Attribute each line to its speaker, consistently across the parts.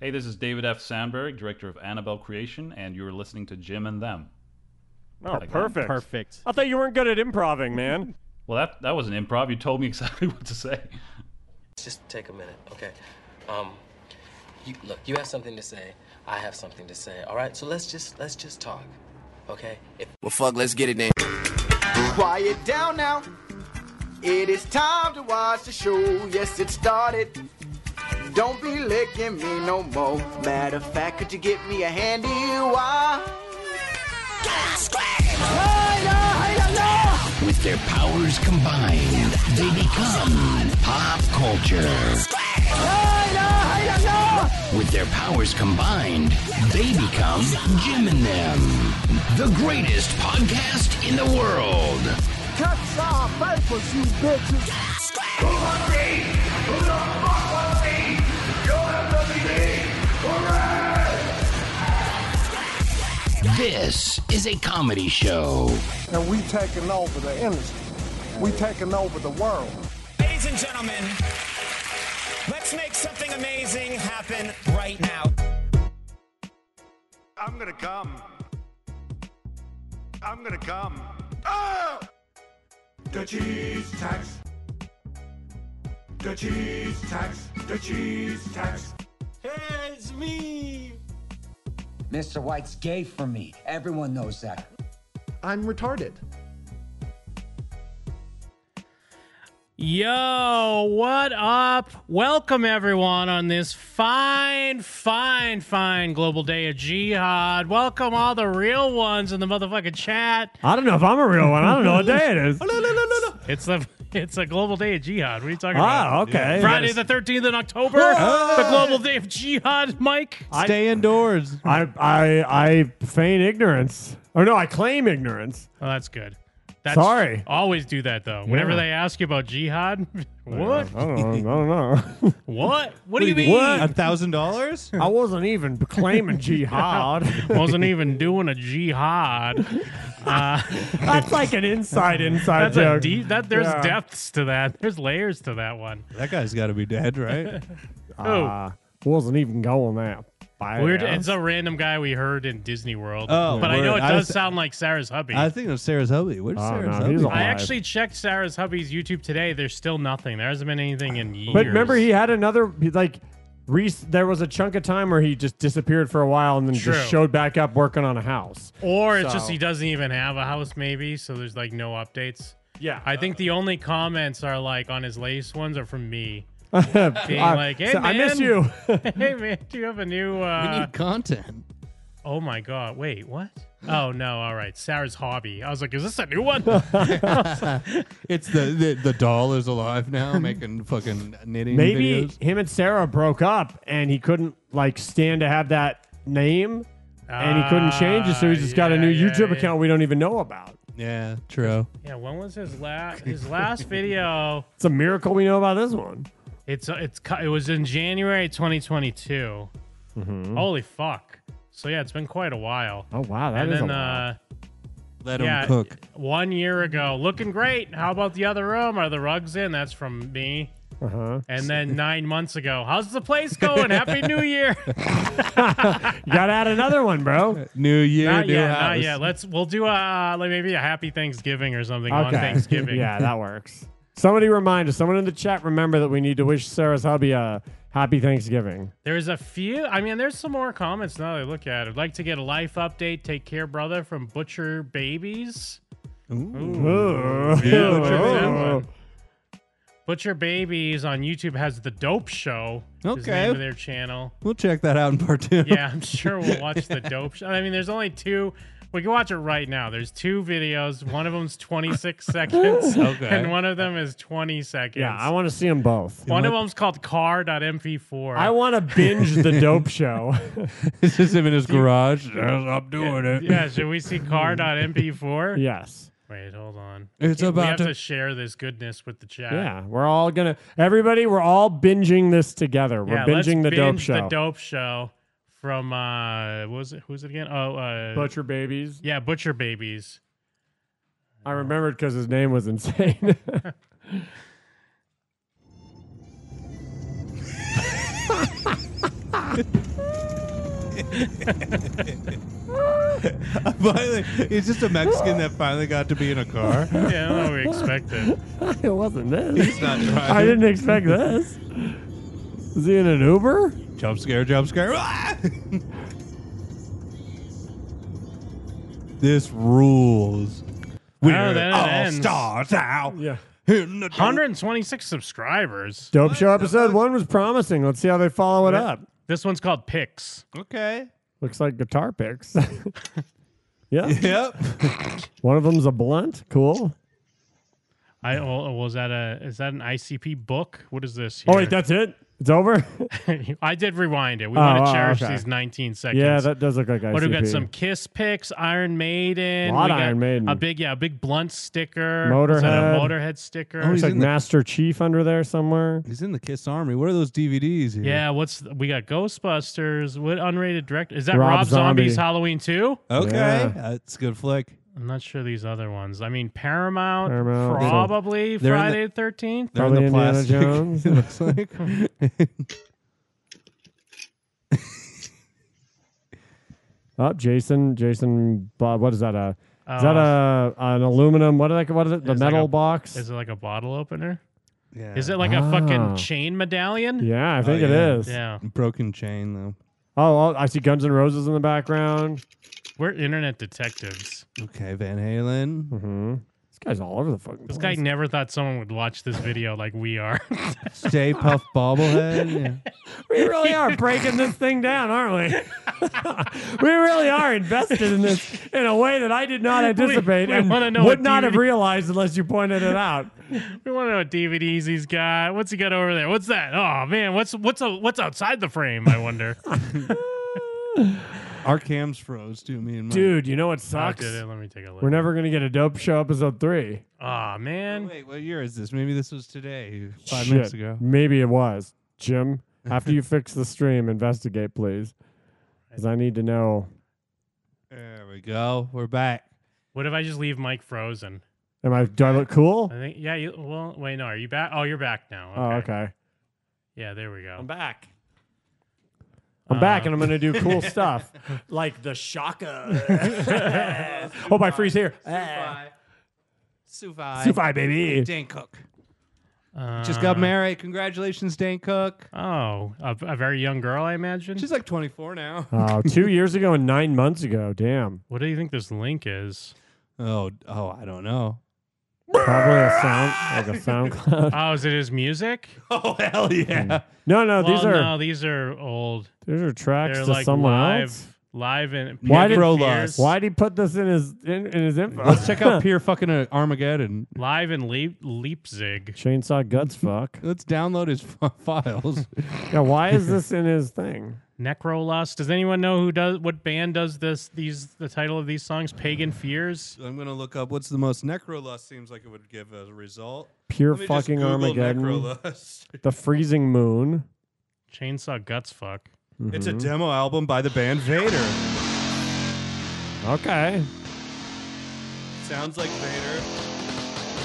Speaker 1: Hey, this is David F. Sandberg, director of Annabelle Creation, and you're listening to Jim and Them.
Speaker 2: Oh, perfect.
Speaker 3: Perfect.
Speaker 2: I thought you weren't good at improving, man.
Speaker 1: Well, that that was an improv. You told me exactly what to say.
Speaker 4: Just take a minute, okay? Um, you, look, you have something to say. I have something to say. All right, so let's just let's just talk, okay? If
Speaker 5: Well, fuck, let's get it then.
Speaker 6: Quiet down now. It is time to watch the show. Yes, it started. Don't be licking me no more. Matter of fact, could you get me a handy wire?
Speaker 7: With their powers combined, they become pop culture. With their powers combined, they become Jim and Them, the greatest podcast in the world. This is a comedy show.
Speaker 8: And we taking over the industry. We taking over the world.
Speaker 9: Ladies and gentlemen, let's make something amazing happen right now.
Speaker 8: I'm gonna come. I'm gonna come. Oh! The cheese tax. The cheese tax. The cheese tax.
Speaker 9: It's me.
Speaker 10: Mr. White's gay for me. Everyone knows that.
Speaker 11: I'm retarded.
Speaker 3: Yo, what up? Welcome everyone on this fine, fine, fine global day of jihad. Welcome all the real ones in the motherfucking chat.
Speaker 2: I don't know if I'm a real one. I don't know what day it is.
Speaker 3: It's the it's a global day of jihad. What are you talking
Speaker 2: Ah,
Speaker 3: about?
Speaker 2: okay.
Speaker 3: Friday the thirteenth in October, the global day of jihad, Mike.
Speaker 11: Stay indoors.
Speaker 2: I, I, I feign ignorance. Oh, no, I claim ignorance.
Speaker 3: Oh, that's good. That's
Speaker 2: Sorry.
Speaker 3: Always do that though. Whenever
Speaker 2: Yeah.
Speaker 3: they ask you about jihad, what?
Speaker 2: I don't know. I don't know.
Speaker 3: What? What do you mean?
Speaker 11: A thousand dollars?
Speaker 2: I wasn't even claiming jihad.
Speaker 3: Wasn't even doing a jihad. Uh,
Speaker 2: That's like an inside, inside
Speaker 3: that's
Speaker 2: joke.
Speaker 3: a deep. That there's
Speaker 2: Yeah.
Speaker 3: depths to that. There's layers to that one.
Speaker 11: That guy's got to be dead, right? Ah,
Speaker 3: Oh,
Speaker 2: Uh, wasn't even going that. Bye.
Speaker 3: weird. It's a random guy we heard in Disney World.
Speaker 11: Oh,
Speaker 3: but I know
Speaker 11: word.
Speaker 3: it
Speaker 11: I
Speaker 3: does
Speaker 11: was-
Speaker 3: sound like Sarah's hubby.
Speaker 11: I
Speaker 3: I,
Speaker 11: think of Sarah's hubby. What is
Speaker 2: Oh,
Speaker 11: Sarah's
Speaker 2: no, he's
Speaker 11: hubby?
Speaker 2: alive.
Speaker 3: actually checked Sarah's hubby's YouTube today. There's still nothing. There hasn't been anything in years.
Speaker 2: But remember, he had another like. Reese, there was a chunk of time where he just disappeared for a while and then
Speaker 3: True.
Speaker 2: just showed back up working on a house.
Speaker 3: or it's just
Speaker 2: so-
Speaker 3: he doesn't even have a house, maybe. So there's like no updates.
Speaker 2: Yeah,
Speaker 3: I think the only comments are like on his latest ones are from me. Being
Speaker 2: Uh,
Speaker 3: like, hey,
Speaker 2: so
Speaker 3: man,
Speaker 2: I miss you.
Speaker 3: hey, man, do you have a new. Uh,
Speaker 7: We need content.
Speaker 3: Oh my god! Wait, what? Oh no! All right, Sarah's hobby. I was like, is this a new one?
Speaker 7: It's the, the the doll is alive now, making fucking knitting
Speaker 2: Maybe
Speaker 7: videos.
Speaker 2: him and Sarah broke up and he couldn't like stand to have that name and he couldn't change it, so he's
Speaker 3: Ah,
Speaker 2: just got a
Speaker 3: yeah,
Speaker 2: new
Speaker 3: yeah,
Speaker 2: YouTube
Speaker 3: yeah.
Speaker 2: account we don't even know about.
Speaker 11: Yeah, true.
Speaker 3: Yeah. When was his last his last video?
Speaker 2: It's a miracle we know about this one.
Speaker 3: It's uh, it's cu- it was in January 2022.
Speaker 2: Mm-hmm.
Speaker 3: Holy fuck! So yeah, it's been quite a while.
Speaker 2: Oh wow, that
Speaker 3: and
Speaker 2: is
Speaker 3: then
Speaker 2: a lot.
Speaker 3: uh,
Speaker 11: Let
Speaker 3: yeah,
Speaker 11: him cook.
Speaker 3: one year ago, looking great. How about the other room? Are the rugs in? That's from me.
Speaker 2: Uh-huh.
Speaker 3: And then nine months ago, how's the place going? Happy New Year!
Speaker 2: You gotta add another one, bro.
Speaker 11: New year,
Speaker 3: Not
Speaker 11: new
Speaker 3: yet,
Speaker 11: house.
Speaker 3: not yet. Let's we'll do a like maybe a happy Thanksgiving or something on
Speaker 2: Okay.
Speaker 3: Thanksgiving.
Speaker 2: yeah, that works. Somebody remind us. Someone in the chat remember that we need to wish Sarah's hubby a happy Thanksgiving.
Speaker 3: There's a few. I mean, there's some more comments now. That I look at. I'd like to get a life update. Take care, brother, from Butcher Babies.
Speaker 2: Ooh.
Speaker 3: that
Speaker 2: Ooh.
Speaker 11: Oh.
Speaker 3: one. Butcher Babies on YouTube has the Dope Show. Is the
Speaker 11: Okay.
Speaker 3: name of their channel.
Speaker 11: We'll check that out in part two.
Speaker 3: Yeah, I'm sure we'll watch the Dope Show. I mean, there's only two. We can watch it right now. There's two videos. One of them's 26 seconds,
Speaker 11: Okay.
Speaker 3: and one of them is 20 seconds.
Speaker 2: Yeah, I want to see them both.
Speaker 3: One of them's called car.mp4.
Speaker 2: I want to binge the dope show.
Speaker 11: It's just him in his garage. I'm doing it.
Speaker 3: yeah, should we see car.mp4?
Speaker 2: yes.
Speaker 3: Wait, hold on.
Speaker 11: It's
Speaker 3: we
Speaker 11: about
Speaker 3: have
Speaker 11: to-
Speaker 3: to... share this goodness with the chat.
Speaker 2: Yeah, we're all gonna. Everybody, we're all binging this together. We're
Speaker 3: Yeah, let's
Speaker 2: binging the dope
Speaker 3: binge
Speaker 2: show.
Speaker 3: The dope show from uh, what was it? Who's it again? Oh, uh,
Speaker 2: Butcher babies.
Speaker 3: Yeah, Butcher Babies.
Speaker 2: I remembered because his name was insane.
Speaker 5: Finally, it's just a Mexican that finally got to be in a car.
Speaker 3: Yeah, I don't know what we expected.
Speaker 2: it wasn't this.
Speaker 5: He's not driving.
Speaker 2: I didn't expect this. Is he in an Uber?
Speaker 5: Jump scare, jump scare. Ah! this rules. We're
Speaker 3: then it
Speaker 12: Oh,
Speaker 5: all
Speaker 3: ends.
Speaker 5: stars out.
Speaker 2: Yeah.
Speaker 5: in the dark.
Speaker 3: 126 subscribers.
Speaker 2: Dope Show episode one was promising. Let's see how they follow it
Speaker 3: Yeah.
Speaker 2: up.
Speaker 3: This one's called Picks.
Speaker 5: Okay.
Speaker 2: Looks like guitar picks. yeah.
Speaker 5: Yep.
Speaker 2: One of them's a blunt. Cool.
Speaker 3: I oh, was that a is that an ICP book? What is this?
Speaker 2: Oh, wait, that's it? It's over?
Speaker 3: that's I did rewind it. We
Speaker 2: Oh,
Speaker 3: want to
Speaker 2: oh,
Speaker 3: cherish
Speaker 2: okay.
Speaker 3: these 19 seconds.
Speaker 2: yeah, that does look like ICP.
Speaker 3: What do we got? Some Kiss picks, Iron Maiden.
Speaker 2: Lot
Speaker 3: we
Speaker 2: of
Speaker 3: got
Speaker 2: Iron Maiden.
Speaker 3: A big, yeah, a big blunt sticker. Is that a
Speaker 2: Motorhead.
Speaker 3: Motorhead sticker.
Speaker 5: Oh,
Speaker 2: Looks
Speaker 5: he's
Speaker 2: like
Speaker 5: in the-
Speaker 2: Master Chief under there somewhere.
Speaker 5: He's in the Kiss Army. What are those DVDs here?
Speaker 3: yeah, what's we got? Ghostbusters. What unrated director? Is that
Speaker 2: Rob
Speaker 3: Rob, Zombie's
Speaker 2: Zombie.
Speaker 3: Halloween 2?
Speaker 5: Okay.
Speaker 2: Yeah.
Speaker 5: That's a good flick.
Speaker 3: I'm not sure these other ones. I mean, Paramount,
Speaker 2: Paramount.
Speaker 3: probably
Speaker 5: They're in the-
Speaker 3: Friday the 13th.
Speaker 5: They're
Speaker 2: Probably
Speaker 5: in the
Speaker 2: Indiana
Speaker 5: plastic.
Speaker 2: Jones.
Speaker 5: it looks like.
Speaker 2: Oh, Jason, Jason, Bob, what is that? Uh, is that a an aluminum? What is that? What is it? The
Speaker 3: Uh, It's like
Speaker 2: metal
Speaker 3: a-
Speaker 2: box?
Speaker 3: Oh, Is it like a bottle opener?
Speaker 5: Yeah.
Speaker 3: Is it like a
Speaker 2: Ah.
Speaker 3: fucking chain medallion?
Speaker 2: yeah, I think it
Speaker 5: yeah.
Speaker 2: is.
Speaker 3: Oh, Yeah.
Speaker 5: broken chain though?
Speaker 2: Oh, oh, I see Guns N' Roses in the background.
Speaker 3: We're internet detectives.
Speaker 5: Okay, Van Halen.
Speaker 2: Mm-hmm. This guy's all over the fucking.
Speaker 3: This guy
Speaker 2: place.
Speaker 3: never thought someone would watch this video like we are.
Speaker 5: Stay Puff Bobblehead. Yeah.
Speaker 2: we really are breaking this thing down, aren't we? we really are invested in this in a way that I did not anticipate
Speaker 3: we
Speaker 2: and
Speaker 3: wanna know
Speaker 2: would
Speaker 3: what
Speaker 2: not have
Speaker 3: DVD
Speaker 2: realized unless you pointed it out.
Speaker 3: we want to know what DVDs he's got. What's he got over there? What's that? Oh man, what's what's a, what's outside the frame? I wonder. Oh,
Speaker 5: Our cams froze too. Me and Mike.
Speaker 2: Dude, you know what sucks?
Speaker 3: did it? Let me take a look.
Speaker 2: We're never gonna get a dope show episode three.
Speaker 3: Oh man,
Speaker 5: Wait, what year is this? Maybe this was today, five
Speaker 2: Shit.
Speaker 5: minutes ago.
Speaker 2: Maybe it was. Jim, after you fix the stream, investigate, please. Because I need to know.
Speaker 5: There we go. We're back.
Speaker 3: what if I just leave Mike frozen?
Speaker 2: Am I do I look cool?
Speaker 3: I think yeah. You, well, wait, no. Are you back? Oh, you're back now.
Speaker 2: Oh, okay.
Speaker 3: Yeah, there we go.
Speaker 2: back. I'm back
Speaker 3: Uh,
Speaker 2: and I'm gonna do cool stuff. Like the shaka. Hope I freeze here.
Speaker 5: Sufi. Sufi.
Speaker 2: Sufi baby.
Speaker 5: Dan Cook.
Speaker 3: Uh,
Speaker 5: Just got married. Congratulations, Dan Cook.
Speaker 3: Oh, a, a very young girl, I imagine.
Speaker 5: She's like 24 now.
Speaker 2: Oh, two years ago and nine months ago. Damn.
Speaker 3: what do you think this link is?
Speaker 5: Oh, oh, I don't know.
Speaker 2: Probably a sound like a SoundCloud.
Speaker 3: Oh, is it his music?
Speaker 5: Oh, hell yeah.
Speaker 2: No, no,
Speaker 3: well,
Speaker 2: Hmm. these are
Speaker 3: no, these are old.
Speaker 2: these are tracks
Speaker 3: They're
Speaker 2: to
Speaker 3: like
Speaker 2: someone
Speaker 3: live,
Speaker 2: else.
Speaker 3: live and Peer
Speaker 2: Why did-
Speaker 3: to
Speaker 5: Rolos.
Speaker 3: Peers,
Speaker 2: Why'd he put this in his in, in his info?
Speaker 5: Let's check out Pure fucking uh, Armageddon.
Speaker 3: live in Leip, Leipzig?
Speaker 2: Chainsaw Guts fuck.
Speaker 5: Let's download his f- files.
Speaker 2: Yeah, why is this in his thing?
Speaker 3: Necrolust. Does anyone know who does what band does this? These the title of these songs, Pagan Fears.
Speaker 5: I'm going to look up what's the most Necrolust seems like it would give as a result.
Speaker 2: Pure fucking Armageddon. The Freezing Moon.
Speaker 3: Chainsaw Guts. Fuck.
Speaker 5: It's a
Speaker 2: Mm-hmm.
Speaker 5: demo album by the band Vader.
Speaker 2: Okay.
Speaker 5: Sounds like Vader.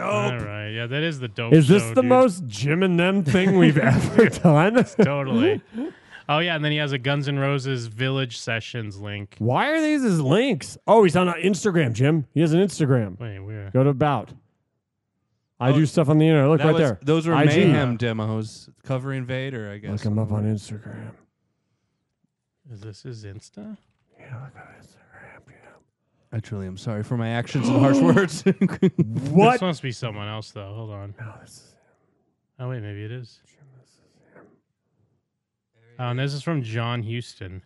Speaker 3: All right. Yeah, that is the dope.
Speaker 2: Is this
Speaker 3: show,
Speaker 2: the
Speaker 3: Oh, dude.
Speaker 2: most Jim and them thing we've ever done?
Speaker 3: Totally. Oh yeah, and then he has a Guns N' Roses Village Sessions link.
Speaker 2: Why are these his links? Oh, he's on uh, Instagram, Jim. He has an Instagram.
Speaker 3: Wait, where?
Speaker 2: Go to about. I
Speaker 3: Oh,
Speaker 2: do stuff on the internet. Look
Speaker 5: That
Speaker 2: right
Speaker 5: was-
Speaker 2: there.
Speaker 5: Those were
Speaker 2: IG.
Speaker 5: mayhem demos covering Vader, I
Speaker 2: Look
Speaker 5: guess.
Speaker 2: him up on Instagram.
Speaker 3: Is this his Insta?
Speaker 2: Yeah, look on Instagram. Yeah.
Speaker 5: I truly am sorry for my actions and harsh words.
Speaker 3: This
Speaker 2: What?
Speaker 3: must be someone else though. Hold on.
Speaker 2: No, this is
Speaker 3: Oh wait, maybe it is. Oh, and this is from John Houston.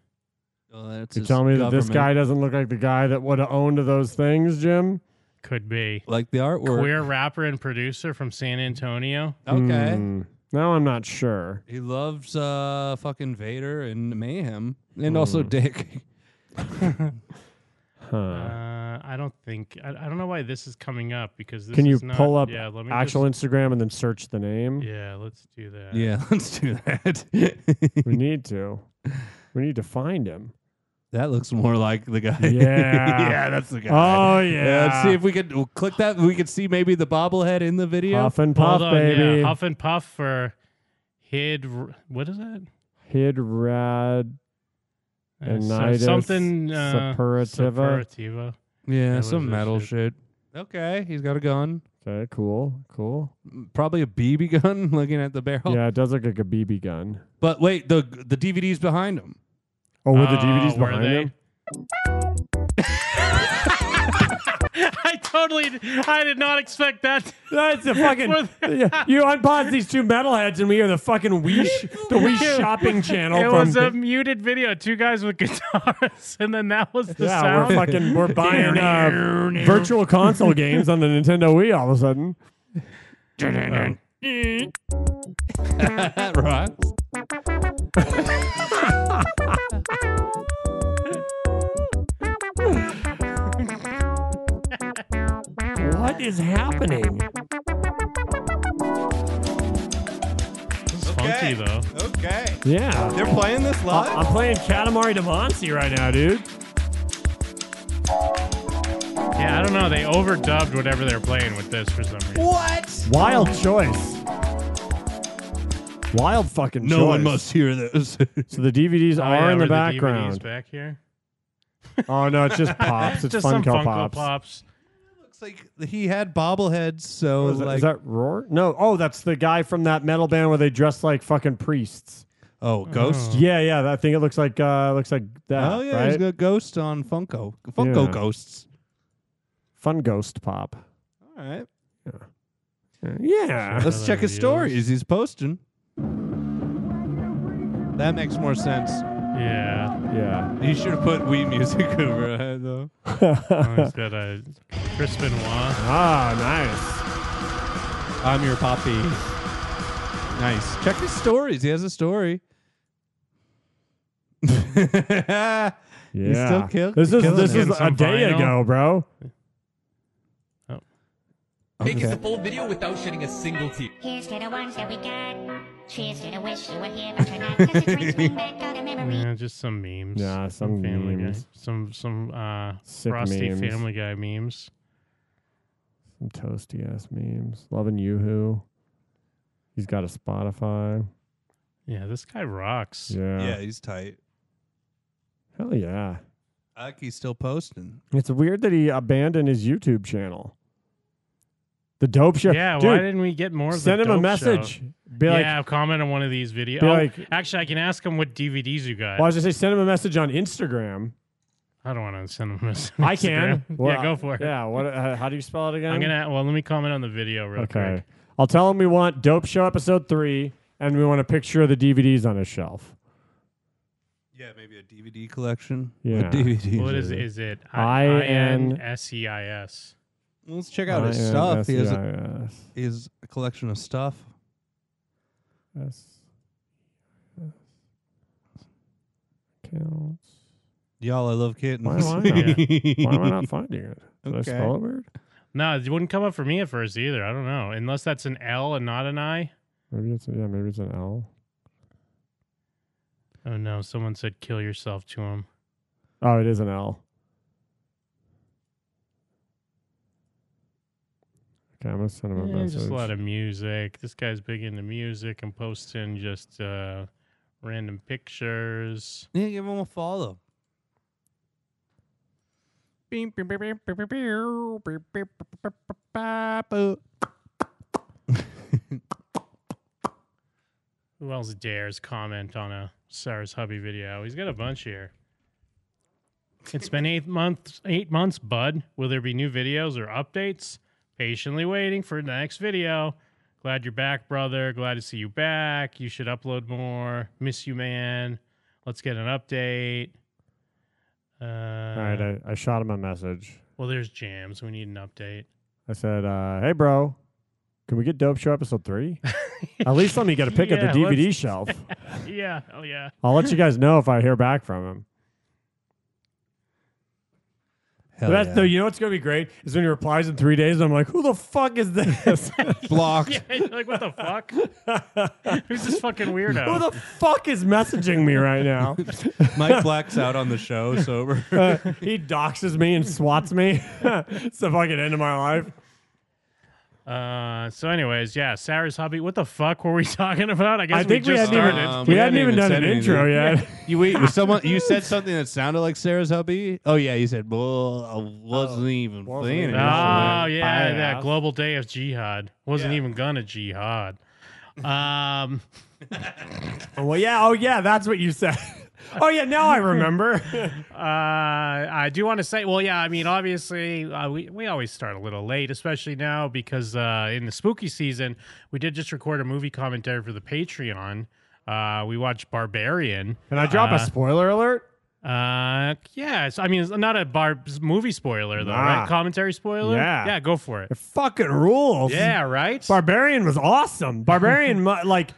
Speaker 5: Oh, that's
Speaker 2: You're
Speaker 5: his
Speaker 2: telling me that this
Speaker 5: government.
Speaker 2: guy doesn't look like the guy that would have owned those things, Jim?
Speaker 3: Could be
Speaker 5: like the artwork.
Speaker 3: queer rapper and producer from San Antonio.
Speaker 5: Okay.
Speaker 2: Hmm. No, I'm not sure.
Speaker 5: He loves uh fucking Vader and mayhem
Speaker 2: Hmm.
Speaker 5: and also Dick.
Speaker 2: Huh.
Speaker 3: Uh, I don't think I, I don't know why this is coming up because this
Speaker 2: Can you
Speaker 3: is not-
Speaker 2: pull up
Speaker 3: yeah, let me
Speaker 2: actual Instagram and then search the name?
Speaker 3: Just, yeah, let's do that.
Speaker 5: yeah, let's do that.
Speaker 2: We need to. We need to find him.
Speaker 5: That looks more like the guy.
Speaker 11: Yeah.
Speaker 5: yeah, that's the guy.
Speaker 11: Oh,
Speaker 5: Let's
Speaker 11: yeah.
Speaker 5: see if we could we'll click that. We could see maybe the bobblehead in the video.
Speaker 2: Huff and puff,
Speaker 3: Hold on,
Speaker 2: baby.
Speaker 3: Yeah, Huff and Puff for hid. r- What is that?
Speaker 2: Hid rad.
Speaker 3: Uh, so-
Speaker 2: Enitis
Speaker 3: something. Uh,
Speaker 2: suppurativa.
Speaker 3: suppurativa.
Speaker 5: Yeah,
Speaker 3: That was
Speaker 5: some
Speaker 3: a
Speaker 5: metal shit. Okay, he's got a gun.
Speaker 2: Okay, cool, cool.
Speaker 5: Probably a BB gun. Looking at the barrel.
Speaker 2: Yeah, it does look like a BB gun.
Speaker 5: But wait, the the DVD's behind him.
Speaker 2: Oh, were the
Speaker 3: Oh,
Speaker 2: DVDs
Speaker 3: were
Speaker 2: behind
Speaker 3: they?
Speaker 2: him?
Speaker 3: I totally. I did not expect that.
Speaker 2: That's a fucking. yeah, you unpause these two metalheads, and we are the fucking Wii, sh- the Wii shopping channel.
Speaker 3: It
Speaker 2: from
Speaker 3: was a muted video. Two guys with guitars, and then that was the
Speaker 2: yeah,
Speaker 3: sound.
Speaker 2: we're fucking we're buying uh, virtual console games on the Nintendo Wii. All of a sudden,
Speaker 5: That rocks.
Speaker 2: what is happening?
Speaker 3: It's funky though.
Speaker 5: Okay.
Speaker 2: Yeah,
Speaker 5: They're playing this
Speaker 2: I-
Speaker 5: live?
Speaker 2: I'm playing Katamari Damacy right now, dude.
Speaker 3: Yeah, I don't know. They overdubbed whatever they're playing with this for some reason.
Speaker 5: What?
Speaker 2: Wild choice. Wild fucking choice.
Speaker 5: No one must hear this.
Speaker 2: So the DVDs
Speaker 3: Oh,
Speaker 2: are
Speaker 3: yeah,
Speaker 2: in
Speaker 3: were
Speaker 2: the
Speaker 3: DVDs
Speaker 2: background.
Speaker 3: back here.
Speaker 2: oh no, it's just pops. It's
Speaker 3: Just
Speaker 2: Funko
Speaker 3: some Funko
Speaker 2: pops.
Speaker 3: Pops.
Speaker 5: Looks like he had bobbleheads, so
Speaker 2: Is, that-
Speaker 5: Oh, like
Speaker 2: is that Roar? No. Oh, that's the guy from that metal band where they dress like fucking priests.
Speaker 5: Oh,
Speaker 3: Uh-huh.
Speaker 5: Ghost?
Speaker 2: Yeah, yeah. I think it looks like uh looks like that.
Speaker 5: Oh yeah,
Speaker 2: right?
Speaker 5: he's got Ghost on Funko. Funko
Speaker 2: Yeah.
Speaker 5: Ghosts.
Speaker 2: Fun ghost pop.
Speaker 5: All right.
Speaker 2: Yeah.
Speaker 5: Let's check his
Speaker 3: videos.
Speaker 5: stories. He's posting. That makes more sense.
Speaker 3: Yeah.
Speaker 2: Yeah.
Speaker 5: He should have put Wii music over it, though.
Speaker 3: Oh, he's got a Chris Benoit.
Speaker 2: Ah,
Speaker 5: I'm your poppy. Nice. Check his stories. He has a story. yeah.
Speaker 2: nice. Yeah.
Speaker 5: He's still kill-
Speaker 2: this is
Speaker 5: killing
Speaker 2: this
Speaker 5: it.
Speaker 2: is a
Speaker 3: Some
Speaker 2: day
Speaker 3: vinyl.
Speaker 2: ago, bro.
Speaker 5: Okay.
Speaker 13: full video without shedding a single tear.
Speaker 14: Here's to the ones that we got. Cheers to the wish you were here but you're not. 'Cause the drinks bring back all the memories.
Speaker 3: Yeah, just some memes.
Speaker 2: Nah, some
Speaker 3: Family
Speaker 2: memes.
Speaker 3: Guy. Some some uh,
Speaker 2: Sick
Speaker 3: frosty
Speaker 2: memes.
Speaker 3: Family Guy memes.
Speaker 2: Some toasty ass memes. Loving YooHoo. He's got a Spotify.
Speaker 3: Yeah, this guy rocks.
Speaker 2: Yeah.
Speaker 5: Yeah, he's tight.
Speaker 2: Hell yeah.
Speaker 5: I like he's still posting.
Speaker 2: It's weird that he abandoned his YouTube channel. The dope show.
Speaker 3: Yeah,
Speaker 2: Dude,
Speaker 3: why didn't we get more? of the
Speaker 2: send him a
Speaker 3: dope
Speaker 2: message.
Speaker 3: show?
Speaker 2: Be like,
Speaker 3: yeah, comment on one of these videos.
Speaker 2: Be
Speaker 3: Oh,
Speaker 2: like-
Speaker 3: actually, I can ask him what DVDs you got.
Speaker 2: well, I was just say send him a message on Instagram.
Speaker 3: I don't want to send him a message.
Speaker 2: I can. Well,
Speaker 3: yeah, go for it.
Speaker 2: Yeah. What? Uh, how do you spell it again?
Speaker 3: I'm gonna. Well, let me comment on the video real
Speaker 2: Okay.
Speaker 3: quick.
Speaker 2: I'll tell him we want Dope Show episode three, and we want a picture of the DVDs on a shelf.
Speaker 5: Yeah, maybe a DVD collection.
Speaker 2: Yeah.
Speaker 5: A DVD.
Speaker 3: What is is it?
Speaker 2: I N-
Speaker 3: N S E I S.
Speaker 5: Let's check out
Speaker 2: Uh,
Speaker 5: his stuff. He has, a,
Speaker 2: INSEIS.
Speaker 5: he has a collection of stuff.
Speaker 2: Yes. Counts.
Speaker 5: Y'all, I love
Speaker 2: Why,
Speaker 5: kittens.
Speaker 2: why not? Why am I not finding it? Did
Speaker 5: Okay.
Speaker 2: I spell it weird?
Speaker 3: No, it wouldn't come up for me at first either. I don't know, unless that's an L and not an I.
Speaker 2: Maybe it's yeah. Maybe it's an L.
Speaker 3: Oh no, someone said kill yourself to him.
Speaker 2: Oh, it is an L. Okay, I'm gonna send him a
Speaker 3: Yeah,
Speaker 2: message.
Speaker 3: just a lot of music. This guy's big into music and posting just uh, random pictures.
Speaker 5: yeah, give him a follow.
Speaker 3: Who else dares comment on a SARS hubby video? He's got
Speaker 2: Mm-hmm.
Speaker 3: a bunch here. It's been eight months. Eight months, bud. Will there be new videos or updates? Patiently waiting for the next video. Glad you're back, brother. Glad to see you back. You should upload more. Miss you, man. Let's get an update. Uh,
Speaker 2: All right, I, I shot him a message.
Speaker 3: well, there's jams. We need an update.
Speaker 2: I said, uh, "Hey, bro, can we get Dope Show episode three? At least let me get a pic
Speaker 3: Yeah,
Speaker 2: of the DVD
Speaker 3: let's-
Speaker 2: shelf.
Speaker 3: yeah. Oh yeah.
Speaker 2: I'll let you guys know if I hear back from him."
Speaker 5: Hell
Speaker 2: That's
Speaker 5: yeah.
Speaker 2: the, you know what's gonna be great is when he replies in three days. I'm like, who the fuck is this?
Speaker 5: Blocked.
Speaker 3: Yeah, you're like what the fuck? Who's this fucking weirdo?
Speaker 2: Who the fuck is messaging me right now?
Speaker 5: Mike blacks out on the show sober.
Speaker 2: Uh, he doxes me and swats me. it's the fucking end of my life.
Speaker 3: Uh, so, anyways, yeah, Sarah's hobby. What the fuck were we talking about? I guess
Speaker 2: I think
Speaker 3: we
Speaker 2: we
Speaker 3: just
Speaker 2: hadn't even-
Speaker 3: started.
Speaker 5: Um,
Speaker 2: we hadn't even done
Speaker 5: said
Speaker 2: an intro
Speaker 5: anything.
Speaker 2: yet.
Speaker 5: You wait. Was someone you said something that sounded like Sarah's hubby? Oh yeah, you said, "Well, I wasn't even
Speaker 2: Oh, wasn't
Speaker 5: playing
Speaker 2: even-
Speaker 5: it."
Speaker 3: Oh yeah,
Speaker 5: Fire
Speaker 3: that
Speaker 5: ass.
Speaker 3: global day of jihad wasn't even gonna jihad. Um,
Speaker 2: Oh, well, yeah. Oh, yeah. That's what you said. Oh, yeah. Now I remember.
Speaker 3: uh, I do want to say, well, yeah, I mean, obviously, uh, we, we always start a little late, especially now because uh, in the spooky season, we did just record a movie commentary for the Patreon. Uh, we watched Barbarian.
Speaker 2: Can I drop
Speaker 3: uh,
Speaker 2: a spoiler alert?
Speaker 3: Uh, yeah, it's, I mean, it's not a bar movie spoiler though,
Speaker 2: Nah.
Speaker 3: right? Commentary spoiler.
Speaker 2: Yeah.
Speaker 3: yeah, go for it.
Speaker 2: It fucking rules.
Speaker 3: Yeah, right.
Speaker 2: Barbarian was awesome. Barbarian, mu- like,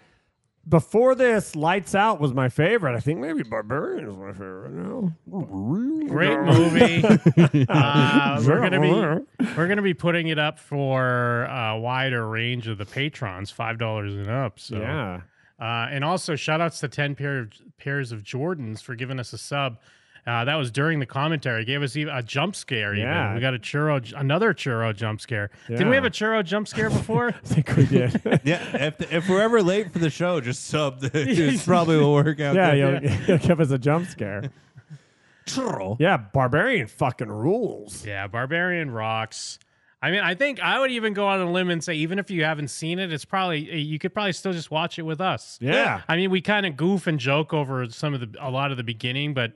Speaker 2: before this, Lights Out was my favorite. I think maybe Barbarian is my favorite now.
Speaker 3: Great movie. uh, we're gonna be we're gonna be putting it up for a wider range of the patrons, five dollars and up. So
Speaker 2: Yeah.
Speaker 3: Uh, and also, shout outs to 10 pair of, pairs of Jordans for giving us a sub. Uh, that was during the commentary. It Gave us even a jump scare. Even.
Speaker 2: Yeah.
Speaker 3: We got a churro, j- another churro jump scare. Didn't we
Speaker 2: Yeah.
Speaker 3: have a churro jump scare before?
Speaker 2: I think we did.
Speaker 5: yeah, if, if we're ever late for the show, just sub. The, it's probably will work out.
Speaker 2: yeah,
Speaker 5: good.
Speaker 2: you'll, you'll give us a jump scare. Yeah, Barbarian fucking rules.
Speaker 3: Yeah, Barbarian rocks. I mean, I think I would even go on a limb and say, even if you haven't seen it, it's probably eh, you could probably still just watch it with us.
Speaker 2: Yeah.
Speaker 3: I mean, we kind of goof and joke over some of the a lot of the beginning, but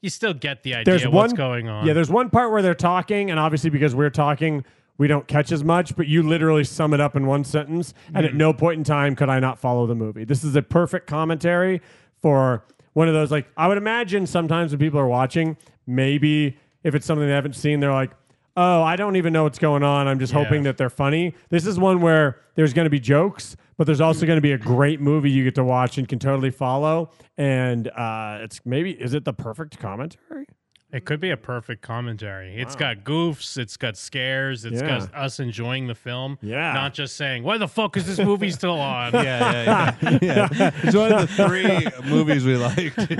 Speaker 3: you still get the idea
Speaker 2: There's
Speaker 3: of
Speaker 2: one
Speaker 3: what's going on.
Speaker 2: Yeah, there's one part where they're talking, and obviously because we're talking, we don't catch as much. But you literally sum it up in one sentence, and
Speaker 3: Hmm.
Speaker 2: at no point in time could I not follow the movie. This is a perfect commentary for one of those. Like I would imagine sometimes when people are watching, maybe if it's something they haven't seen, they're like. Oh, I don't even know what's going on. I'm just
Speaker 3: Yeah.
Speaker 2: hoping that they're funny. This is one where there's going to be jokes, but there's also
Speaker 3: Hmm.
Speaker 2: going to be a great movie you get to watch and can totally follow. And uh, it's maybe, is it the perfect commentary?
Speaker 3: It could be a perfect commentary. It's
Speaker 2: Wow.
Speaker 3: got goofs, it's got scares, it's
Speaker 2: Yeah.
Speaker 3: got us enjoying the film.
Speaker 2: Yeah.
Speaker 3: Not just saying, why the fuck is this movie still on?
Speaker 5: yeah, yeah, yeah, yeah. It's one of the three movies we liked.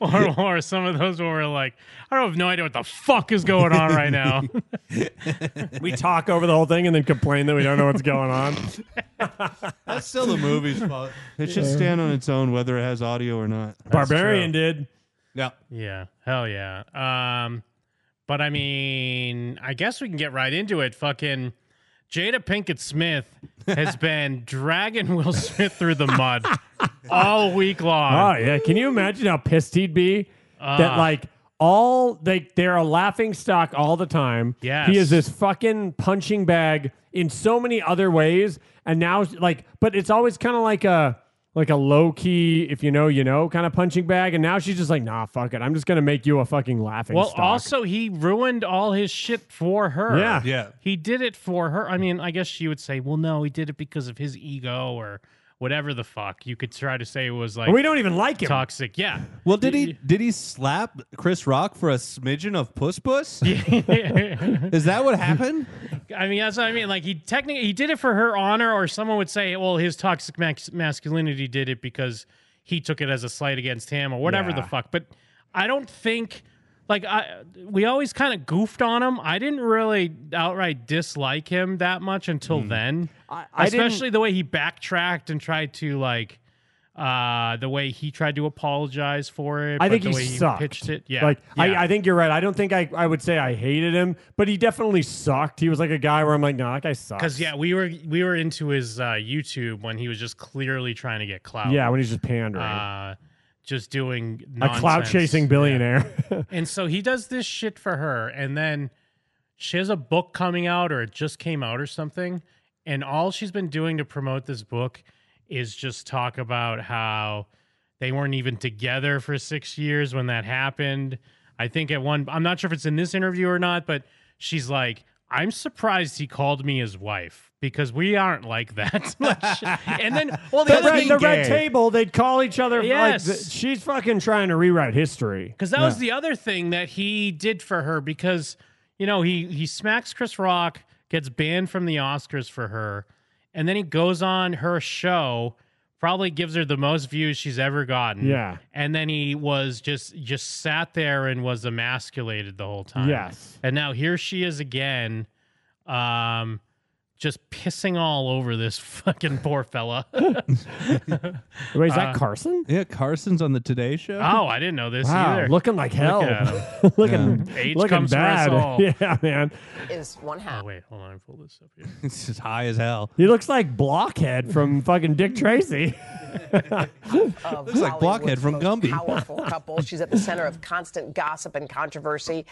Speaker 3: or, or some of those where we're like, I have no idea what the fuck is going on right now.
Speaker 2: we talk over the whole thing and then complain that we don't know what's going on.
Speaker 5: That's still the movie's fault. It should stand on its own whether it has audio or not.
Speaker 2: Barbarian did.
Speaker 5: Yeah.
Speaker 3: Yeah. Hell yeah. Um, but I mean, I guess we can get right into it. Fucking Jada Pinkett Smith has been dragging Will Smith through the mud all week long.
Speaker 2: Oh yeah, can you imagine how pissed he'd be that
Speaker 3: Ah.
Speaker 2: like all they they're a laughing stock all the time.
Speaker 3: Yes.
Speaker 2: he is this fucking punching bag in so many other ways, and now like, but it's always kind of like a like a low key, if you know, you know, kind of punching bag, and now she's just like, nah, fuck it, I'm just gonna make you a fucking laughing
Speaker 3: Well,
Speaker 2: stock.
Speaker 3: also he ruined all his shit for her.
Speaker 2: Yeah.
Speaker 5: Yeah.
Speaker 3: He did it for her. I mean, I guess she would say, "Well, no, he did it because of his ego or whatever the fuck." You could try to say it was like
Speaker 2: And we don't even like him.
Speaker 3: toxic. Yeah.
Speaker 5: Well, did he did he slap Chris Rock for a smidgen of puss puss?
Speaker 3: I
Speaker 5: Is that what happened?
Speaker 3: mean, that's what I mean. Like he technically he did it for her honor, or someone would say, "Well, his toxic max- masculinity did it because he took it as a slight against him, or whatever the
Speaker 2: Yeah.
Speaker 3: fuck." But I don't think. Like I, we always kind of goofed on him. I didn't really outright dislike him that much until then,
Speaker 2: I didn't-
Speaker 3: especially the way he backtracked and tried to like, uh, the way he tried to apologize for it.
Speaker 2: I
Speaker 3: but
Speaker 2: think
Speaker 3: the
Speaker 2: he
Speaker 3: way
Speaker 2: sucked.
Speaker 3: he pitched it. Yeah,
Speaker 2: Like
Speaker 3: yeah.
Speaker 2: I, I think you're right. I don't think I, I would say I hated him, but he definitely sucked. He was like a guy where I'm like, nah, that guy sucks.
Speaker 3: Because yeah, we were we were into his uh, YouTube when he was just clearly trying to get clout.
Speaker 2: yeah, when he's just pandering,
Speaker 3: uh, just doing
Speaker 2: a clout
Speaker 3: nonsense.
Speaker 2: chasing billionaire.
Speaker 3: And so he does this shit for her, and then she has a book coming out, or it just came out, or something. And all she's been doing to promote this book is just talk about how they weren't even together for six years when that happened. I think at one, I'm not sure if it's in this interview or not, but she's like, I'm surprised he called me his wife because we aren't like that. Like, she- and then, well, the
Speaker 2: the
Speaker 3: other
Speaker 2: red,
Speaker 3: thing,
Speaker 2: the red table, they'd call each other.
Speaker 3: Yes.
Speaker 2: Like, th- she's fucking trying to rewrite history.
Speaker 3: Because that was the other thing that he did for her because you know, he he smacks Chris Rock, gets banned from the Oscars for her, and then he goes on her show, probably gives her the most views she's ever gotten.
Speaker 2: Yeah.
Speaker 3: And then he was just just sat there and was emasculated the whole time.
Speaker 2: Yes.
Speaker 3: And now here she is again, um, just pissing all over this fucking poor fella.
Speaker 2: Wait, is
Speaker 3: Uh,
Speaker 2: that Carson?
Speaker 5: Yeah, Carson's on the Today Show.
Speaker 3: Oh, I didn't know this
Speaker 2: Wow,
Speaker 3: either.
Speaker 2: looking like hell.
Speaker 3: Look at him.
Speaker 2: looking
Speaker 3: Yeah. Age
Speaker 2: looking
Speaker 3: comes for us
Speaker 2: bad.
Speaker 3: all.
Speaker 2: Yeah, man.
Speaker 12: is one half.
Speaker 3: Oh wait, hold on, pull this up here.
Speaker 5: It's just high as hell.
Speaker 2: He looks like Blockhead from fucking Dick Tracy.
Speaker 12: Looks
Speaker 5: like Blockhead from Gumby.
Speaker 12: Powerful couple. She's at the center of constant gossip and controversy,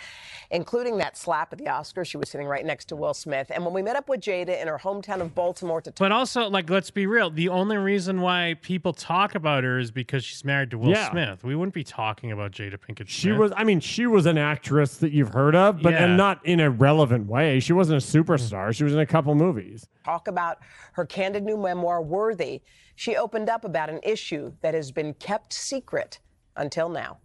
Speaker 12: including that slap at the Oscars. She was sitting right next to Will Smith. And when we met up with Jada in her hometown of Baltimore to
Speaker 3: But also, like, let's be real. The only reason why people talk about her is because she's married to Will
Speaker 2: Yeah.
Speaker 3: Smith. We wouldn't be talking about Jada Pinkett Smith.
Speaker 2: She was, I mean, she was an actress that you've heard of, but
Speaker 3: Yeah.
Speaker 2: and not in a relevant way. She wasn't a superstar. She was in a couple movies.
Speaker 12: talk about her candid new memoir, Worthy, she opened up about an issue that has been kept secret until now.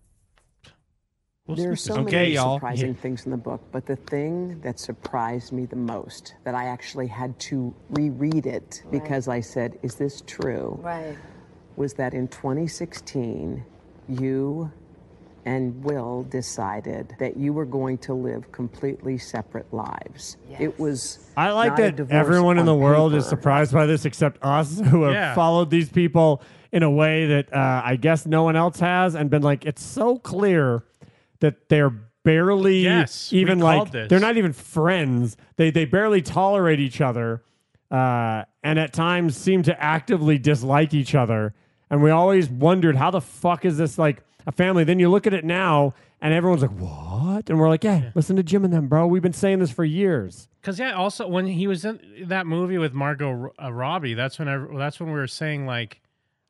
Speaker 7: There are so
Speaker 12: Okay,
Speaker 7: many
Speaker 12: y'all.
Speaker 7: surprising
Speaker 12: Yeah. things in the book, but the thing that surprised me the most, that I actually had to reread it
Speaker 7: Right.
Speaker 12: because I said, Is this true?
Speaker 7: Right.
Speaker 12: Was that in 2016, you and Will decided that you were going to live completely separate lives. It was.
Speaker 2: I like
Speaker 12: not a
Speaker 2: that
Speaker 12: divorce
Speaker 2: everyone in
Speaker 12: on
Speaker 2: the world is
Speaker 12: paper.
Speaker 2: surprised by this, except us who have
Speaker 12: Yeah.
Speaker 2: followed these people in a way that uh, I guess no one else has, and been like, it's so clear that they're barely
Speaker 3: Yes, we
Speaker 2: even like
Speaker 3: called this.
Speaker 2: they're not even friends. They they barely tolerate each other, uh, and at times seem to actively dislike each other. And we always wondered how the fuck is this like a family? Then you look at it now, and everyone's like, what? And we're like, yeah, listen to Jim and them, bro. We've been saying this for years.
Speaker 3: Because yeah, also when he was in that movie with Margot Ro- uh, Robbie, that's when I, that's when we were saying like,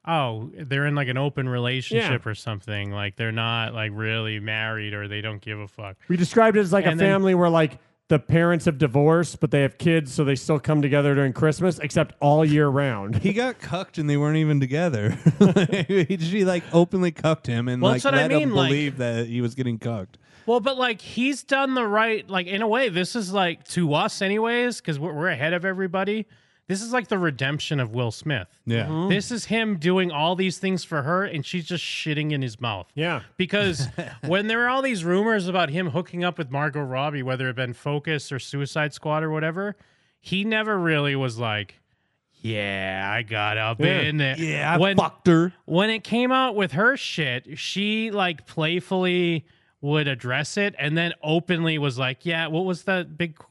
Speaker 3: oh, they're in like an open relationship or something. Like they're not like really married or they don't give a fuck.
Speaker 2: We described it as like a
Speaker 3: And then-
Speaker 2: family where like the parents have divorced, but they have kids, so they still come together during Christmas, except all year round.
Speaker 5: He got cucked and they weren't even together. she like openly cucked him and
Speaker 3: Well,
Speaker 5: like
Speaker 3: that's
Speaker 5: let
Speaker 3: what I
Speaker 5: him
Speaker 3: mean, like-
Speaker 5: believe that he was getting cucked.
Speaker 3: Well, but like he's done the right, like in a way, this is like to us, anyways, because we're, we're ahead of everybody. This is like the redemption of Will Smith.
Speaker 5: Yeah. Mhm.
Speaker 3: This is him doing all these things for her, and she's just shitting in his mouth.
Speaker 2: Yeah.
Speaker 3: Because when there were all these rumors about him hooking up with Margot Robbie, whether it been Focus or Suicide Squad or whatever, he never really was like, yeah, I got up
Speaker 5: Yeah.
Speaker 3: in there.
Speaker 5: Yeah, I
Speaker 3: fucked her. When it came out with her shit, she like playfully would address it and then openly was like, "Yeah, what was that big qu-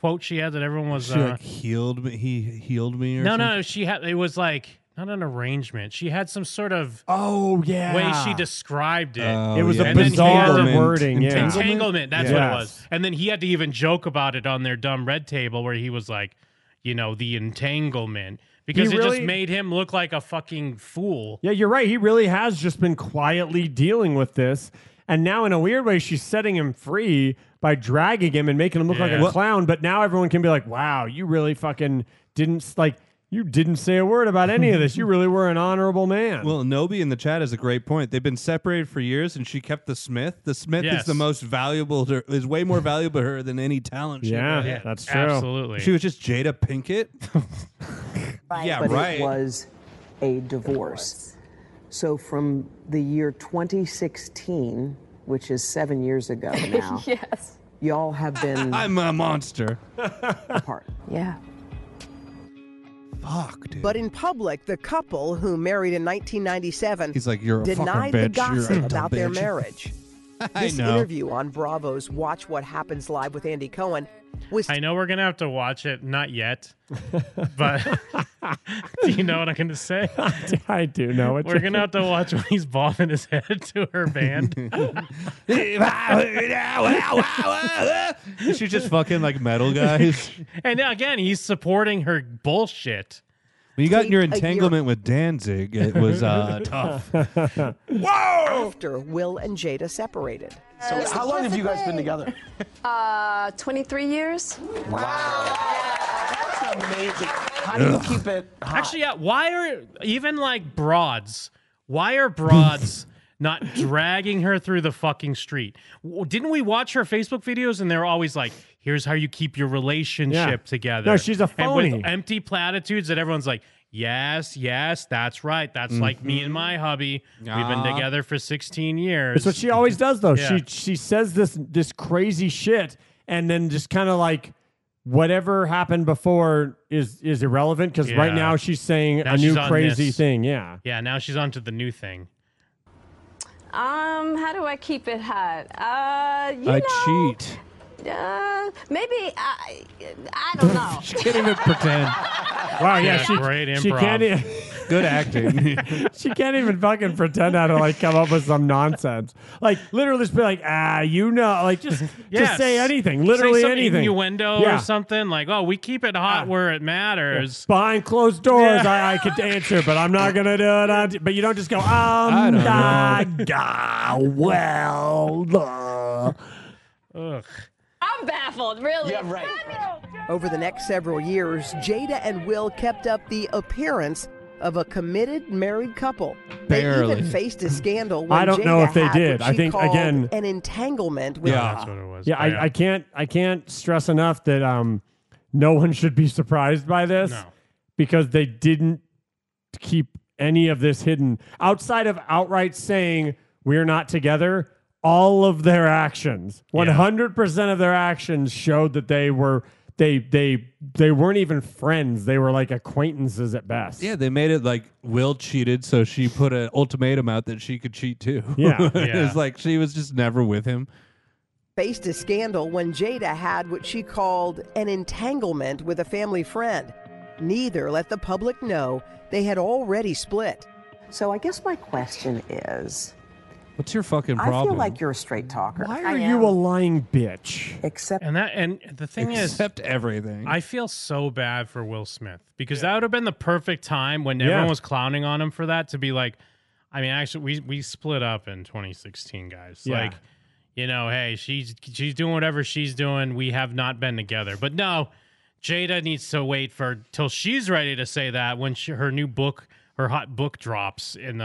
Speaker 3: quote she had that everyone was?"
Speaker 5: She
Speaker 3: uh,
Speaker 5: like healed me. He healed me. Or
Speaker 3: no,
Speaker 5: something?
Speaker 3: no, she had. It was like not an arrangement. She had some sort of
Speaker 2: oh yeah
Speaker 3: way she described it.
Speaker 5: Ah. Oh,
Speaker 2: It was a
Speaker 3: And then he had
Speaker 2: bizarre
Speaker 3: to-
Speaker 2: wording, yeah.
Speaker 3: entanglement. That's
Speaker 2: Yeah.
Speaker 3: what it was. And then he had to even joke about it on their dumb red table, where he was like, you know, the entanglement, because it
Speaker 2: really-
Speaker 3: just made him look like a fucking fool.
Speaker 2: Yeah, you're right. He really has just been quietly dealing with this. And now, in a weird way, she's setting him free by dragging him and making him look like
Speaker 3: Yeah.
Speaker 2: a clown. But now everyone can be like, wow, you really fucking didn't, like, you didn't say a word about any of this. You really were an honorable man.
Speaker 5: Well, Nobi in the chat is a great point. They've been separated for years, and she kept the Smith. The Smith
Speaker 3: Yes.
Speaker 5: is the most valuable. To, is way more valuable to her than any talent. She
Speaker 2: Yeah,
Speaker 5: had.
Speaker 2: Yeah, that's true. absolutely.
Speaker 5: She was just Jada Pinkett. yeah,
Speaker 12: but
Speaker 5: Uh,
Speaker 12: It
Speaker 5: right.
Speaker 12: was a divorce. So from the year 2016, which is seven years ago now,
Speaker 15: yes.
Speaker 12: y'all have been
Speaker 5: I'm a monster.
Speaker 12: apart.
Speaker 15: Yeah.
Speaker 5: Fuck, dude.
Speaker 12: But in public, the couple who married in 1997
Speaker 5: He's like, "You're a fucking
Speaker 12: denied
Speaker 5: bitch.
Speaker 12: the
Speaker 5: You're a
Speaker 12: gossip
Speaker 5: dumb
Speaker 12: about their
Speaker 5: bitch."
Speaker 12: marriage.
Speaker 5: I
Speaker 12: this
Speaker 5: know.
Speaker 12: interview on Bravo's Watch What Happens Live with Andy Cohen was
Speaker 3: I know we're gonna have to watch it. Not yet, but do you know what I'm gonna say?
Speaker 2: I do know what
Speaker 3: We're
Speaker 2: you're-
Speaker 3: gonna have to watch when he's bobbing his head to her band.
Speaker 5: She's just fucking like metal guys.
Speaker 3: and again, he's supporting her bullshit.
Speaker 5: When you got in your
Speaker 3: Take a year-
Speaker 5: entanglement with Danzig, it was uh, tough.
Speaker 12: after Will and Jada separated.
Speaker 16: So how long have you guys been together?
Speaker 15: Uh, 23 years.
Speaker 16: That's amazing. How do you keep it?
Speaker 3: Actually, yeah. Why are even like broads? Why are broads not dragging her through the fucking street. W- Didn't we watch her Facebook videos and they're always like, here's how you keep your relationship
Speaker 2: Yeah.
Speaker 3: together?
Speaker 2: No, she's a
Speaker 3: And
Speaker 2: phony.
Speaker 3: with empty platitudes that everyone's like, yes, yes, that's right. That's like me and my hubby. We've been
Speaker 2: Mm-hmm. Yeah.
Speaker 3: together for 16 years.
Speaker 2: That's what she always does, though.
Speaker 3: Yeah.
Speaker 2: She she says this this crazy shit, and then just kind of like whatever happened before is is irrelevant because right
Speaker 3: Yeah.
Speaker 2: now she's saying
Speaker 3: Now
Speaker 2: a new
Speaker 3: she's on
Speaker 2: crazy
Speaker 3: this.
Speaker 2: thing. Yeah,
Speaker 3: Yeah, now she's on to the new thing.
Speaker 17: Um, how do I keep it hot? Uh, you know,
Speaker 5: cheat.
Speaker 17: Uh, maybe I. I don't know.
Speaker 5: She can't even pretend.
Speaker 2: Wow,
Speaker 3: yeah,
Speaker 2: yeah,
Speaker 3: Yeah,
Speaker 2: she,
Speaker 3: she- great
Speaker 2: she
Speaker 3: improv.
Speaker 2: can't even,
Speaker 5: Good acting.
Speaker 2: she can't even fucking pretend how to like come up with some nonsense. Like literally just be like, ah, you know, like just just
Speaker 3: Yes.
Speaker 2: say anything, literally
Speaker 3: Say some
Speaker 2: anything,
Speaker 3: innuendo
Speaker 2: Yeah.
Speaker 3: or something like, "Oh, we keep it hot where it matters."
Speaker 2: Behind closed doors,
Speaker 3: Yeah.
Speaker 2: I, I could answer, but I'm not gonna do it. On t- but you don't just go, um,
Speaker 3: I don't
Speaker 2: da,
Speaker 3: know.
Speaker 2: da, well, duh."
Speaker 17: I'm baffled, really.
Speaker 18: Yeah, right.
Speaker 12: Over the next several years, Jada and Will kept up the appearance of a committed married couple. They
Speaker 2: Barely.
Speaker 12: even faced a scandal. When
Speaker 2: I don't
Speaker 12: Jada
Speaker 2: know if they
Speaker 12: had what
Speaker 2: did. I
Speaker 12: she
Speaker 2: think,
Speaker 12: called
Speaker 2: again-
Speaker 12: an entanglement with
Speaker 2: Yeah.
Speaker 12: Ra.
Speaker 2: That's what Yeah, I, I can't I can't stress enough that um no one should be surprised by this because they didn't keep any of this hidden. Outside of outright saying we're not together, all of their actions, 100% of their actions showed that they were they they they weren't even friends. They were like acquaintances at best.
Speaker 5: Yeah, they made it like Will cheated, so she put an ultimatum out that she could cheat too.
Speaker 2: Yeah.
Speaker 5: it's like she was just never with him.
Speaker 12: faced a scandal when Jada had what she called an entanglement with a family friend. Neither let the public know they had already split.
Speaker 19: So I guess my question is
Speaker 5: What's your fucking
Speaker 19: I
Speaker 5: problem?
Speaker 19: feel like you're a straight talker.
Speaker 2: Why are you a lying bitch?
Speaker 19: Except
Speaker 3: and that and the thing is,
Speaker 5: Except everything.
Speaker 3: I feel so bad for Will Smith because that would have been the perfect time when
Speaker 5: Yeah.
Speaker 3: everyone was clowning on him for that to be like, I mean, actually, we we split up in 2016, guys.
Speaker 5: Yeah.
Speaker 3: Like, you know, hey, she's she's doing whatever she's doing. We have not been together, but no, Jada needs to wait for till she's ready to say that when she, her new book. Her hot book drops in the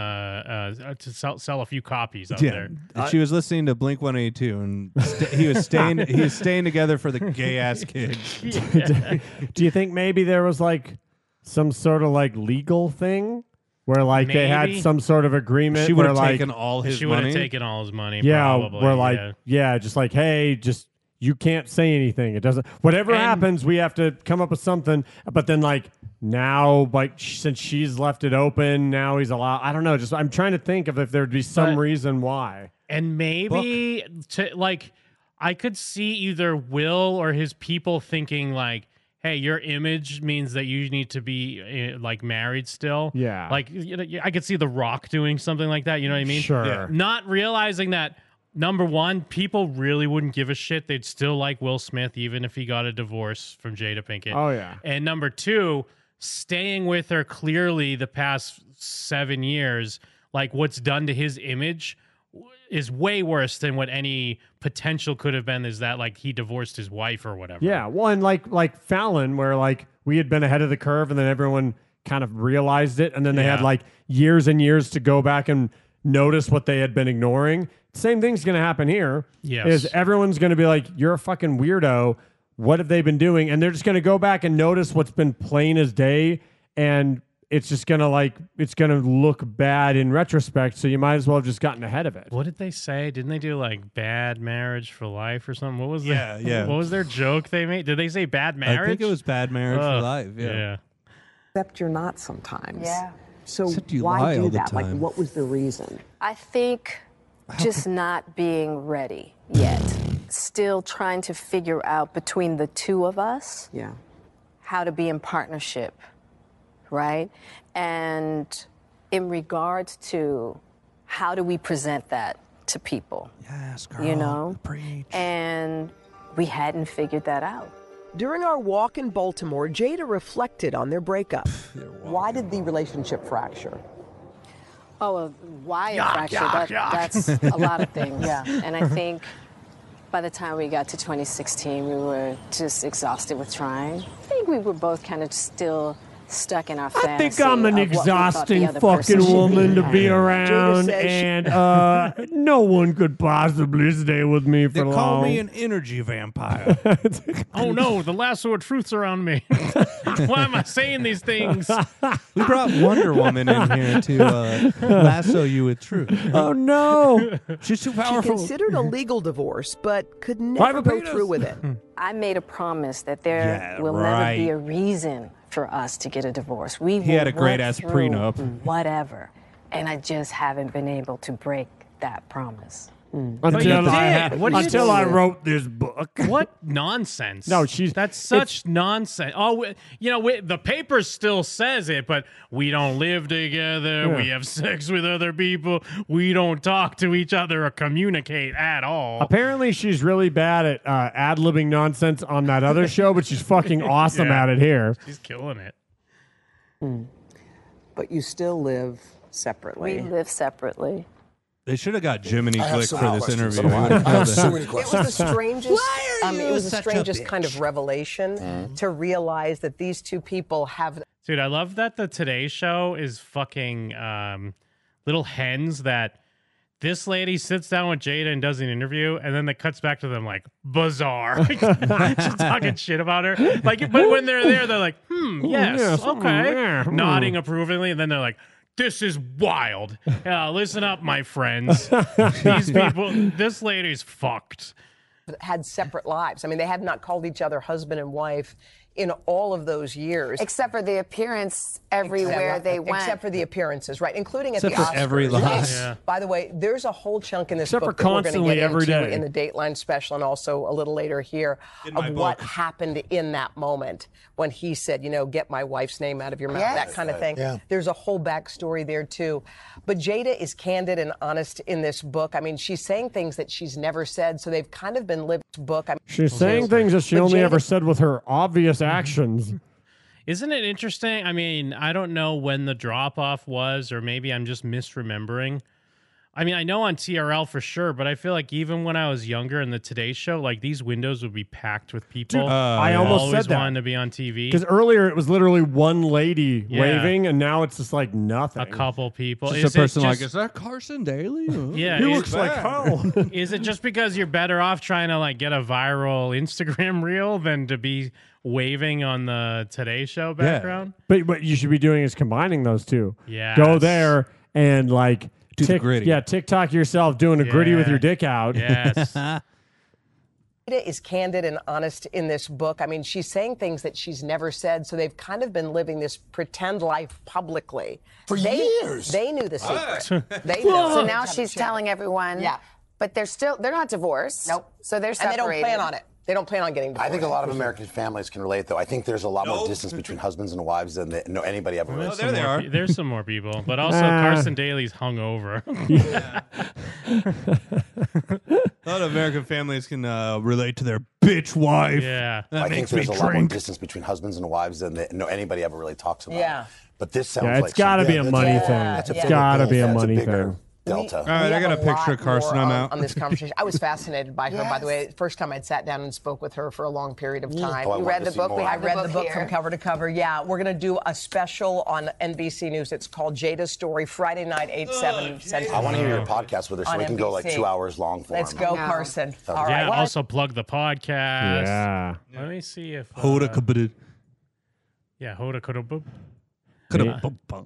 Speaker 3: uh, to sell, sell a few copies out there.
Speaker 5: And she was listening to Blink One Eighty Two, and sta he was staying. he was staying together for the gay ass kids.
Speaker 2: Do you think maybe there was like some sort of like legal thing where like they had
Speaker 3: Maybe.
Speaker 2: some sort of agreement?
Speaker 5: She
Speaker 2: would have
Speaker 5: taken all his
Speaker 3: she would
Speaker 5: money.
Speaker 3: have taken all his money.
Speaker 2: Yeah,
Speaker 3: probably,
Speaker 2: we're like,
Speaker 3: yeah.
Speaker 2: yeah. just like, hey, just you can't say anything. It doesn't. Whatever
Speaker 3: And-
Speaker 2: happens, we have to come up with something. But then like now, like sh- since she's left it open, now he's allowed. I don't know. Just I'm trying to think of if there'd be some
Speaker 3: But-
Speaker 2: reason why.
Speaker 3: And maybe to like I could see either Will or his people thinking like, "Hey, your image means that you need to be uh, like married still."
Speaker 2: Yeah.
Speaker 3: Like you know, I could see The Rock doing something like that, you know what I mean?
Speaker 2: Sure. Yeah.
Speaker 3: Not realizing that number 1, people really wouldn't give a shit. They'd still like Will Smith even if he got a divorce from Jada Pinkett.
Speaker 2: Oh, yeah.
Speaker 3: And number two, staying with her clearly the past seven years, like what's done to his image w- is way worse than what any potential could have been is that like he divorced his wife or whatever.
Speaker 2: Yeah, well, and like like Fallon, where like we had been ahead of the curve, and then everyone kind of realized it, and then they had
Speaker 3: Yeah.
Speaker 2: like years and years to go back and notice what they had been ignoring. Same thing's going to happen here.
Speaker 3: Yes.
Speaker 2: is everyone's going to be like, "You're a fucking weirdo." What have they been doing? And they're just going to go back and notice what's been plain as day, and it's just going to like it's going to look bad in retrospect. So you might as well have just gotten ahead of it.
Speaker 3: What did they say? Didn't they do like bad marriage for life or something? What was the-
Speaker 5: Yeah, yeah.
Speaker 3: What was their joke they made? Did they say bad
Speaker 5: I
Speaker 3: marriage?
Speaker 5: think it was bad marriage for
Speaker 3: Ugh,
Speaker 5: life. Yeah.
Speaker 3: yeah.
Speaker 19: Except you're not sometimes.
Speaker 15: Yeah.
Speaker 19: So
Speaker 5: Except you
Speaker 19: why
Speaker 5: lie
Speaker 19: do
Speaker 5: all the
Speaker 19: that? Like,
Speaker 5: time.
Speaker 19: what was the reason?
Speaker 15: I think just not being ready yet. Still trying to figure out between the two of us
Speaker 19: Yeah.
Speaker 15: how to be in partnership, right? And in regards to how do we present that to people? Yes,
Speaker 12: girl,
Speaker 15: You know? And we hadn't figured that out.
Speaker 12: During our walk in Baltimore, Jada reflected on their breakup.
Speaker 19: Why did the relationship fracture?
Speaker 15: Oh, a wire
Speaker 19: Yuck,
Speaker 15: fracture.
Speaker 19: yuck,
Speaker 15: that,
Speaker 19: yuck.
Speaker 15: That's a lot of things.
Speaker 19: Yeah.
Speaker 15: And I think by the time we got to 2016, we were just exhausted with trying. I think we were both kind of still stuck in our
Speaker 2: I think
Speaker 15: fantasy.
Speaker 2: I'm an
Speaker 15: of what we thought the
Speaker 2: exhausting
Speaker 15: other person
Speaker 2: fucking
Speaker 15: should
Speaker 2: woman to be
Speaker 15: Jada
Speaker 2: around,
Speaker 15: says she-
Speaker 2: and uh, no one could possibly stay with me for
Speaker 18: They
Speaker 2: long.
Speaker 18: call me an energy vampire.
Speaker 3: Oh no, the lasso of truth's around me. Why am I saying these things?
Speaker 18: we brought Wonder Woman in here to uh, lasso you with truth.
Speaker 2: Oh no,
Speaker 18: she's too
Speaker 12: She
Speaker 18: powerful.
Speaker 12: considered a legal divorce, but could never
Speaker 15: Private
Speaker 12: go
Speaker 15: penis.
Speaker 12: through with it.
Speaker 15: I made a promise that there
Speaker 12: Yeah,
Speaker 15: will never
Speaker 5: right.
Speaker 15: be a reason for us to get a divorce. We
Speaker 5: He
Speaker 15: will
Speaker 5: had a
Speaker 15: work
Speaker 5: great ass
Speaker 15: through
Speaker 5: prenup.
Speaker 15: Whatever. And I just haven't been able to break that promise. Oh,
Speaker 3: But you
Speaker 2: Until I
Speaker 3: did.
Speaker 2: ha-
Speaker 3: What did you
Speaker 2: until I
Speaker 3: do?
Speaker 2: wrote this book.
Speaker 3: What nonsense?
Speaker 2: No, she's
Speaker 3: that's such nonsense. Oh, we, you know, we, the paper still says it, but we don't live together.
Speaker 2: Yeah.
Speaker 3: We have sex with other people. We don't talk to each other or communicate at all.
Speaker 2: Apparently, she's really bad at uh, ad libbing nonsense on that other show, but she's fucking awesome
Speaker 3: Yeah.
Speaker 2: at it here.
Speaker 3: She's killing it.
Speaker 19: But you still live separately.
Speaker 15: We live separately.
Speaker 18: They should have got Jiminy
Speaker 19: I have
Speaker 18: Glick
Speaker 19: so
Speaker 18: for
Speaker 19: many
Speaker 18: this
Speaker 19: questions.
Speaker 18: interview.
Speaker 19: I
Speaker 18: Would've
Speaker 19: have
Speaker 18: killed
Speaker 19: so
Speaker 18: it.
Speaker 19: many
Speaker 12: It was the strangest. um, it was the
Speaker 19: such a
Speaker 12: strangest
Speaker 19: bitch?
Speaker 12: kind of revelation
Speaker 15: Mm-hmm.
Speaker 12: to realize that these two people have
Speaker 3: Dude, I love that the Today Show is fucking um, little hens that this lady sits down with Jada and does an interview, and then it cuts back to them like bizarre, She's talking shit about her. Like, but when they're there, they're like, "Hmm,
Speaker 11: Ooh,
Speaker 3: yes,
Speaker 11: yes, mm,
Speaker 3: okay,"
Speaker 11: yeah, hmm.
Speaker 3: nodding approvingly, and then they're like. This is wild. Uh, listen up, my friends. These people, this lady's fucked.
Speaker 12: had separate lives. I mean, they had not called each other husband and wife in all of those years.
Speaker 15: Except for the appearance everywhere
Speaker 12: Except-
Speaker 15: they went.
Speaker 12: Except for the appearances, right? Including at
Speaker 15: Except
Speaker 12: the
Speaker 15: for
Speaker 12: Oscars.
Speaker 15: every lie. Yeah.
Speaker 12: By the way, there's a whole chunk in this
Speaker 2: Except
Speaker 12: book
Speaker 2: for
Speaker 12: that we're going to
Speaker 2: constantly
Speaker 12: get
Speaker 2: every
Speaker 12: into
Speaker 2: day.
Speaker 12: in the Dateline special and also a little later here
Speaker 2: In
Speaker 12: of
Speaker 2: my
Speaker 12: what
Speaker 2: book.
Speaker 12: happened in that moment when he said, you know, get my wife's name out of your mouth,
Speaker 20: Yes.
Speaker 12: that kind of thing.
Speaker 20: Yeah.
Speaker 12: There's a whole backstory there too. But Jada is candid and honest in this book. I mean, she's saying things that she's never said, so they've kind of been lived book. I mean,
Speaker 2: She's saying things that she
Speaker 12: But
Speaker 2: only
Speaker 12: Jada-
Speaker 2: ever said with her obvious
Speaker 3: Mm-hmm.
Speaker 2: actions.
Speaker 3: Isn't it interesting? I mean, I don't know when the drop off was, or maybe I'm just misremembering. I mean, I know on TRL for sure, but I feel like even when I was younger in the Today Show, like these windows would be packed with people.
Speaker 2: Dude, Uh, I almost
Speaker 3: always
Speaker 2: said that.
Speaker 3: wanted to be on TV.
Speaker 2: Because earlier it was literally one lady
Speaker 3: Yeah.
Speaker 2: waving, and now it's just like nothing.
Speaker 3: A couple people. Is
Speaker 2: Just a person
Speaker 3: it
Speaker 2: like,
Speaker 3: just-
Speaker 2: "Is
Speaker 18: that Carson Daly?
Speaker 3: Yeah,
Speaker 2: He
Speaker 3: is-
Speaker 2: looks like hell.
Speaker 3: is it just because you're better off trying to like get a viral Instagram reel than to be waving on the Today Show background?
Speaker 2: But what you should be doing is combining those two.
Speaker 3: Yes.
Speaker 2: Go there and like do
Speaker 18: the gritty.
Speaker 2: Yeah, TikTok yourself doing a gritty with
Speaker 18: Yeah.
Speaker 2: your dick out.
Speaker 18: Yes.
Speaker 12: Rita is candid and honest in this book. I mean, she's saying things that she's never said, so they've kind of been living this pretend life publicly. For they, years. They knew the secret. they knew.
Speaker 15: So now she's telling everyone. Yeah. But they're still they're not divorced. Nope. So they're
Speaker 12: And they
Speaker 15: separated.
Speaker 12: don't plan on it. They don't plan on getting divorced.
Speaker 21: I think a lot of American families can relate, though. I think there's a lot more distance between husbands and wives than they, no, anybody ever.
Speaker 3: Well,
Speaker 21: will.
Speaker 2: Oh,
Speaker 3: there's some more pe- There's some more people, but also
Speaker 18: Ah.
Speaker 3: Carson Daly's hungover.
Speaker 18: A lot of American families can uh, relate to their bitch wife.
Speaker 3: Yeah,
Speaker 21: I
Speaker 18: that
Speaker 21: think
Speaker 18: makes me
Speaker 21: there's a lot more
Speaker 18: drink.
Speaker 21: distance between husbands and wives than they, no anybody ever really talks about.
Speaker 12: Yeah.
Speaker 21: But this sounds
Speaker 2: Yeah, it's
Speaker 21: like
Speaker 2: got to
Speaker 21: something-
Speaker 2: be a money thing.
Speaker 12: that's a
Speaker 2: it's
Speaker 12: bigger
Speaker 2: got to
Speaker 12: thing.
Speaker 2: be a
Speaker 12: That's a
Speaker 2: money
Speaker 21: bigger-
Speaker 2: thing.
Speaker 21: Delta. All
Speaker 12: We
Speaker 18: right, I
Speaker 12: have
Speaker 18: got a picture
Speaker 12: lot
Speaker 18: of Carson.
Speaker 12: more
Speaker 18: I'm
Speaker 12: on,
Speaker 18: out.
Speaker 12: on this conversation. I was fascinated by her, by the way.
Speaker 15: Yes.
Speaker 12: First time I'd sat down and spoke with her for a long period of
Speaker 15: Yeah.
Speaker 12: time.
Speaker 15: Oh, I You wanted read to the see book? We more.
Speaker 12: I
Speaker 15: have the
Speaker 12: read the
Speaker 15: book
Speaker 12: book
Speaker 15: here.
Speaker 12: from cover to cover. Yeah, we're going to do a special on NBC News. It's called Jada's Story, Friday night, 8, 7 Central.
Speaker 21: I want to hear your
Speaker 12: Time.
Speaker 21: podcast with her so
Speaker 12: Oh. On
Speaker 21: we can go like
Speaker 12: NBC.
Speaker 21: two hours long for
Speaker 12: Let's
Speaker 21: him.
Speaker 12: go, Carson.
Speaker 21: Yeah.
Speaker 12: All
Speaker 3: yeah.
Speaker 12: right.
Speaker 3: Also plug the podcast.
Speaker 21: Yeah.
Speaker 3: Let me see if
Speaker 18: Hoda
Speaker 3: uh,
Speaker 18: kabadid.
Speaker 3: yeah, Hoda could have.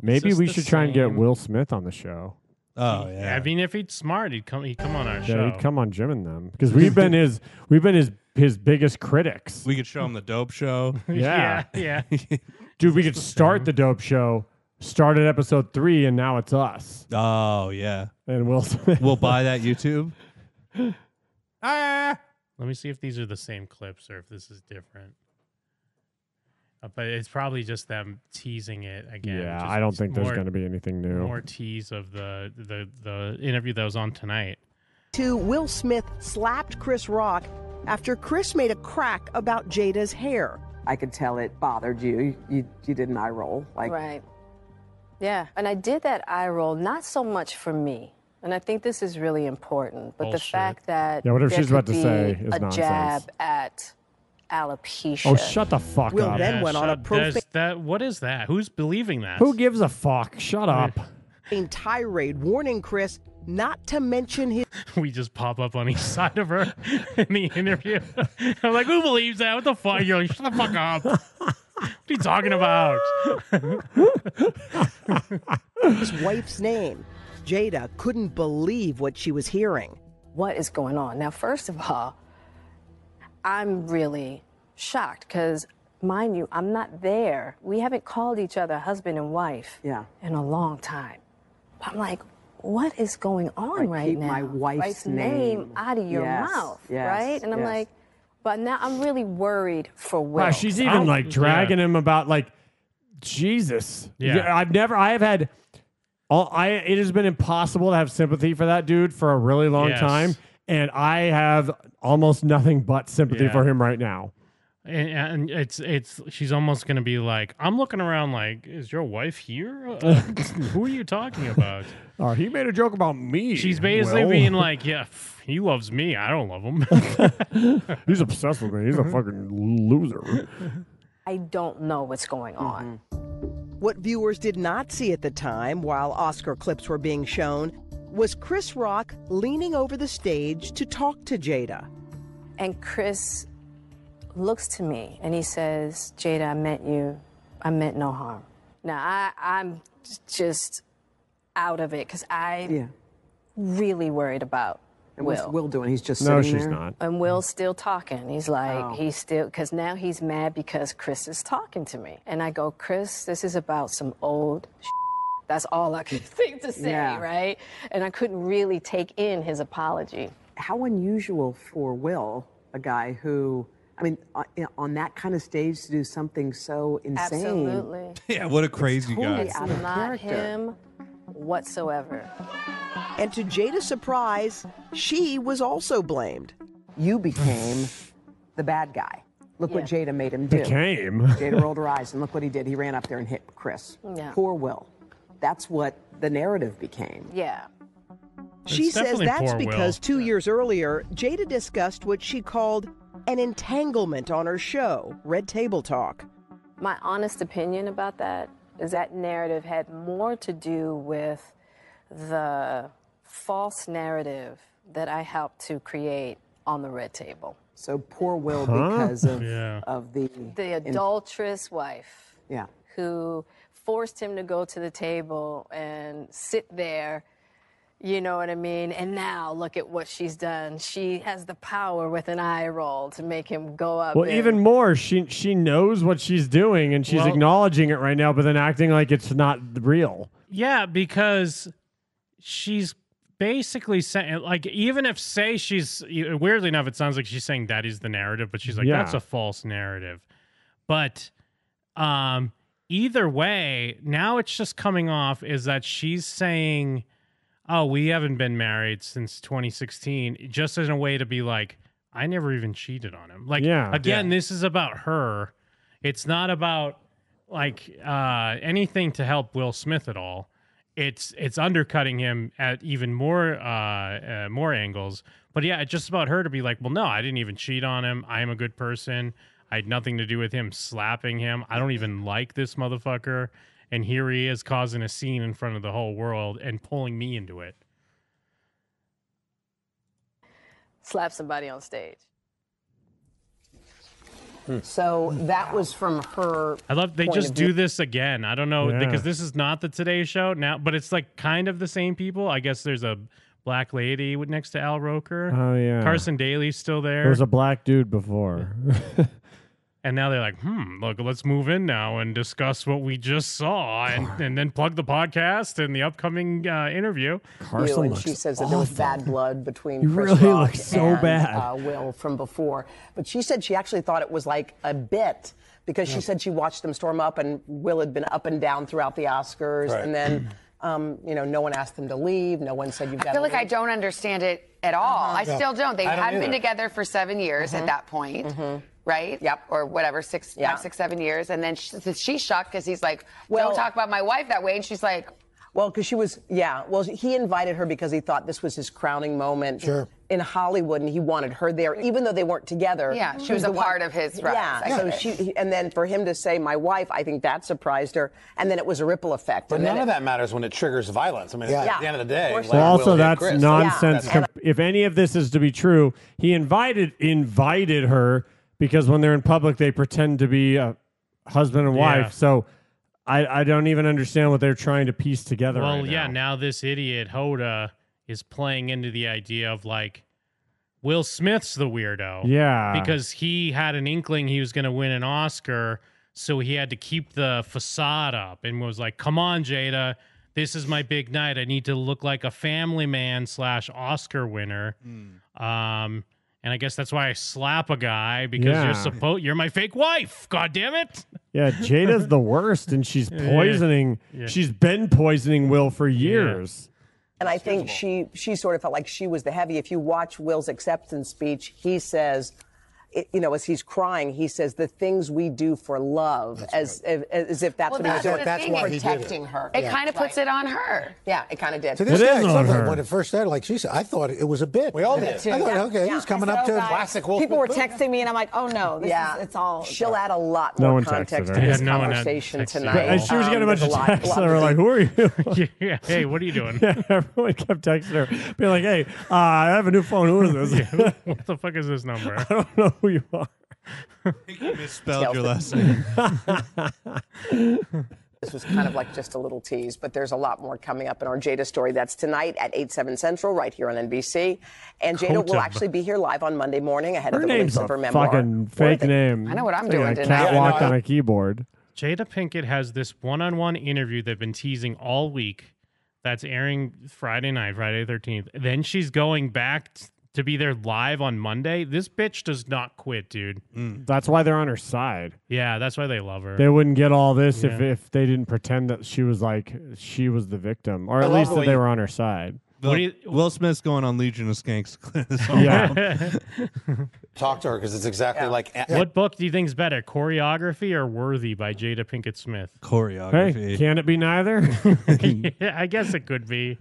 Speaker 2: May- Maybe we should try and get Will Smith on the show.
Speaker 18: Oh
Speaker 3: I mean, if he's smart, he'd come. He'd come on our show.
Speaker 2: Yeah, he'd come on Jim and them because we've been his we've been his his biggest critics.
Speaker 18: We could show him the dope show.
Speaker 2: Yeah.
Speaker 3: yeah,
Speaker 2: Dude, we could start the dope show, start at episode three, and now it's us.
Speaker 18: Oh yeah.
Speaker 2: And Will Smith.
Speaker 18: We'll buy that YouTube.
Speaker 2: Ah.
Speaker 3: Let me see if these are the same clips or if this is different. Uh, but it's probably just them teasing it again.
Speaker 2: Yeah,
Speaker 3: just
Speaker 2: I don't think there's
Speaker 3: more-
Speaker 2: gonna be anything new.
Speaker 3: More tease of the the the interview that was on tonight.
Speaker 12: to Will Smith slapped Chris Rock after Chris made a crack about Jada's hair.
Speaker 19: I could tell it bothered you. You you did an eye roll. Like
Speaker 15: right. Yeah. And I did that eye roll, not so much for me. And I think this is really important, but the
Speaker 2: Bullshit.
Speaker 15: fact that
Speaker 2: Yeah, whatever
Speaker 15: there
Speaker 2: she's about
Speaker 15: could
Speaker 2: to
Speaker 15: be
Speaker 2: say is
Speaker 15: a
Speaker 2: nonsense.
Speaker 15: jab at alopecia.
Speaker 2: Oh, shut the fuck
Speaker 15: Will
Speaker 2: up.
Speaker 15: then went on a
Speaker 3: shut-
Speaker 15: profa-
Speaker 3: that's- that, What is that? Who's believing that?
Speaker 2: Who gives a fuck? Shut up.
Speaker 12: In tirade, warning Chris not to mention his.
Speaker 3: we just pop up on each side of her in the interview. I'm like, who believes that? What the fuck? You're like, shut the fuck up. What are you talking about?
Speaker 12: his wife's name. Jada couldn't believe what she was hearing.
Speaker 15: What is going on? Now, first of all, I'm really shocked because, mind you, I'm not there. We haven't called each other husband and wife
Speaker 19: Yeah.
Speaker 15: in a long time. But I'm like, what is going on right,
Speaker 19: Right, keep
Speaker 15: now?
Speaker 19: my wife's
Speaker 15: Wife's
Speaker 19: name.
Speaker 15: out of your
Speaker 19: Yes,
Speaker 15: mouth,
Speaker 19: yes,
Speaker 15: right? And I'm
Speaker 19: yes.
Speaker 15: like, but now I'm really worried for Will.
Speaker 2: Wow, she's
Speaker 15: 'cause
Speaker 2: even
Speaker 15: I-
Speaker 2: like dragging him about like Jesus.
Speaker 3: Yeah.
Speaker 2: I've never. I have had. All, I it has been impossible to have sympathy for that dude for a really long
Speaker 3: Yes.
Speaker 2: time, and I have almost nothing but sympathy
Speaker 3: Yeah.
Speaker 2: for him right now.
Speaker 3: And, and it's it's she's almost gonna be like, I'm looking around like, is your wife here? Uh, who are you talking about?
Speaker 2: Oh, he made a joke about me.
Speaker 3: She's basically
Speaker 2: Will.
Speaker 3: being like, yeah, pff, he loves me. I don't love him.
Speaker 2: he's obsessed with me. He's a fucking loser.
Speaker 15: I don't know what's going on.
Speaker 12: Mm-hmm. What viewers did not see at the time, while Oscar clips were being shown, was Chris Rock leaning over the stage to talk to Jada.
Speaker 15: And Chris looks to me and he says, Jada, I meant you. I meant no harm. Now, I, I'm j- just out of it because I
Speaker 19: Yeah.
Speaker 15: really worried about
Speaker 19: And what's
Speaker 15: Will.
Speaker 19: Will doing? He's just
Speaker 2: No,
Speaker 19: sitting
Speaker 2: she's
Speaker 19: there?
Speaker 2: not.
Speaker 15: And Will's still talking. He's like,
Speaker 19: Oh.
Speaker 15: he's still, because now he's mad because Chris is talking to me. And I go, Chris, this is about some old That's all I could think to say,
Speaker 19: Yeah.
Speaker 15: right? And I couldn't really take in his apology.
Speaker 19: How unusual for Will, a guy who, I mean, on, you know, on that kind of stage to do something so insane.
Speaker 15: Absolutely.
Speaker 18: Yeah, what a crazy guy.
Speaker 19: totally
Speaker 15: It's
Speaker 19: out of
Speaker 15: not
Speaker 19: character.
Speaker 15: him whatsoever.
Speaker 12: And to Jada's surprise, she was also blamed.
Speaker 19: You became the bad guy. Look what Jada made him do.
Speaker 2: Became.
Speaker 19: Jada rolled her eyes and look what he did. He ran up there and hit Chris.
Speaker 15: Yeah.
Speaker 19: Poor Will. That's what the narrative became.
Speaker 15: Yeah.
Speaker 12: She says
Speaker 19: definitely
Speaker 12: that's
Speaker 19: poor Will.
Speaker 12: because two years earlier, Jada discussed what she called an entanglement on her show, Red Table Talk.
Speaker 15: My honest opinion about that is that narrative had more to do with the false narrative that I helped to create on the red table.
Speaker 19: So poor Will
Speaker 15: Huh?
Speaker 19: because of,
Speaker 15: Yeah.
Speaker 19: of the.
Speaker 15: The
Speaker 19: in-
Speaker 15: adulterous wife
Speaker 19: yeah.
Speaker 15: who forced him to go to the table and sit there. You know what I mean? And now look at what she's done. She has the power with an eye roll to make him go up.
Speaker 2: Well,
Speaker 15: and-
Speaker 2: even more, she she knows what she's doing and she's
Speaker 3: Well-
Speaker 2: acknowledging it right now, but then acting like it's not real.
Speaker 3: Yeah, because she's basically saying, like, even if say she's weirdly enough, it sounds like she's saying that is the narrative, but she's like,
Speaker 2: Yeah.
Speaker 3: that's a false narrative. But um, either way, now it's just coming off is that she's saying, oh, we haven't been married since 2016, just as a way to be like, I never even cheated on him. Like,
Speaker 2: Yeah.
Speaker 3: again, this is about her. It's not about like uh, anything to help Will Smith at all. It's it's undercutting him at even more uh, uh, more angles. But yeah, it's just about her to be like, well, no, I didn't even cheat on him. I am a good person. I had nothing to do with him slapping him. I don't even like this motherfucker. And here he is causing a scene in front of the whole world and pulling me into it.
Speaker 15: slap somebody on stage.
Speaker 12: So that was from her.
Speaker 3: I love they
Speaker 12: point
Speaker 3: just
Speaker 12: of view.
Speaker 3: do this again. I don't know
Speaker 2: Yeah.
Speaker 3: because this is not the Today Show now, but it's like kind of the same people. I guess there's a black lady w- next to Al Roker.
Speaker 2: Oh, yeah.
Speaker 3: Carson Daly's still
Speaker 2: There
Speaker 3: there.
Speaker 2: was a black dude before.
Speaker 3: and now they're like, hmm, look, let's move in now and discuss what we just saw, and, and then plug the podcast and the upcoming uh, interview.
Speaker 12: you, and she says that there was bad blood between
Speaker 3: He
Speaker 12: Chris
Speaker 3: really
Speaker 12: Rock
Speaker 3: looks so
Speaker 12: and
Speaker 3: bad.
Speaker 12: Uh, Will from before. But she said she actually thought it was like a bit because she said she watched them storm up, and Will had been up and down throughout the Oscars,
Speaker 20: Right.
Speaker 12: and then. Um, you know, no one asked them to leave. No one said you've got.
Speaker 20: I feel like I don't understand it at all.
Speaker 12: Uh-huh.
Speaker 20: I
Speaker 12: Yeah.
Speaker 20: still don't. They
Speaker 12: I don't
Speaker 20: had been
Speaker 12: either.
Speaker 20: together for seven years at that point, right? Yep. Or whatever, six, five, six, seven years. And then she, she's shocked because he's like, don't talk about my wife that way. And she's like,
Speaker 12: Well, because she was, yeah. Well, he invited her because he thought this was his crowning moment
Speaker 1: Sure.
Speaker 12: in Hollywood, and he wanted her there, even though they weren't together.
Speaker 20: Yeah, she
Speaker 12: He
Speaker 20: was a
Speaker 12: the one-
Speaker 20: part of his rise. I
Speaker 12: Yeah, so
Speaker 20: get it.
Speaker 12: she, he- and then for him to say, "My wife," I think that surprised her, and then it was a ripple effect.
Speaker 1: But
Speaker 12: and then
Speaker 1: none of
Speaker 12: it-
Speaker 1: that matters when it triggers violence. I mean,
Speaker 12: Yeah.
Speaker 1: at the end of the day,
Speaker 12: Well,
Speaker 1: like,
Speaker 2: Well,
Speaker 1: Will
Speaker 2: also
Speaker 1: hit
Speaker 2: that's
Speaker 1: Chris.
Speaker 2: nonsense.
Speaker 1: That's-
Speaker 2: com- if any of this is to be true, he invited invited her because when they're in public, they pretend to be a husband and wife.
Speaker 3: Yeah.
Speaker 2: So I, I don't even understand what they're trying to piece together.
Speaker 3: Well,
Speaker 2: right
Speaker 3: yeah, now. this idiot Hoda is playing into the idea of like Will Smith's the weirdo.
Speaker 2: Yeah.
Speaker 3: Because he had an inkling he was going to win an Oscar, so he had to keep the facade up and was like, "Come on, Jada, this is my big night. I need to look like a family man slash Oscar winner." Um and I guess that's why I slap a guy because
Speaker 2: Yeah.
Speaker 3: you're supposed you're my fake wife. God damn it.
Speaker 2: Yeah, Jada's the worst, and she's
Speaker 3: Yeah.
Speaker 2: poisoning.
Speaker 3: Yeah.
Speaker 2: She's been poisoning Will for years.
Speaker 12: And I think she she sort of felt like she was the heavy. If you watch Will's acceptance speech, he says, it, you know, as he's crying, he says the things we do for love, as, as as if that's
Speaker 20: Well,
Speaker 12: what he was
Speaker 20: that's
Speaker 12: doing.
Speaker 20: the thing, protecting her. It kind of puts it on her.
Speaker 12: Yeah, it kind of did.
Speaker 1: To this day,
Speaker 12: on
Speaker 1: somebody-
Speaker 12: her.
Speaker 1: when it first started, like she said, I thought it was a bit. We all did. I thought, okay, he's coming up to classic Will
Speaker 22: People were
Speaker 1: Smith.
Speaker 22: texting me, and I'm like, oh no, this
Speaker 12: Yeah.
Speaker 22: is, it's all.
Speaker 12: She'll add a lot
Speaker 2: No
Speaker 12: more
Speaker 2: one
Speaker 12: context
Speaker 2: texted
Speaker 12: to
Speaker 2: her.
Speaker 12: this
Speaker 2: Yeah, no one had
Speaker 12: conversation
Speaker 2: texted
Speaker 12: tonight. Um,
Speaker 2: her. And she was getting a bunch
Speaker 12: there's
Speaker 2: of
Speaker 12: lot-
Speaker 2: texts
Speaker 12: lot
Speaker 2: that were
Speaker 12: of-
Speaker 2: like, "Who are you?"
Speaker 3: yeah. Hey, what are you doing?
Speaker 2: Yeah, everyone kept texting her, being like, "Hey, uh, I have a new phone. Who is this?
Speaker 3: what the fuck is this number?
Speaker 2: I don't know who you are."
Speaker 18: Misspelled your last name.
Speaker 12: This was kind of like just a little tease, but there's a lot more coming up in our Jada story. That's tonight at 8, 7 central, right here on NBC. And Jada will
Speaker 2: Kotub.
Speaker 12: actually be here live on Monday morning ahead
Speaker 2: Her
Speaker 12: of the release
Speaker 2: name's
Speaker 12: of her
Speaker 2: a
Speaker 12: memoir.
Speaker 2: fucking
Speaker 12: What do you
Speaker 2: fake
Speaker 12: think?
Speaker 2: name.
Speaker 12: I know what I'm
Speaker 2: It's
Speaker 12: doing
Speaker 2: like a
Speaker 12: tonight. Yeah, I
Speaker 2: Catwalked
Speaker 12: know.
Speaker 2: on a keyboard.
Speaker 3: Jada Pinkett has this one-on-one interview they've been teasing all week. That's airing Friday night, Friday thirteenth. Then she's going back t- to be there live on Monday. This bitch does not quit, dude.
Speaker 2: That's why they're on her side.
Speaker 3: Yeah, that's why they love her.
Speaker 2: They wouldn't get all this if,
Speaker 3: Yeah.
Speaker 2: if they didn't pretend that she was like she was the victim, or
Speaker 18: I
Speaker 2: at
Speaker 18: love
Speaker 2: least
Speaker 18: the
Speaker 2: that
Speaker 18: way
Speaker 2: they
Speaker 18: you-
Speaker 2: were on her side.
Speaker 3: What
Speaker 18: Will,
Speaker 3: do you-
Speaker 18: Will Smith's going on Legion of Skanks.
Speaker 2: Yeah.
Speaker 1: Talk to her because it's exactly like
Speaker 3: What book do you think is better, choreography or Worthy by Jada Pinkett Smith?
Speaker 2: Hey, can it be neither?
Speaker 3: I guess it could be.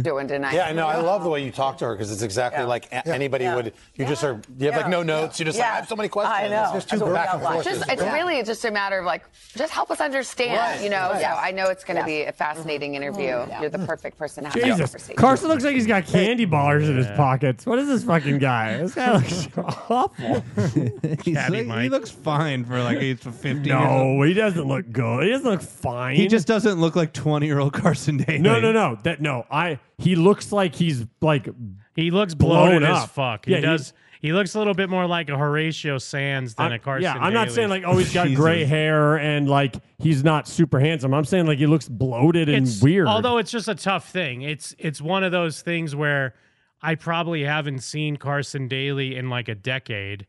Speaker 20: Doing tonight.
Speaker 1: Yeah, I know. I love the way you talk to her because it's exactly like a- anybody would. You just are. You have like no notes. You just like I have so many questions.
Speaker 20: I know.
Speaker 1: It's just too back and forth.
Speaker 20: Just,
Speaker 1: It's
Speaker 20: it's
Speaker 1: great.
Speaker 20: really just a matter of like, just help us understand,
Speaker 1: Right,
Speaker 20: you know.
Speaker 1: right.
Speaker 20: So I know it's going to be a fascinating
Speaker 12: Mm-hmm.
Speaker 20: interview. You're the perfect person to have that
Speaker 2: Jesus,
Speaker 20: conversation.
Speaker 2: Carson looks like he's got candy bars in his pockets. What is this fucking guy? This guy looks awful.
Speaker 18: He's like- he looks fine for like age of 15. years
Speaker 2: No,
Speaker 18: old.
Speaker 2: he doesn't look good. He doesn't look fine.
Speaker 18: He just doesn't look like 20 year old Carson Daly.
Speaker 2: No, no, no. That no. I he looks like he's like
Speaker 3: he looks
Speaker 2: blown
Speaker 3: bloated
Speaker 2: up.
Speaker 3: as fuck. He
Speaker 2: Yeah,
Speaker 3: does. He, looks a little bit more like a Horatio Sands than a Carson.
Speaker 2: yeah, I'm not
Speaker 3: Daly.
Speaker 2: saying like oh he's got gray hair and like he's not super handsome. I'm saying like he looks bloated and
Speaker 3: It's-
Speaker 2: weird.
Speaker 3: Although it's just a tough thing. It's it's one of those things where I probably haven't seen Carson Daly in like a decade.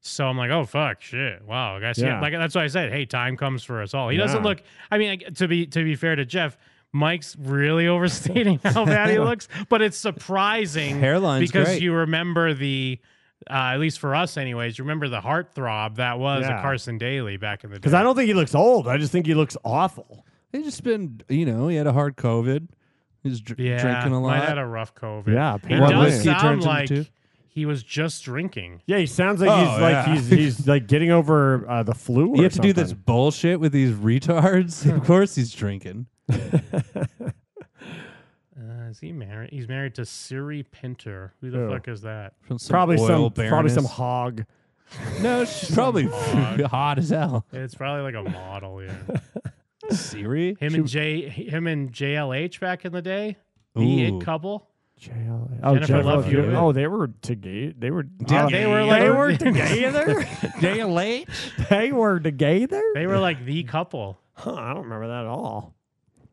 Speaker 3: So I'm like, oh fuck, shit, wow, I see.
Speaker 2: Yeah.
Speaker 3: Like that's why I said, hey, time comes for us all. He doesn't
Speaker 2: Yeah.
Speaker 3: look. I mean, like, to be to be fair to Jeff, Mike's really overstating how bad he looks, but it's surprising
Speaker 18: Hairline's
Speaker 3: because
Speaker 18: great.
Speaker 3: you remember the. Uh, at least for us, anyways, you remember the heartthrob that was
Speaker 2: Yeah.
Speaker 3: a Carson Daly back in the day.
Speaker 2: because I don't think he looks old. I just think he looks awful.
Speaker 5: He just been, you know, he had a hard COVID. He's dr-
Speaker 3: Yeah,
Speaker 5: drinking a lot.
Speaker 3: Might had a rough COVID.
Speaker 5: Yeah,
Speaker 3: he
Speaker 5: What
Speaker 3: does
Speaker 5: whiskey
Speaker 3: sound
Speaker 5: turns him
Speaker 3: like
Speaker 5: to?
Speaker 3: he was just drinking.
Speaker 2: Yeah, he sounds like
Speaker 3: Oh,
Speaker 2: he's like
Speaker 3: yeah.
Speaker 2: he's he's like getting over uh, the flu.
Speaker 5: You have to do this bullshit with these retards. of course, he's drinking.
Speaker 3: Uh, is he married? He's married to Siri Pinter. Who the
Speaker 2: Who?
Speaker 3: fuck is that?
Speaker 5: From some
Speaker 2: probably
Speaker 5: oil
Speaker 2: some probably
Speaker 5: baroness.
Speaker 2: some hog.
Speaker 5: No, she's probably
Speaker 3: hog.
Speaker 5: hot as hell.
Speaker 3: It's probably like a model. Yeah.
Speaker 5: Siri.
Speaker 3: Him and J. Him and JLH back in the day. The
Speaker 2: Ooh.
Speaker 3: it couple.
Speaker 2: JL.
Speaker 3: Jennifer Love
Speaker 2: Hewitt.
Speaker 3: Hewitt.
Speaker 2: Oh, they were together. They were.
Speaker 3: Yeah, they were like-
Speaker 2: they were together.
Speaker 5: JLH.
Speaker 2: They were together.
Speaker 3: They were like the couple.
Speaker 2: Huh, I don't remember that at all.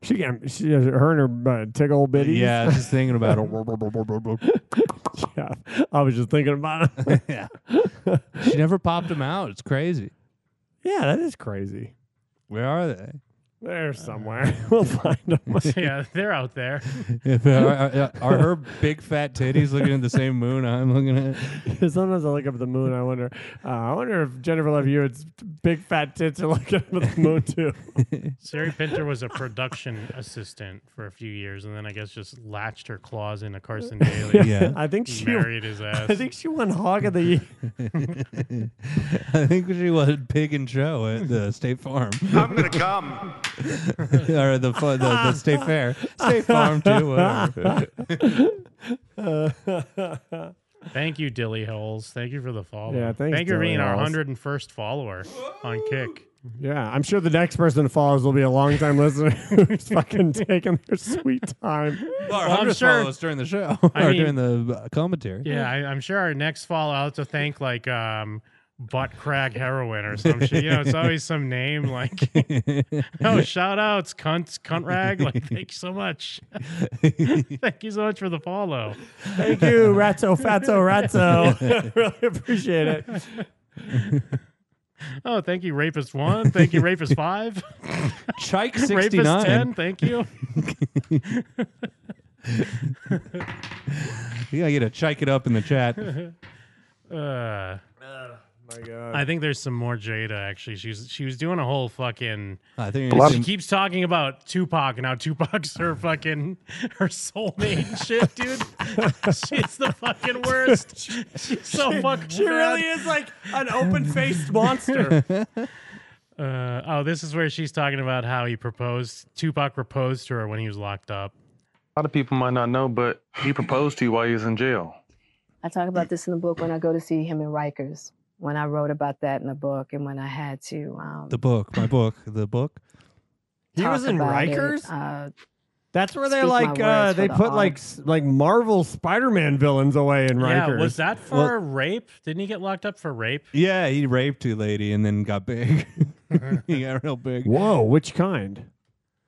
Speaker 2: She got she her and her uh, tickle bitties.
Speaker 5: Yeah, I was just thinking about
Speaker 2: it. yeah, I was just thinking about it.
Speaker 5: yeah, she never popped him out. It's crazy.
Speaker 2: yeah, that is crazy.
Speaker 5: Where are they?
Speaker 2: They're somewhere. we'll find them.
Speaker 3: yeah, they're out there.
Speaker 5: If, uh, are, are her big fat titties looking at the same moon I'm looking at?
Speaker 2: Sometimes I look up at the moon. I wonder. Uh, I wonder if Jennifer Love Hewitt's big fat tits are looking up at the moon too.
Speaker 3: Sari Pinter was a production assistant for a few years, and then I guess just latched her claws into Carson Daly.
Speaker 2: Yeah. I think she-
Speaker 3: married his ass.
Speaker 2: I think she won Hog of the Year.
Speaker 5: I think she was Pig and Joe at the State Farm.
Speaker 23: I'm gonna come.
Speaker 5: or the, fu- the the State Fair, State Farm too. Whatever.
Speaker 3: Thank you, Dilly Holes. Thank you for the follow.
Speaker 2: Yeah, thanks,
Speaker 3: Thank you for
Speaker 2: Dilly
Speaker 3: being our
Speaker 2: Holes.
Speaker 3: 101st follower on Kick.
Speaker 2: Yeah, I'm sure the next person who follows will be a long time listener who's fucking taking their sweet time.
Speaker 5: Well,
Speaker 3: I'm
Speaker 5: I'm
Speaker 3: sure-
Speaker 5: sure during the show
Speaker 3: I
Speaker 5: or
Speaker 3: mean-
Speaker 5: during the uh, commentary.
Speaker 3: Yeah, I, I'm sure our next follow. I'll have to thank like um, butt crack heroin or some shit. You know, it's always some name like, oh, shout outs, cunts, cunt rag. Like, thank you so much. thank you so much for the follow.
Speaker 2: Thank you, Ratso Fatso Ratso. really appreciate it.
Speaker 3: Oh, thank you, Rapist One. Thank you, Rapist Five.
Speaker 5: Chike
Speaker 3: Rapist
Speaker 5: 69.
Speaker 3: Ten. Thank you.
Speaker 5: You gotta get a chike it up in the chat.
Speaker 3: Uh,
Speaker 2: my God.
Speaker 3: I think there's some more Jada actually. She's she was doing a whole fucking.
Speaker 5: I think you're gonna
Speaker 3: she
Speaker 5: see-
Speaker 3: keeps talking about Tupac and how Tupac's her fucking her soulmate and shit, dude. She's the fucking worst. She's so
Speaker 2: She-
Speaker 3: fucking.
Speaker 2: she really
Speaker 3: bad.
Speaker 2: is like an open-faced monster.
Speaker 3: Uh, oh, this is where she's talking about how he proposed. Tupac proposed to her when he was locked up.
Speaker 4: A lot of people might not know, but he proposed to you while he was in jail.
Speaker 15: I talk about this in the book when I go to see him in Rikers, when I wrote about that in the book, and when I had to. Um,
Speaker 5: The book, my book, the book.
Speaker 2: He
Speaker 15: talk
Speaker 2: was in
Speaker 15: about it,
Speaker 2: Rikers?
Speaker 15: uh,
Speaker 2: That's where they
Speaker 15: speak my
Speaker 2: like uh,
Speaker 15: words for
Speaker 2: they
Speaker 15: the
Speaker 2: put like
Speaker 15: audience.
Speaker 2: s- like Marvel Spider-Man villains away in Rikers.
Speaker 3: Yeah, was that for
Speaker 2: Well,
Speaker 3: rape? Didn't he get locked up for rape?
Speaker 5: Yeah, he raped a lady and then got big. he got real big.
Speaker 2: Whoa, which kind?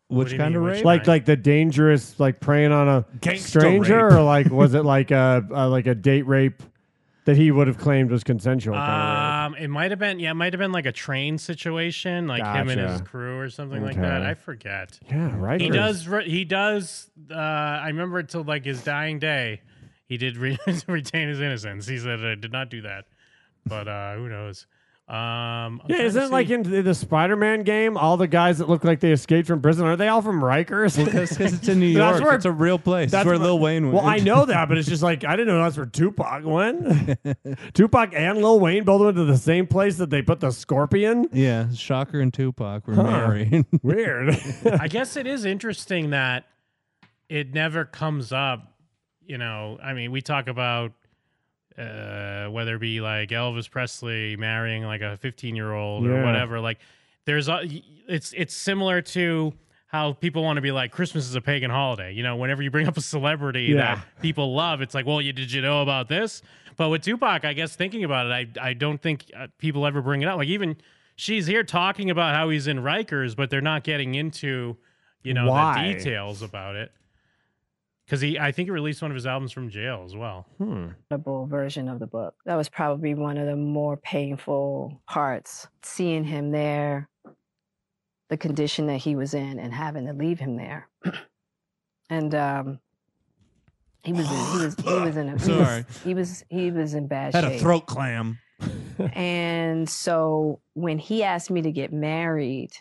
Speaker 5: Which kind of rape?
Speaker 2: Like like the dangerous like preying on a
Speaker 5: Gangster
Speaker 2: stranger,
Speaker 5: rape.
Speaker 2: or like was it like a, a like a date rape that he would have claimed was consensual? kind
Speaker 3: Um, it might have been yeah, it might have been like a train situation, like him and his
Speaker 2: Gotcha.
Speaker 3: crew or something like that.
Speaker 2: Okay.
Speaker 3: I forget.
Speaker 2: Yeah, right.
Speaker 3: He does. Re- he does. Uh, I remember till like his dying day, he did re- retain his innocence. He said, "I did not do that," but uh, who knows? Um, I'm
Speaker 2: Yeah,
Speaker 3: trying to
Speaker 2: isn't it like
Speaker 3: see-
Speaker 2: in the the Spider-Man game, all the guys that look like they escaped from prison are they all from Rikers?
Speaker 5: Well, 'cause- 'cause it's in New York. It's a real place. It's where Lil Wayne
Speaker 2: Well, I
Speaker 5: went.
Speaker 2: know that, but it's just like I didn't know that's where Tupac went. Tupac and Lil Wayne both went to the same place that they put the Scorpion.
Speaker 5: yeah, Shocker and Tupac were
Speaker 2: Huh.
Speaker 5: married.
Speaker 2: Weird.
Speaker 3: I guess it is interesting that it never comes up. You know, I mean, we talk about uh, whether it be like Elvis Presley marrying like a 15 year old or
Speaker 2: Yeah.
Speaker 3: whatever. Like, there's a, it's it's similar to how people want to be like Christmas is a pagan holiday. You know, whenever you bring up a celebrity
Speaker 2: Yeah.
Speaker 3: that people love, it's like, well, you did you know about this? But with Tupac, I guess thinking about it, I I don't think uh, people ever bring it up. Like even she's here talking about how he's in Rikers, but they're not getting into you know
Speaker 2: Why?
Speaker 3: the details about it. Because he, I think he released one of his albums from jail as well.
Speaker 15: Hmm. audible version of the book. That was probably one of the more painful parts, seeing him there, the condition that he was in, and having to leave him there. and um, he was in, he was he was in a he was-
Speaker 5: Sorry.
Speaker 15: he was he was in bad
Speaker 5: Had
Speaker 15: shape.
Speaker 5: a throat clam.
Speaker 15: And so when he asked me to get married,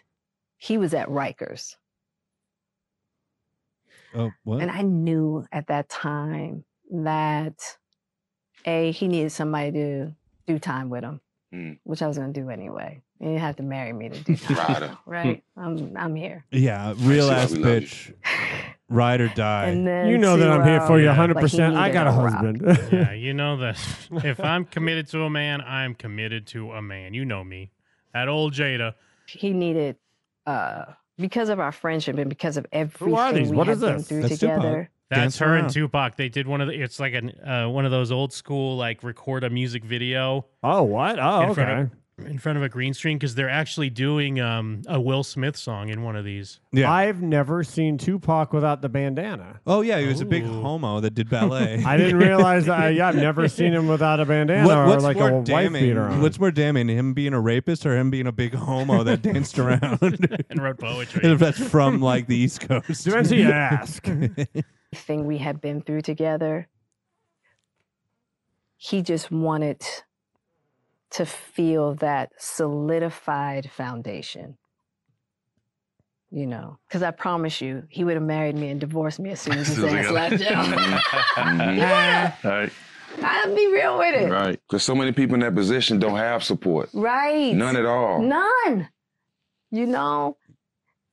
Speaker 15: he was at Rikers.
Speaker 5: Oh, what?
Speaker 15: And I knew at that time that A, he needed somebody to do time with him, which I was gonna do anyway. He didn't have to marry me to do time. with
Speaker 5: Rider.
Speaker 15: him, right? I'm I'm here.
Speaker 5: yeah, real ass
Speaker 2: we love
Speaker 5: bitch. Ride or die.
Speaker 15: And then
Speaker 2: You know
Speaker 15: to,
Speaker 2: that I'm here for
Speaker 15: um,
Speaker 2: you
Speaker 15: like he
Speaker 2: 100%. I
Speaker 15: needed
Speaker 2: got a
Speaker 15: rock.
Speaker 2: husband.
Speaker 3: yeah, you know that if I'm committed to a man, I'm committed to a man. You know me. That old Jada.
Speaker 15: He needed uh because of our friendship and because of everything
Speaker 3: Who are these?
Speaker 15: we
Speaker 3: What
Speaker 15: had
Speaker 3: is
Speaker 15: been
Speaker 3: this?
Speaker 15: through together.
Speaker 3: That's
Speaker 15: Dance
Speaker 3: her and
Speaker 15: around.
Speaker 3: Tupac. They did one of the. It's like an uh, one of those old school like record a music video.
Speaker 2: Oh, what? Oh,
Speaker 3: in front of-
Speaker 2: okay.
Speaker 3: in front of a green screen because they're actually doing um, a Will Smith song in one of these.
Speaker 2: I've never seen Tupac without the bandana.
Speaker 5: Oh yeah, he was a big homo that did ballet.
Speaker 2: I didn't realize that. I, yeah, I've never seen him without a bandana
Speaker 5: What-
Speaker 2: or
Speaker 5: what's
Speaker 2: like
Speaker 5: more
Speaker 2: a wife
Speaker 5: damning?
Speaker 2: beater on.
Speaker 5: What's more damning, him being a rapist or him being a big homo that danced around
Speaker 3: and wrote poetry?
Speaker 5: if that's from like the East Coast,
Speaker 2: Depends who you ask.
Speaker 15: Thing we had been through together. He just wanted to feel that solidified foundation. You know, because I promise you, he would have married me and divorced me as soon as his ass left jail. Yeah.
Speaker 4: All right.
Speaker 15: I'll be real with it.
Speaker 4: Mm-hmm. Right. Because so many people in that position don't have support.
Speaker 15: Right.
Speaker 4: None at all.
Speaker 15: None. You know?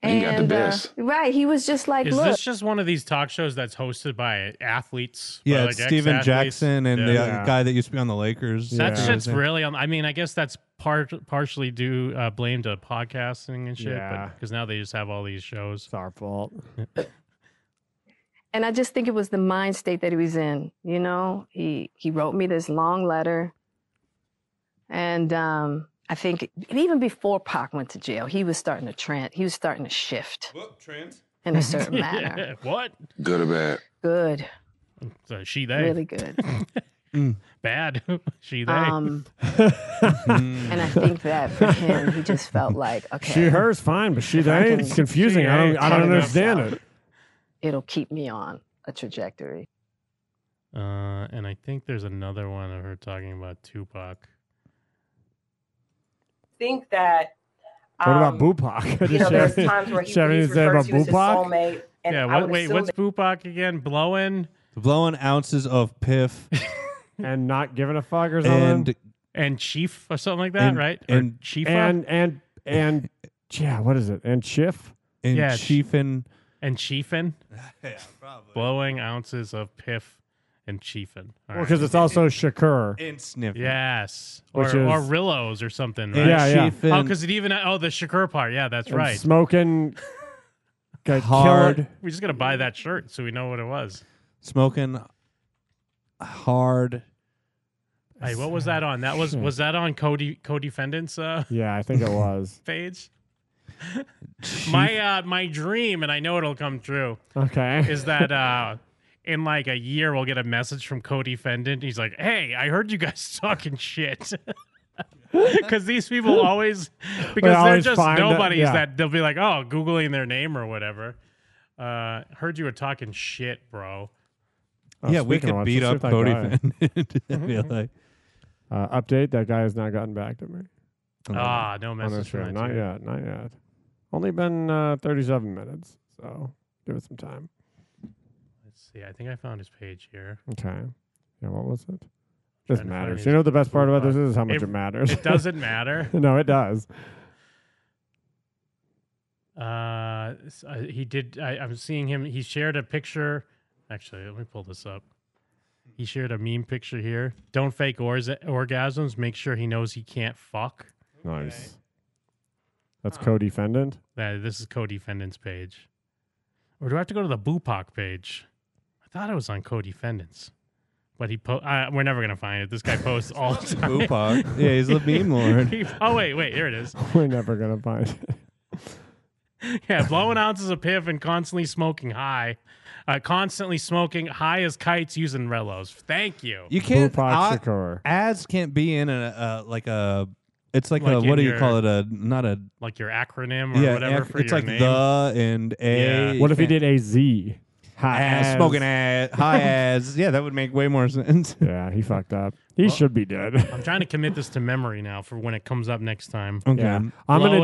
Speaker 4: He got the
Speaker 15: uh,
Speaker 4: best.
Speaker 15: right. He was just like,
Speaker 3: Is
Speaker 15: look.
Speaker 3: this just one of these talk shows that's hosted by athletes? by,
Speaker 5: yeah,
Speaker 3: like,
Speaker 5: it's Steven
Speaker 3: ex-athletes?
Speaker 5: Jackson and the
Speaker 3: Yeah.
Speaker 5: other guy that used to be on the Lakers.
Speaker 3: That
Speaker 5: Yeah.
Speaker 3: shit's really. On, I mean, I guess that's part partially due uh, blame to podcasting and shit,
Speaker 2: Yeah.
Speaker 3: because now they just have all these shows. It's
Speaker 2: our fault.
Speaker 15: and I just think it was the mind state that he was in. You know, he he wrote me this long letter, and um, I think even before Pac went to jail, he was starting to trend. He was starting to shift
Speaker 5: trans?
Speaker 15: in a certain
Speaker 3: Yeah,
Speaker 15: manner.
Speaker 3: what?
Speaker 4: Good or bad?
Speaker 15: Good,
Speaker 3: So she they
Speaker 15: really good.
Speaker 3: bad. she they.
Speaker 15: Um,
Speaker 5: Mm.
Speaker 15: and I think that for him, he just felt like okay.
Speaker 2: She her's fine, but she they ain't. It's confusing. I don't. I don't understand it.
Speaker 15: It'll keep me on a trajectory.
Speaker 3: Uh, and I think there's another one of her talking about Tupac.
Speaker 7: think that.
Speaker 3: What about
Speaker 7: um,
Speaker 3: Bupac?
Speaker 7: You know, there's
Speaker 3: Does
Speaker 7: times where he
Speaker 3: she have
Speaker 7: believes
Speaker 3: anything to say
Speaker 7: refers
Speaker 3: about
Speaker 7: to his
Speaker 3: Bupac?
Speaker 7: soulmate. And
Speaker 3: yeah.
Speaker 7: I
Speaker 3: What,
Speaker 7: would
Speaker 3: wait.
Speaker 7: assume
Speaker 3: What's
Speaker 7: that-
Speaker 3: Bupac again? Blowing
Speaker 5: blowing ounces of piff
Speaker 2: and not giving a fuck or something.
Speaker 5: and
Speaker 3: and Chief or something like that,
Speaker 2: And-
Speaker 3: right? or
Speaker 2: and-
Speaker 3: Chifa?
Speaker 2: and and and yeah, what is it? And Schiff
Speaker 5: and
Speaker 3: Yeah, it's-
Speaker 5: chiefin.
Speaker 3: and Chiefin.
Speaker 5: yeah, probably.
Speaker 3: Blowing ounces of piff and Chiefin. All
Speaker 2: because
Speaker 3: right.
Speaker 2: it's also Shakur.
Speaker 5: And sniffing.
Speaker 3: Yes, or
Speaker 2: Which is-
Speaker 3: or Rillos or something.
Speaker 2: And
Speaker 3: Right?
Speaker 2: Yeah, yeah. Chiefin.
Speaker 3: Oh, because it even oh the Shakur part. Yeah, that's
Speaker 2: and
Speaker 3: right.
Speaker 2: Smoking. got
Speaker 5: Hard.
Speaker 2: killer-
Speaker 3: We just gotta buy that shirt so we know what it was.
Speaker 5: smoking hard.
Speaker 3: Hey, what was that on? That was was that on Cody co-defendants uh,
Speaker 2: Yeah, I think it was.
Speaker 3: page? my uh, my dream, and I know it'll come true.
Speaker 2: Okay.
Speaker 3: is that uh, in like a year we'll get a message from co-defendant? He's like, "Hey, I heard you guys talking shit." Because these people always, because they're
Speaker 2: always
Speaker 3: just
Speaker 2: find that-
Speaker 3: nobodies
Speaker 2: yeah.
Speaker 3: that they'll be like, oh, googling their name or whatever. Uh, heard you were talking shit, bro.
Speaker 2: Oh,
Speaker 5: yeah, we
Speaker 2: speaking of
Speaker 5: could
Speaker 2: which,
Speaker 5: beat up
Speaker 2: let's
Speaker 5: Cody.
Speaker 2: see if that
Speaker 5: Finn. I'd be like,
Speaker 2: Uh, update: That guy has not gotten back to me. Oh,
Speaker 3: Ah, no
Speaker 2: On
Speaker 3: message
Speaker 2: this
Speaker 3: from
Speaker 2: room.
Speaker 3: that
Speaker 2: Not
Speaker 3: dude.
Speaker 2: yet. Not yet. Only been uh, 37 minutes, so give it some time.
Speaker 3: Let's see. I think I found his page here.
Speaker 2: Okay. Yeah, what was it?
Speaker 3: Trying to
Speaker 2: This
Speaker 3: find
Speaker 2: matters.
Speaker 3: his
Speaker 2: You know what the best part about this
Speaker 3: profile.
Speaker 2: is Is how much
Speaker 3: It-
Speaker 2: it matters.
Speaker 3: it doesn't matter.
Speaker 2: no, it does.
Speaker 3: Uh, s- uh, he did. I, I'm seeing him. He shared a picture. Actually, let me pull this up. He shared a meme picture here. Don't fake ors- orgasms. Make sure he knows he can't fuck.
Speaker 2: Nice. That's co-defendant.
Speaker 3: That this is co-defendants page. Or do I have to go to the Bupac page? I thought it was on co-defendants, but he po- uh, we're never gonna find it. This guy posts all the time.
Speaker 5: Bupac. Yeah, he's the meme lord.
Speaker 3: He- oh wait, wait, here it is.
Speaker 2: We're never gonna find it.
Speaker 3: Yeah, blowing ounces of piff and constantly smoking high. Uh, constantly smoking high as kites using Rellos. Thank you.
Speaker 5: you can't.
Speaker 2: Bupac
Speaker 5: Uh,
Speaker 2: Shakur.
Speaker 5: ads can't be in a uh, like a. It's like,
Speaker 3: Like
Speaker 5: a what
Speaker 3: in
Speaker 5: do you call it?
Speaker 3: your-
Speaker 5: A not a.
Speaker 3: Like your acronym or
Speaker 5: Yeah,
Speaker 3: whatever
Speaker 5: ac-
Speaker 3: for
Speaker 5: it's
Speaker 3: your
Speaker 5: like
Speaker 3: name.
Speaker 5: the and a.
Speaker 2: What if he did a Z? High
Speaker 5: Ass,
Speaker 2: as.
Speaker 5: smoking ass, high ass. Yeah, that would make way more sense.
Speaker 2: Yeah, he fucked up. He should be dead.
Speaker 3: I'm trying to commit this to memory now for when it comes up next time.
Speaker 5: Okay. Yeah.
Speaker 2: I'm gonna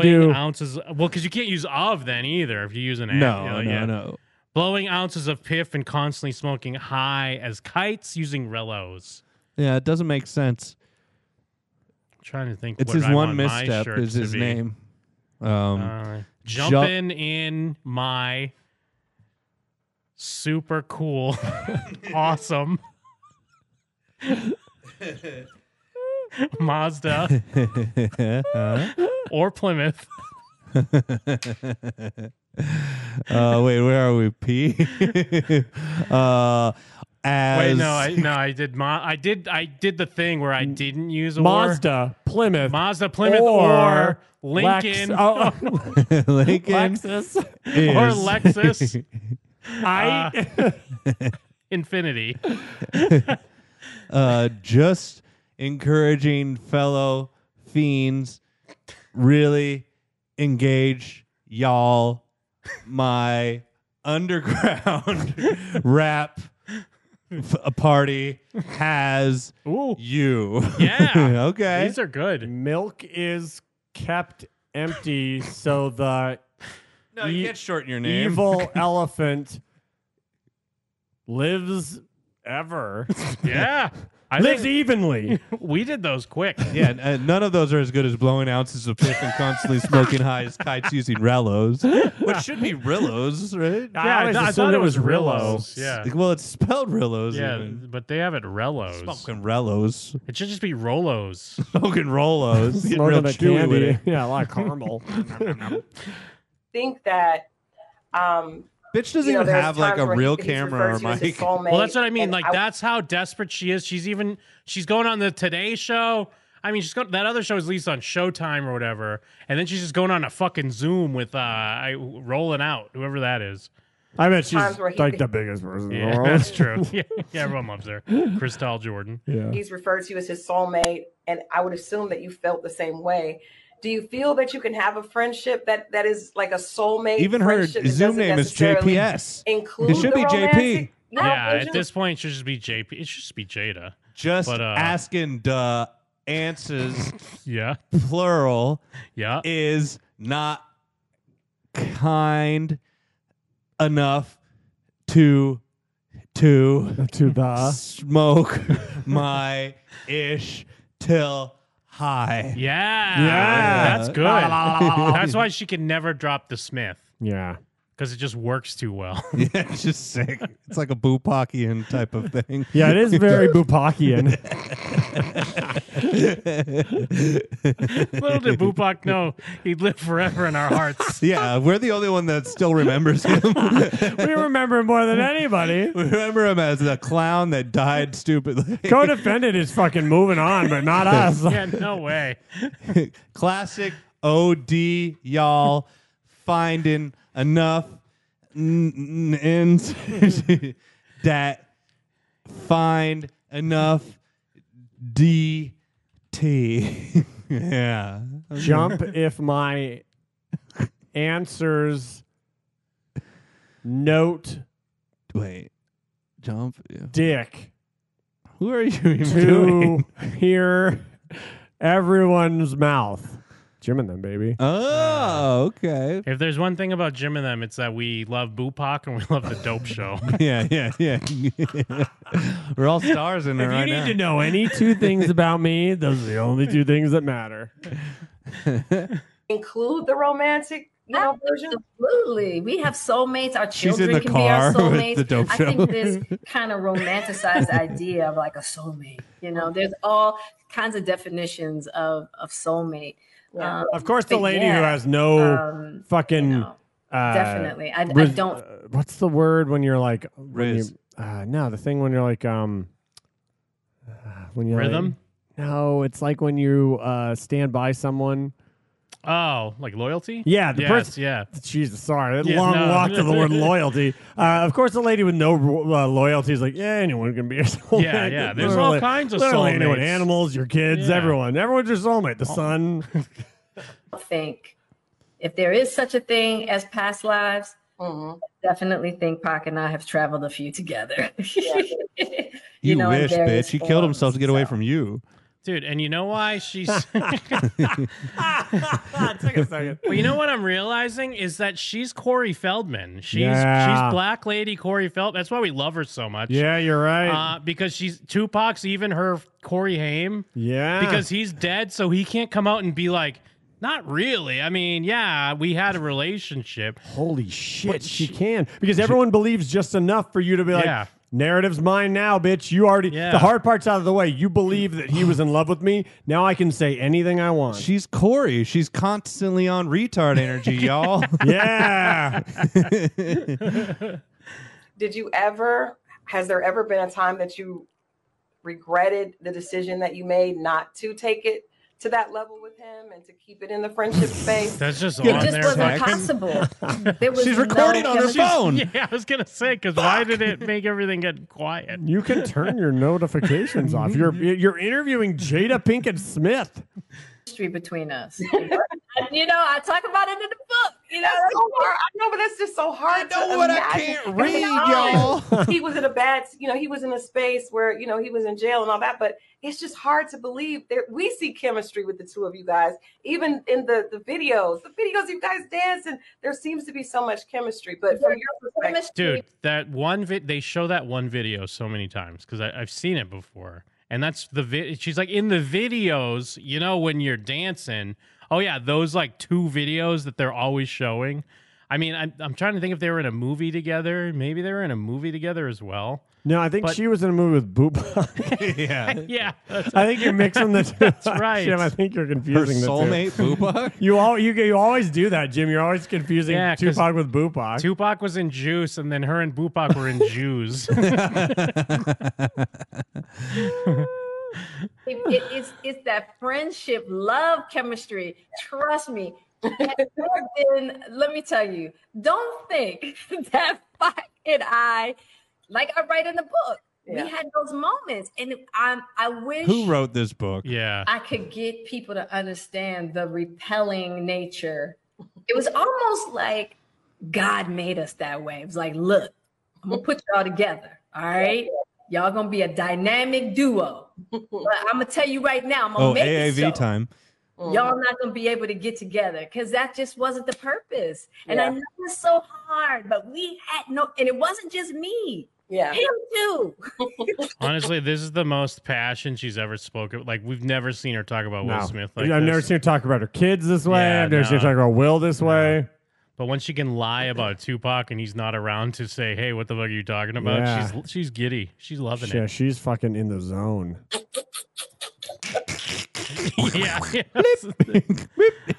Speaker 3: Blowing
Speaker 2: do-
Speaker 3: ounces. Well, because you can't use of then either if you use an and,
Speaker 5: No,
Speaker 3: you know,
Speaker 5: no,
Speaker 3: yeah.
Speaker 5: no.
Speaker 3: Blowing ounces of piff and constantly smoking high as kites using Rellos.
Speaker 5: Yeah, it doesn't make sense.
Speaker 3: trying to think.
Speaker 5: It's
Speaker 3: what
Speaker 5: his
Speaker 3: I want
Speaker 5: one
Speaker 3: my
Speaker 5: misstep
Speaker 3: shirt
Speaker 5: is
Speaker 3: to
Speaker 5: his
Speaker 3: be.
Speaker 5: name. Um,
Speaker 3: Uh,
Speaker 5: Ju-
Speaker 3: jumping in my super cool, awesome Mazda Uh.
Speaker 5: Huh?
Speaker 3: or Plymouth.
Speaker 5: uh, wait, where are we? P. uh,
Speaker 18: as
Speaker 3: Wait, no, I, no, I did. Ma- I did. I did the thing where I didn't use a
Speaker 2: Mazda, Plymouth,
Speaker 3: Mazda, Plymouth, or, Lincoln,
Speaker 2: Lex- oh,
Speaker 5: Lincoln
Speaker 2: Lexus,
Speaker 3: or
Speaker 5: is-
Speaker 3: Lexus.
Speaker 2: I-
Speaker 3: Uh, Infinity.
Speaker 5: uh, just encouraging fellow fiends really engage y'all my underground rap f- a party has you
Speaker 3: Yeah.
Speaker 5: okay
Speaker 3: These are good.
Speaker 2: Milk is kept empty so the
Speaker 5: No, you can't shorten your name.
Speaker 2: Evil elephant lives ever.
Speaker 3: Yeah. I
Speaker 2: lives
Speaker 3: think-
Speaker 2: evenly.
Speaker 3: We did those quick.
Speaker 5: yeah n- uh, none of those are as good as blowing ounces of piff and constantly smoking high as kites using rellos which should be rillos right
Speaker 3: Yeah, I always I thought- I assumed thought it it was was Rillos. Rillos. Yeah.
Speaker 5: well it's spelled rillos
Speaker 3: Yeah,
Speaker 5: even.
Speaker 3: but they have it Rellos.
Speaker 5: Smoking Rellos.
Speaker 3: It should just be Rolos.
Speaker 5: Smoking Rolos. Getting real chewy with it.
Speaker 2: Yeah, a lot of caramel.
Speaker 12: think that. Um,
Speaker 5: Bitch doesn't
Speaker 12: you know,
Speaker 5: even
Speaker 12: there's
Speaker 5: have like
Speaker 12: times
Speaker 5: a
Speaker 12: where
Speaker 5: real
Speaker 12: he's referred
Speaker 5: camera or
Speaker 12: to as his
Speaker 5: mic.
Speaker 12: soulmate,
Speaker 3: Well, that's what I mean.
Speaker 12: and
Speaker 3: Like that's how desperate she is. She's even she's going on the Today Show. I mean, she's got that other show is at least on Showtime or whatever, and then she's just going on a fucking Zoom with uh I, rolling out whoever that is.
Speaker 2: I bet she's
Speaker 12: Times where he-
Speaker 2: like the biggest person in the
Speaker 3: Yeah,
Speaker 2: world.
Speaker 3: that's true. Yeah, yeah, everyone loves her. Christelle Jordan.
Speaker 2: Yeah.
Speaker 12: he's referred to as his soulmate and i would assume that you felt the same way do you feel that you can have a friendship that that is like a soulmate
Speaker 5: Even her
Speaker 12: friendship that
Speaker 5: Zoom
Speaker 12: doesn't
Speaker 5: name is
Speaker 12: necessarily
Speaker 5: JPS.
Speaker 12: include
Speaker 5: It should
Speaker 12: the
Speaker 5: be JP.
Speaker 12: romantic- No,
Speaker 3: Yeah,
Speaker 12: it
Speaker 3: at
Speaker 12: should-
Speaker 3: this point, it should just be JP. It should just be Jada.
Speaker 5: Just
Speaker 3: But, uh,
Speaker 5: asking the answers,
Speaker 3: yeah,
Speaker 5: plural,
Speaker 3: yeah,
Speaker 5: is not kind enough to to
Speaker 2: to the
Speaker 5: smoke my ish till high.
Speaker 3: Yeah.
Speaker 5: Yeah.
Speaker 3: That's good. That's why she can never drop the Smith
Speaker 2: Yeah.
Speaker 3: because it just works too well.
Speaker 5: Yeah, it's just sick. It's like a Bupakian type of thing.
Speaker 2: Yeah, it is very Bupakian.
Speaker 3: Little did Bupak know he'd live forever in our hearts.
Speaker 5: Yeah, we're the only one that still remembers him.
Speaker 2: we remember him more than anybody.
Speaker 5: we remember him as the clown that died stupidly.
Speaker 2: Co-defendant is fucking moving on, but not us.
Speaker 3: Yeah, no way.
Speaker 5: Classic OD, y'all finding enough n- n- ends that find enough DT. yeah.
Speaker 2: Jump if my answers note
Speaker 5: Wait. Jump. Yeah.
Speaker 2: dick
Speaker 5: Who are you even
Speaker 2: to
Speaker 5: doing?
Speaker 2: hear everyone's mouth. Jim and them, baby.
Speaker 5: Oh, okay.
Speaker 3: If there's one thing about Jim and them, it's that we love Bupak and we love the dope show.
Speaker 5: Yeah, yeah, yeah. We're all stars in
Speaker 2: If
Speaker 5: there
Speaker 2: you
Speaker 5: right
Speaker 2: need
Speaker 5: now.
Speaker 2: to know any two things about me, those are the only two things that matter.
Speaker 12: include the romantic you know, version
Speaker 6: Absolutely. We have soulmates. Our
Speaker 5: She's in
Speaker 6: children
Speaker 5: the
Speaker 6: can be our
Speaker 5: car with
Speaker 6: soulmates.
Speaker 5: the dope
Speaker 6: I
Speaker 5: show.
Speaker 6: think this kind of romanticized idea of like a soulmate, you know, there's all kinds of definitions of, of soulmate. Um,
Speaker 2: Of course, the
Speaker 6: but
Speaker 2: lady
Speaker 6: yeah,
Speaker 2: who has no
Speaker 6: um,
Speaker 2: fucking. uh,
Speaker 6: definitely. I, I
Speaker 2: res-
Speaker 6: don't.
Speaker 2: uh, what's the word when you're like when
Speaker 5: Riz.
Speaker 2: you, uh, no the thing when you're like um uh, when you're like-
Speaker 3: Rhythm?
Speaker 2: no it's like when you uh stand by someone
Speaker 3: Oh, like loyalty?
Speaker 2: yeah the
Speaker 3: yes,
Speaker 2: person
Speaker 3: yeah.
Speaker 2: jesus sorry that
Speaker 3: Yeah,
Speaker 2: long
Speaker 3: no.
Speaker 2: walk to the word loyalty uh, of course the lady with no ro- uh, loyalty is like yeah anyone can be your soulmate
Speaker 3: Yeah, yeah, there's all
Speaker 2: Literally-
Speaker 3: kinds of
Speaker 2: literally anyone
Speaker 3: soulmates.
Speaker 2: animals your kids
Speaker 3: Yeah. Oh.
Speaker 2: everyone everyone's your soulmate the sun
Speaker 6: think if there is such a thing as past lives,
Speaker 7: Mm-hmm.
Speaker 6: I definitely think Pac and I have traveled a few together.
Speaker 5: You,
Speaker 6: know, in
Speaker 5: wish,
Speaker 6: various
Speaker 5: bitch. He killed
Speaker 6: forms,
Speaker 5: himself to get away from you.
Speaker 3: Dude, and you know why she's.
Speaker 2: Take a second.
Speaker 3: well, you know what I'm realizing is that she's Corey Feldman. She's
Speaker 2: Yeah.
Speaker 3: she's Black Lady Corey Feldman. That's why we love her so much.
Speaker 2: yeah you're right
Speaker 3: Uh, because she's Tupac's even her Corey Haim.
Speaker 2: yeah
Speaker 3: because he's dead, so he can't come out and be like, not really. I mean, yeah, we had a relationship.
Speaker 2: Holy shit, she, can. Because everyone believes just enough for you to be like,
Speaker 3: Yeah.
Speaker 2: narrative's mine now, bitch. You already,
Speaker 3: Yeah.
Speaker 2: the hard part's out of the way. You believe that he was in love with me. Now I can say anything I want.
Speaker 5: She's Corey. She's constantly on retard energy, y'all.
Speaker 2: yeah.
Speaker 12: did you ever
Speaker 7: Has there ever been a time that you regretted the decision that you made not to take it to that level with him and to keep it in the friendship space?
Speaker 3: That's just
Speaker 7: It
Speaker 3: on
Speaker 7: just
Speaker 3: there.
Speaker 7: wasn't
Speaker 3: Bracken.
Speaker 7: possible.
Speaker 6: There was
Speaker 7: She's recording
Speaker 6: no
Speaker 7: on her
Speaker 6: chemistry.
Speaker 5: phone.
Speaker 3: Yeah, I was gonna say because why did it make everything get quiet?
Speaker 2: You can turn your notifications off. You're you're interviewing Jada Pinkett Smith.
Speaker 6: History between us. you know, I talk about it in the book. You know,
Speaker 7: That's so hard. I know, but that's just so hard.
Speaker 6: I know
Speaker 7: to
Speaker 6: what I
Speaker 7: imagine.
Speaker 6: can't
Speaker 7: And
Speaker 6: read,
Speaker 7: you know, he was in a bad, you know, he was in a space where you know he was in jail and all that. But it's just hard to believe that we see chemistry with the two of you guys, even in the the videos, the videos you guys dance, and there seems to be so much chemistry. But from your perspective,
Speaker 3: Dude, that one vid they show that one video so many times because I've seen it before, and that's the vid. She's like in the videos, you know, when you're dancing. Oh yeah, those like two videos that they're always showing. I mean, I'm, I'm trying to think if they were in a movie together. Maybe they were in a movie together as well.
Speaker 2: No, I think
Speaker 3: But-
Speaker 2: she was in a movie with Booba.
Speaker 5: yeah,
Speaker 3: yeah.
Speaker 2: I think you're mixing the two.
Speaker 3: That's
Speaker 2: up,
Speaker 3: right.
Speaker 2: Jim. I think you're confusing the
Speaker 5: soulmate,
Speaker 2: two.
Speaker 5: Booba?
Speaker 2: you all you you always do that, Jim. You're always confusing
Speaker 3: Yeah, 'cause-
Speaker 2: Tupac with Boopak.
Speaker 3: Tupac was in Juice, and then her and Bupac were in Jews.
Speaker 6: It, it, it's, it's that friendship, love, chemistry. Trust me. then let me tell you, don't think that Fox and I, like I write in the book,
Speaker 7: Yeah.
Speaker 6: we had those moments, and I'm I wish
Speaker 5: Who wrote this book?
Speaker 3: Yeah.
Speaker 6: I could get people to understand the repelling nature. It was almost like God made us that way. It was like, look, I'm gonna put y'all together. All right. Y'all gonna be a dynamic duo. But I'm gonna tell you right now, I'm gonna
Speaker 5: Oh,
Speaker 6: make
Speaker 5: AAV
Speaker 6: it so.
Speaker 5: time.
Speaker 7: Mm.
Speaker 6: Y'all not gonna be able to get together because that just wasn't the purpose. And I
Speaker 7: Yeah.
Speaker 6: know it's so hard, but we had no and it wasn't just me.
Speaker 7: Yeah.
Speaker 6: Him too.
Speaker 3: Honestly, this is the most passion she's ever spoken. Like we've never seen her talk about Will
Speaker 2: No.
Speaker 3: Smith like
Speaker 2: I've
Speaker 3: this.
Speaker 2: never seen her talk about her kids this way.
Speaker 3: Yeah,
Speaker 2: I've never seen
Speaker 3: no.
Speaker 2: her talk about Will this way.
Speaker 3: But when she can lie about Tupac and he's not around to say, "Hey, what the fuck are you talking about?"
Speaker 2: Yeah.
Speaker 3: She's she's giddy. She's loving
Speaker 2: Yeah, she's fucking in the zone.
Speaker 3: Uh. it. yeah. yeah, that's the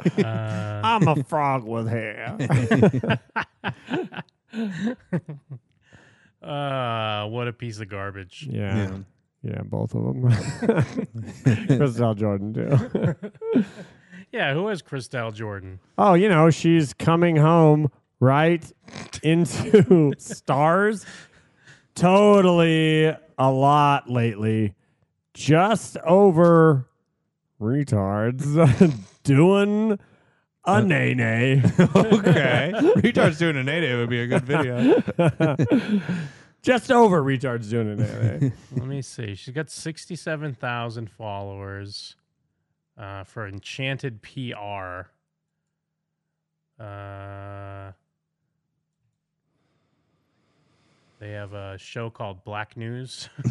Speaker 3: thing. Uh,
Speaker 2: I'm a frog with hair.
Speaker 3: uh, what a piece of garbage.
Speaker 2: Yeah. Yeah, both of them. Christelle Jordan, too.
Speaker 3: Yeah, who is Christelle Jordan?
Speaker 2: oh, you know, she's coming home right into stars. Totally a lot lately. Just over retards doing a nay nay.
Speaker 5: okay. Retards doing a native would be a good video.
Speaker 2: Just over retards doing a nay nay.
Speaker 3: Let me see. She's got sixty-seven thousand followers uh, for Enchanted PR. Uh, they have a show called Black News.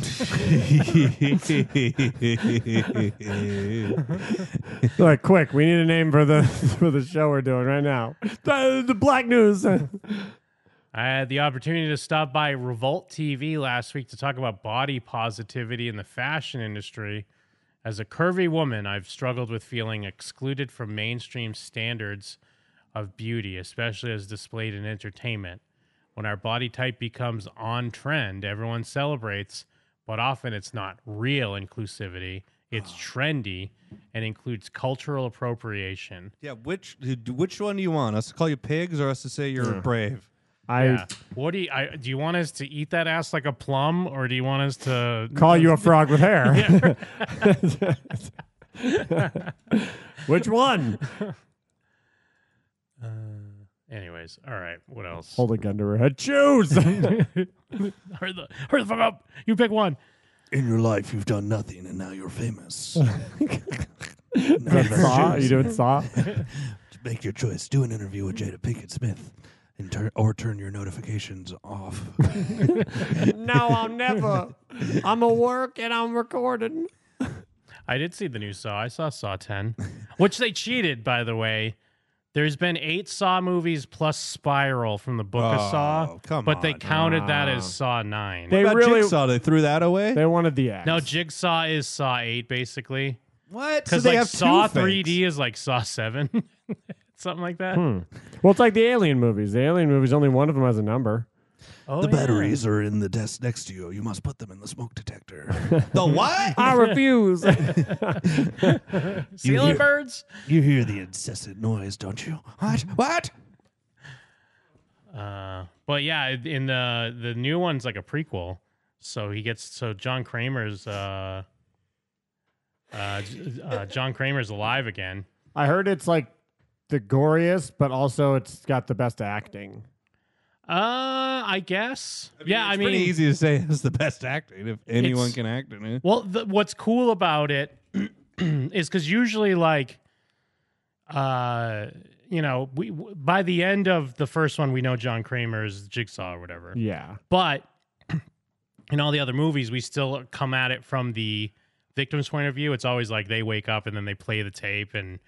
Speaker 2: Like, quick, we need a name for the for the show we're doing right now. The, the Black News.
Speaker 3: I had the opportunity to stop by Revolt TV last week to talk about body positivity in the fashion industry. As a curvy woman, I've struggled with feeling excluded from mainstream standards of beauty, especially as displayed in entertainment. When our body type becomes on trend, everyone celebrates, but often it's not real inclusivity. It's trendy and includes cultural appropriation.
Speaker 5: yeah, which which one do you want? Us to call you pigs or us to say you're
Speaker 2: Yeah.
Speaker 5: brave?
Speaker 2: I
Speaker 3: Yeah. What do you I, do? You want us to eat that ass like a plum, or do you want us to
Speaker 2: call you a frog with hair.
Speaker 3: Yeah.
Speaker 2: Which one?
Speaker 3: Uh, anyways, all right. What else?
Speaker 2: Hold a gun to her head. Choose.
Speaker 3: Hurry the hurry the fuck up. You pick one.
Speaker 18: In your life, you've done nothing, and now you're famous.
Speaker 2: Is that Saw? Are you doing Saw?
Speaker 18: Make your choice. Do an interview with Jada Pinkett Smith, and turn or turn your notifications off.
Speaker 2: no, I'll never. I'm a work and I'm recording.
Speaker 3: I did see the new Saw. I saw Saw ten, which they cheated, by the way. There's been eight Saw movies plus Spiral from the book
Speaker 5: Oh,
Speaker 3: of Saw,
Speaker 5: come
Speaker 3: but they
Speaker 5: on.
Speaker 3: counted that
Speaker 2: Ah.
Speaker 3: as Saw nine.
Speaker 2: They
Speaker 5: What about
Speaker 2: really-
Speaker 5: Jigsaw? They threw that away.
Speaker 2: They wanted the ass.
Speaker 3: no, Jigsaw is Saw eight, basically.
Speaker 5: What? So
Speaker 3: Because
Speaker 5: they
Speaker 3: like
Speaker 5: have two
Speaker 3: Saw
Speaker 5: fakes.
Speaker 3: 3D is like Saw seven, something like that.
Speaker 2: Hmm. Well, it's like the Alien movies. The Alien movies, only one of them has a number.
Speaker 3: Oh,
Speaker 18: the batteries are in the desk next to you. You must put them in the smoke detector. the what?
Speaker 2: I refuse.
Speaker 18: You
Speaker 3: Ceiling
Speaker 18: hear-
Speaker 3: birds?
Speaker 18: You hear the incessant noise, don't you? What? What?
Speaker 3: Uh, but yeah, in the the new one's like a prequel, so he gets so John Kramer's uh, uh, j- uh John Kramer's alive again.
Speaker 2: I heard it's like the goriest, but also it's got the best acting.
Speaker 3: Uh, I guess. yeah, I mean,
Speaker 5: Pretty easy to say it's the best acting if anyone
Speaker 3: It's-
Speaker 5: can act in it.
Speaker 3: Well, the, what's cool about it is because usually, like, uh, you know, we w- by the end of the first one, we know John Kramer is Jigsaw or whatever.
Speaker 2: Yeah.
Speaker 3: But in all the other movies, we still come at it from the victim's point of view. It's always like they wake up and then they play the tape, and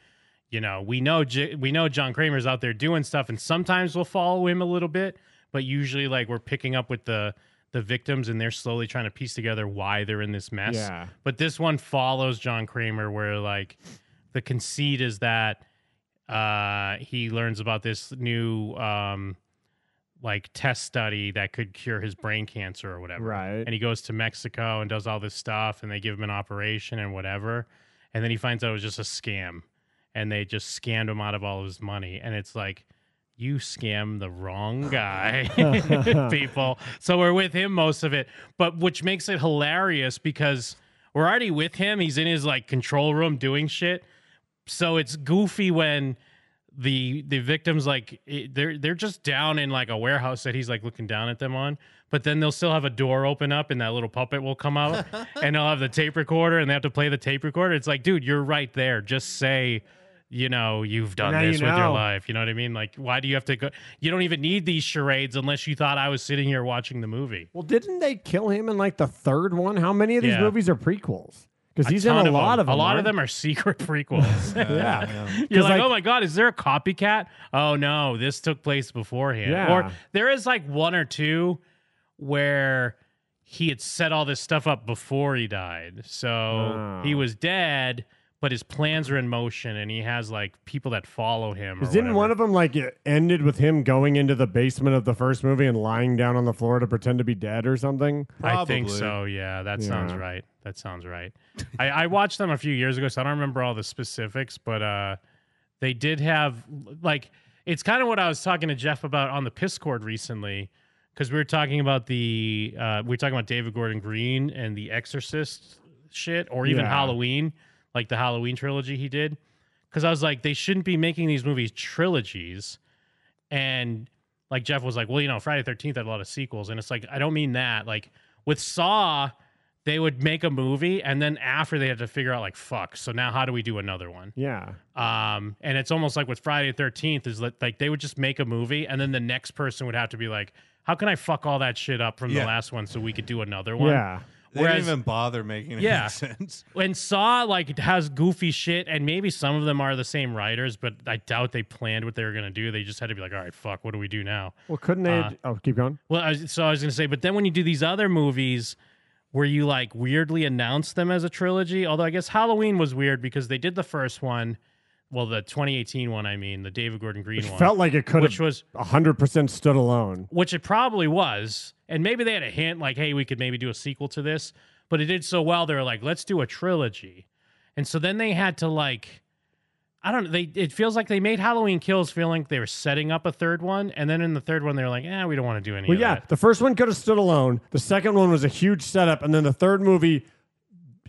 Speaker 3: you know we know J- we know John Kramer's out there doing stuff, and sometimes we'll follow him a little bit, but usually like we're picking up with the the victims and they're slowly trying to piece together why they're in this mess.
Speaker 2: Yeah.
Speaker 3: But this one follows John Kramer, where like the conceit is that uh, he learns about this new um, like test study that could cure his brain cancer or whatever.
Speaker 2: Right.
Speaker 3: And he goes to Mexico and does all this stuff, and they give him an operation and whatever. And then he finds out it was just a scam, and they just scammed him out of all of his money. And it's like, you scam the wrong guy, people. So we're with him most of it, but which makes it hilarious because we're already with him. He's in his like control room doing shit. So it's goofy when the the victims like it- they're they're just down in like a warehouse that he's like looking down at them on but then they'll still have a door open up and that little puppet will come out and they'll have the tape recorder and they have to play the tape recorder it's like dude you're right there just say you know you've done
Speaker 2: Now you
Speaker 3: this with your
Speaker 2: know.
Speaker 3: life you know what i mean like why do you have to go you don't even need these charades unless you thought i was sitting here watching the movie
Speaker 2: Well, didn't they kill him in like the third one? How many of these
Speaker 3: Yeah.
Speaker 2: movies are prequels? Because
Speaker 3: A
Speaker 2: he's in
Speaker 3: ton
Speaker 2: a lot
Speaker 3: them.
Speaker 2: of them.
Speaker 3: a lot of uh,
Speaker 2: aren't
Speaker 3: them are secret prequels
Speaker 2: Yeah.
Speaker 3: You're
Speaker 2: 'Cause,
Speaker 3: like,
Speaker 2: like-
Speaker 3: oh my god, is there a copycat? Oh no, this took place beforehand.
Speaker 2: Yeah.
Speaker 3: Or there is like one or two where he had set all this stuff up before he died. So
Speaker 2: Oh.
Speaker 3: he was dead, but his plans are in motion and he has like people that follow him. Or
Speaker 2: Because didn't
Speaker 3: whatever.
Speaker 2: one of them like it ended with him going into the basement of the first movie and lying down on the floor to pretend to be dead or something?
Speaker 3: I think so. Yeah, that sounds
Speaker 2: Yeah.
Speaker 3: right. That sounds right. I, I watched them a few years ago, so I don't remember all the specifics, but uh, they did have like it's kind of what I was talking to Jeff about on the Piscord recently because we were talking about the uh, we were talking about David Gordon Green and the Exorcist shit, or even
Speaker 2: Yeah.
Speaker 3: Halloween, like the Halloween trilogy he did. Because I was like, they shouldn't be making these movies trilogies and like Jeff was like, well, you know, Friday Thirteenth had a lot of sequels, and it's like I don't mean that. Like with Saw, they would make a movie, and then after they had to figure out like, fuck, so now how do we do another one?
Speaker 2: Yeah.
Speaker 3: Um, and it's almost like with Friday the Thirteenth is like, like they would just make a movie, and then the next person would have to be like, how can I fuck all that shit up from the
Speaker 5: Yeah.
Speaker 3: last one so we could do another one?
Speaker 5: They
Speaker 3: Whereas-
Speaker 5: didn't even bother making it
Speaker 3: yeah.
Speaker 5: make sense.
Speaker 3: and Saw like it has goofy shit, and maybe some of them are the same writers, but I doubt they planned what they were gonna do. They just had to be like, all right, fuck, what do we do now?
Speaker 2: Well, couldn't they?
Speaker 3: Uh,
Speaker 2: oh, keep going.
Speaker 3: Well, I was, so I was going to say, but then when you do these other movies where you like weirdly announce them as a trilogy, although I guess Halloween was weird because they did the first one, well, the 2018 one, I mean, the David Gordon Green
Speaker 2: Which
Speaker 3: one.
Speaker 2: felt like it could
Speaker 3: which
Speaker 2: have
Speaker 3: was
Speaker 2: 100% stood alone.
Speaker 3: which it probably was, and maybe they had a hint like, hey, we could maybe do a sequel to this, but it did so well they were like, let's do a trilogy, and so then they had to like, I don't know, they it feels like they made Halloween Kills feel like they were setting up a third one, and then in the third one they were like, eh, we don't want to do any.
Speaker 2: Well,
Speaker 3: of
Speaker 2: yeah,
Speaker 3: that.
Speaker 2: the first one could have stood alone. The second one was a huge setup, and then the third movie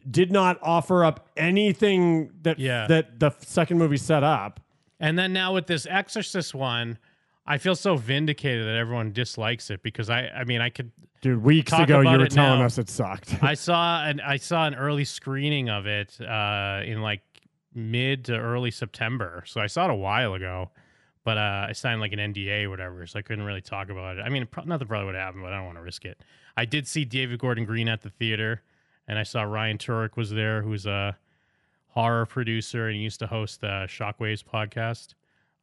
Speaker 2: did not offer up anything that
Speaker 3: Yeah.
Speaker 2: that the second movie set up.
Speaker 3: And then now with this Exorcist one, I feel so vindicated that everyone dislikes it because I I mean I could
Speaker 2: Dude, weeks
Speaker 3: Talk
Speaker 2: ago
Speaker 3: about
Speaker 2: you were
Speaker 3: it
Speaker 2: telling
Speaker 3: now.
Speaker 2: us it sucked.
Speaker 3: I saw an I saw an early screening of it uh, in like mid to early September, so I saw it a while ago, but uh, I signed like an NDA or whatever, so I couldn't really talk about it. I mean, pro- nothing probably would happen, but I don't want to risk it. I did see David Gordon Green at the theater, and I saw Ryan Turek was there, who's a horror producer and he used to host the Shockwaves podcast.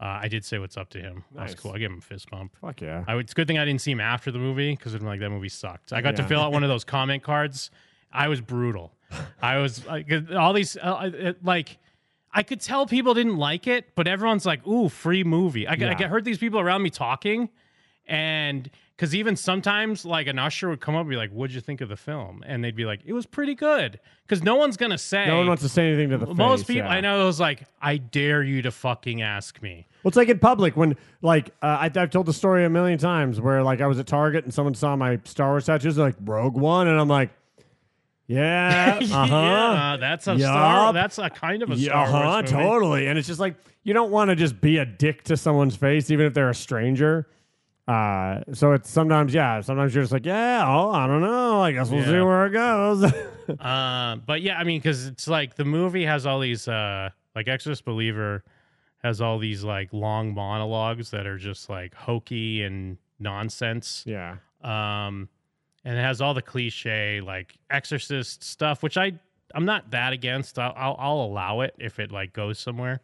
Speaker 3: Uh, I did say what's up to him. That
Speaker 2: Nice.
Speaker 3: was cool. I gave him a fist bump.
Speaker 2: Fuck yeah.
Speaker 3: I would, it's a good thing I didn't see him after the movie because I'm like that movie sucked. I got to
Speaker 2: Yeah.
Speaker 3: fill out one of those comment cards. I was brutal. I was like, all these uh, I- it- like I could tell people didn't like it, but everyone's like, "Ooh, free movie." I, I
Speaker 2: Yeah.
Speaker 3: heard these people around me talking, And because even sometimes, like an usher would come up and be like, "What'd you think of the film?" And they'd be like, "It was pretty good." Because no one's gonna say.
Speaker 2: No one wants to say anything to the
Speaker 3: Most
Speaker 2: face,
Speaker 3: people
Speaker 2: yeah.
Speaker 3: I know was like, "I dare you to fucking ask me."
Speaker 2: Well, it's like in public when, like, uh, I, I've told the story a million times where, like, I was at Target and someone saw my Star Wars tattoos, they're like Rogue One, and I'm like, yeah, uh huh,
Speaker 3: Yeah, that's a star. That's a kind of a star.
Speaker 2: uh-huh,
Speaker 3: Wars movie.
Speaker 2: totally. And it's just like you don't want to just be a dick to someone's face, even if they're a stranger. Uh, so it's sometimes, yeah, sometimes you're just like, yeah, oh, I don't know, I guess we'll see
Speaker 3: Yeah.
Speaker 2: where it goes.
Speaker 3: uh, but yeah, I mean, because it's like the movie has all these, uh, like Exorcist Believer has all these like long monologues that are just like hokey and nonsense.
Speaker 2: Yeah.
Speaker 3: Um, and it has all the cliche like exorcist stuff, which I I'm not that against. I'll I'll, I'll allow it if it like goes somewhere.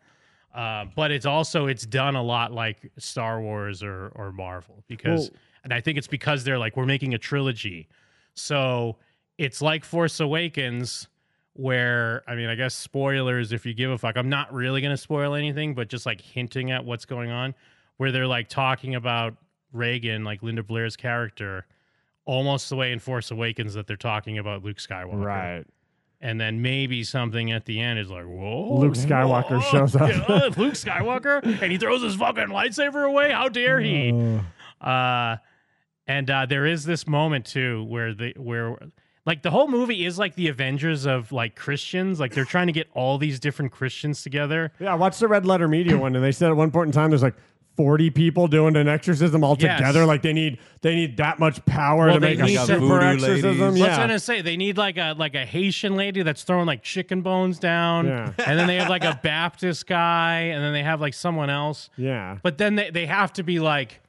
Speaker 3: Uh, but it's also it's done a lot like Star Wars or or Marvel because
Speaker 2: Well-
Speaker 3: and I think it's because they're like we're making a trilogy. So it's like Force Awakens where I mean I guess spoilers if you give a fuck. I'm not really going to spoil anything but just like hinting at what's going on where they're like talking about Reagan like Linda Blair's character almost the way in Force Awakens that they're talking about Luke Skywalker.
Speaker 2: Right.
Speaker 3: And then maybe something at the end is like, whoa.
Speaker 2: Luke Skywalker
Speaker 3: whoa,
Speaker 2: shows up.
Speaker 3: yeah, Luke Skywalker, and he throws his fucking lightsaber away. How dare he? Uh, and uh, there is this moment too where the where like the whole movie is like the Avengers of like Christians. Like they're trying to get all these different Christians together.
Speaker 2: yeah, I watched the Red Letter Media one, and they said at one point in time, there's like. 40 people doing an exorcism all
Speaker 3: Yes.
Speaker 2: together like they need they need that much power to
Speaker 3: they
Speaker 2: make a
Speaker 3: need to-
Speaker 2: super exorcism
Speaker 3: What's
Speaker 2: yeah
Speaker 3: gonna say? They need like a like a Haitian lady that's throwing like chicken bones down,
Speaker 2: Yeah.
Speaker 3: and then they have like a Baptist guy, and then they have like someone else.
Speaker 2: yeah
Speaker 3: But then they, they have to be like,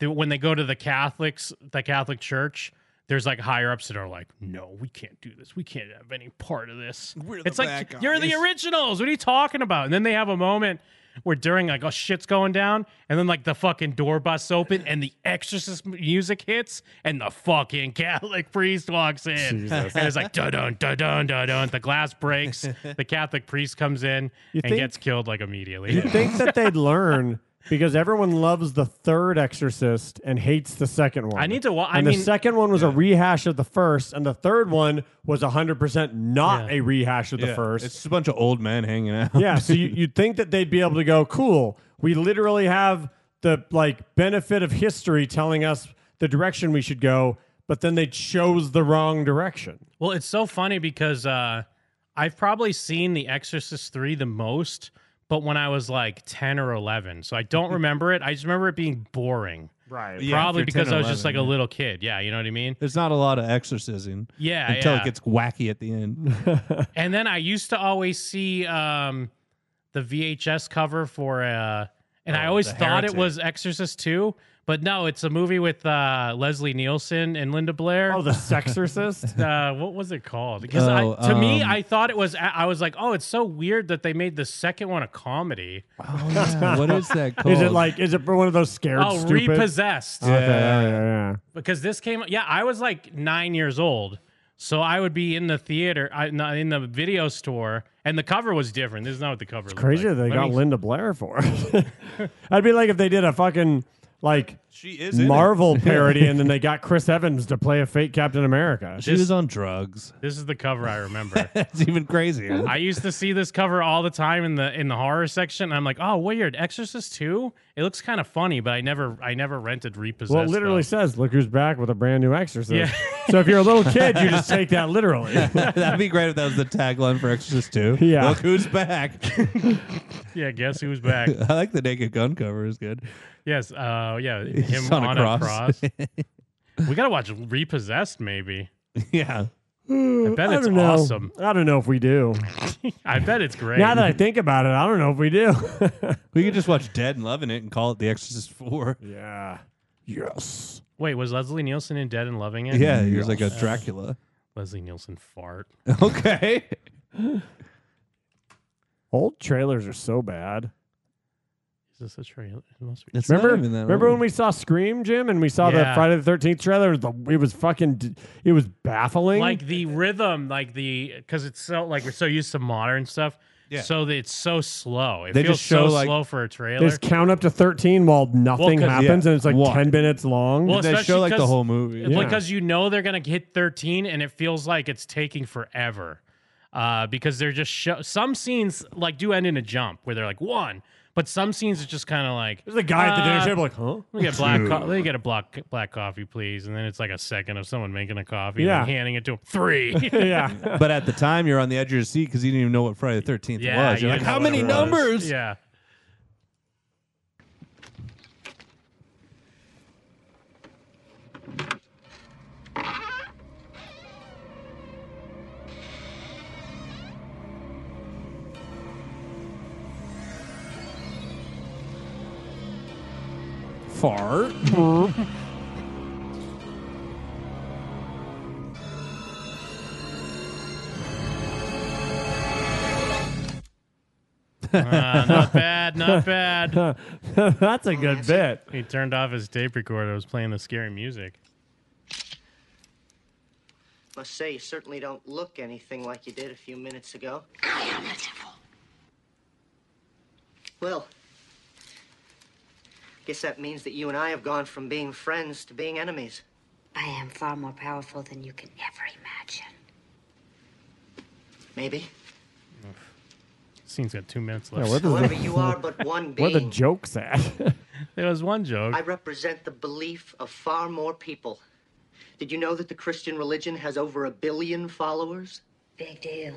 Speaker 3: the, when they go to the Catholics, the Catholic Church, there's like higher ups that are like, no, we can't do this. We can't have any part of this. it's like, you're the originals. What are you talking about? And then they have a moment where during like, oh, shit's going down. And then like the fucking door busts open and the exorcist m- music hits and the fucking Catholic priest walks in.
Speaker 2: Jesus.
Speaker 3: And it's like, dun dun dun dun dun dun. The glass breaks. the Catholic priest comes in
Speaker 2: You
Speaker 3: and
Speaker 2: think-
Speaker 3: gets killed like immediately.
Speaker 2: You think that they'd learn because everyone loves the third Exorcist and hates the second one.
Speaker 3: I need to wa- I
Speaker 2: and
Speaker 3: mean-
Speaker 2: the second one was a rehash of the first, and the third one was hundred percent not a rehash of the
Speaker 5: Yeah,
Speaker 2: first.
Speaker 5: It's just a bunch of old men hanging out.
Speaker 2: yeah, so you, you'd think that they'd be able to go, cool. We literally have the like benefit of history telling us the direction we should go, but then they chose the wrong direction.
Speaker 3: Well, it's so funny because uh, I've probably seen The Exorcist 3 the most, but when I was like 10 or 11. So I don't remember it. I just remember it being boring.
Speaker 2: Right.
Speaker 5: Yeah,
Speaker 3: probably
Speaker 5: if you're 10
Speaker 3: because
Speaker 5: or
Speaker 3: I was just
Speaker 5: 11,
Speaker 3: like a
Speaker 5: yeah.
Speaker 3: little kid. Yeah, you know what I mean?
Speaker 5: There's not a lot of exorcising.
Speaker 3: Yeah,
Speaker 5: Until
Speaker 3: yeah.
Speaker 5: it gets wacky at the end.
Speaker 3: and then I used to always see um, the VHS cover for, uh, and I
Speaker 5: Oh,
Speaker 3: always
Speaker 5: The
Speaker 3: thought
Speaker 5: Heretic.
Speaker 3: it was Exorcist 2, but no, it's a movie with uh, Leslie Nielsen and Linda Blair.
Speaker 2: Oh, the Sexorcist.
Speaker 3: uh, what was it called? Because
Speaker 5: Oh,
Speaker 3: I, to me,
Speaker 5: um,
Speaker 3: I thought it was. I was like, oh, it's so weird that they made the second one a comedy.
Speaker 5: Oh, yeah. what is that called?
Speaker 2: Is it like is it for one of those scared
Speaker 3: Oh,
Speaker 2: stupid?
Speaker 3: repossessed.
Speaker 2: Okay,
Speaker 5: Yeah.
Speaker 2: yeah, yeah, yeah.
Speaker 3: Because this came, yeah, I was like nine years old, so I would be in the theater, I, not in the video store, and the cover was different. This is not what the cover. It's
Speaker 2: Crazy that they got Linda Blair for it. I'd be like if they did a fucking like
Speaker 5: She is in it.
Speaker 2: Marvel parody and then they got Chris Evans to play a fake Captain America.
Speaker 5: She was on drugs.
Speaker 3: This is the cover I remember.
Speaker 5: It's even crazier.
Speaker 3: I used to see this cover all the time in the in the horror section. And I'm like, oh, weird, Exorcist two. It looks kind of funny, but I never I never rented Repossessed.
Speaker 2: well, it literally
Speaker 3: though.
Speaker 2: says, "Look who's back with a brand new Exorcist."
Speaker 3: Yeah.
Speaker 2: so if you're a little kid, you just take that literally.
Speaker 5: That'd be great if that was the tagline for Exorcist 2.
Speaker 2: Yeah.
Speaker 5: Look who's back.
Speaker 3: yeah, guess who's back?
Speaker 5: I like the naked gun cover. is good.
Speaker 3: yes, uh, yeah,
Speaker 5: He's
Speaker 3: him
Speaker 5: on
Speaker 3: on,
Speaker 5: a
Speaker 3: a
Speaker 5: cross.
Speaker 3: cross. we gotta watch Repossessed, maybe.
Speaker 5: Yeah.
Speaker 3: I bet it's
Speaker 2: don't know.
Speaker 3: awesome.
Speaker 2: I don't know if we do.
Speaker 3: I bet it's great.
Speaker 2: Now that I think about it, I don't know if we do.
Speaker 5: We could just watch Dead and Loving It and call it The Exorcist 4.
Speaker 2: yeah. Yes.
Speaker 3: Wait, was Leslie Nielsen in Dead and Loving It?
Speaker 5: Yeah, he was like a
Speaker 3: Uh,
Speaker 5: Dracula.
Speaker 3: Leslie Nielsen fart.
Speaker 5: Okay.
Speaker 2: Old trailers are so bad.
Speaker 3: Is this a trailer? It must be.
Speaker 5: It's
Speaker 2: remember,
Speaker 5: not even that
Speaker 2: remember
Speaker 5: old.
Speaker 2: when we saw Scream, Jim, and we saw
Speaker 3: Yeah.
Speaker 2: the Friday the Thirteenth trailer? It was, the, it was fucking, d- it was baffling.
Speaker 3: Like the rhythm, like the because it's so like we're so used to modern stuff. Yeah. So that it's so slow. It
Speaker 2: They
Speaker 3: feels
Speaker 2: just show,
Speaker 3: so
Speaker 2: like,
Speaker 3: slow for a trailer.
Speaker 2: There's count up to 13 while nothing
Speaker 3: 'cause-
Speaker 2: happens,
Speaker 3: yeah.
Speaker 2: and it's like
Speaker 3: What?
Speaker 2: 10 minutes long.
Speaker 3: especially 'cause-
Speaker 2: Yeah.
Speaker 3: Because you know they're going to hit 13 and it feels like it's taking forever. Uh, because they're just show- some scenes like do end in a jump where they're like one, but some scenes it's just kind of like
Speaker 2: There's a guy at the dinner
Speaker 3: uh,
Speaker 2: table like, huh?
Speaker 3: Let me get black. Co- let me get a black black coffee, please. And then it's like a second of someone making a coffee,
Speaker 5: Yeah.
Speaker 3: and then handing it to him three.
Speaker 5: But at the time, you're on the edge of your seat because you didn't even know what Friday the 13th
Speaker 3: Yeah,
Speaker 5: was.
Speaker 3: you
Speaker 5: You're
Speaker 3: didn't
Speaker 5: like,
Speaker 3: know
Speaker 5: how
Speaker 3: what
Speaker 5: many
Speaker 3: it was."
Speaker 5: numbers?
Speaker 3: Yeah.
Speaker 5: Fart.
Speaker 3: Uh, not bad, not bad.
Speaker 2: That's a good bit.
Speaker 3: He turned off his tape recorder. I was playing the scary music.
Speaker 9: Must say, you certainly don't look anything like you did a few minutes ago. Well, guess that means that you and I have gone from being friends to being enemies.
Speaker 10: I am far more powerful than you can ever imagine.
Speaker 9: Maybe.
Speaker 3: Scene's got two minutes
Speaker 2: Yeah,
Speaker 3: left.
Speaker 2: where the-
Speaker 9: However, you are but one
Speaker 2: Where the
Speaker 9: being.
Speaker 2: joke's at.
Speaker 3: there was one joke.
Speaker 9: I represent the belief of far more people. Did you know that the Christian religion has over a billion followers?
Speaker 10: Big deal.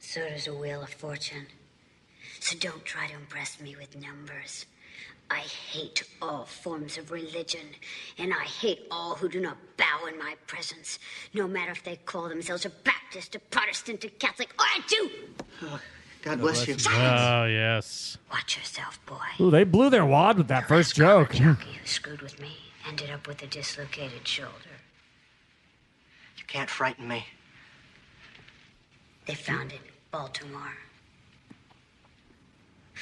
Speaker 10: So does a wheel of fortune. So don't try to impress me with numbers. I hate all forms of religion, and I hate all who do not bow in my presence, no matter if they call themselves a Baptist, a Protestant, a Catholic, or a Jew.
Speaker 9: God bless, you.
Speaker 3: Oh yes.
Speaker 10: Watch yourself, boy.
Speaker 2: Ooh, they blew their wad with that first joke.
Speaker 10: You screwed with me, ended up with a dislocated shoulder.
Speaker 9: You can't frighten me.
Speaker 10: They found it, Baltimore.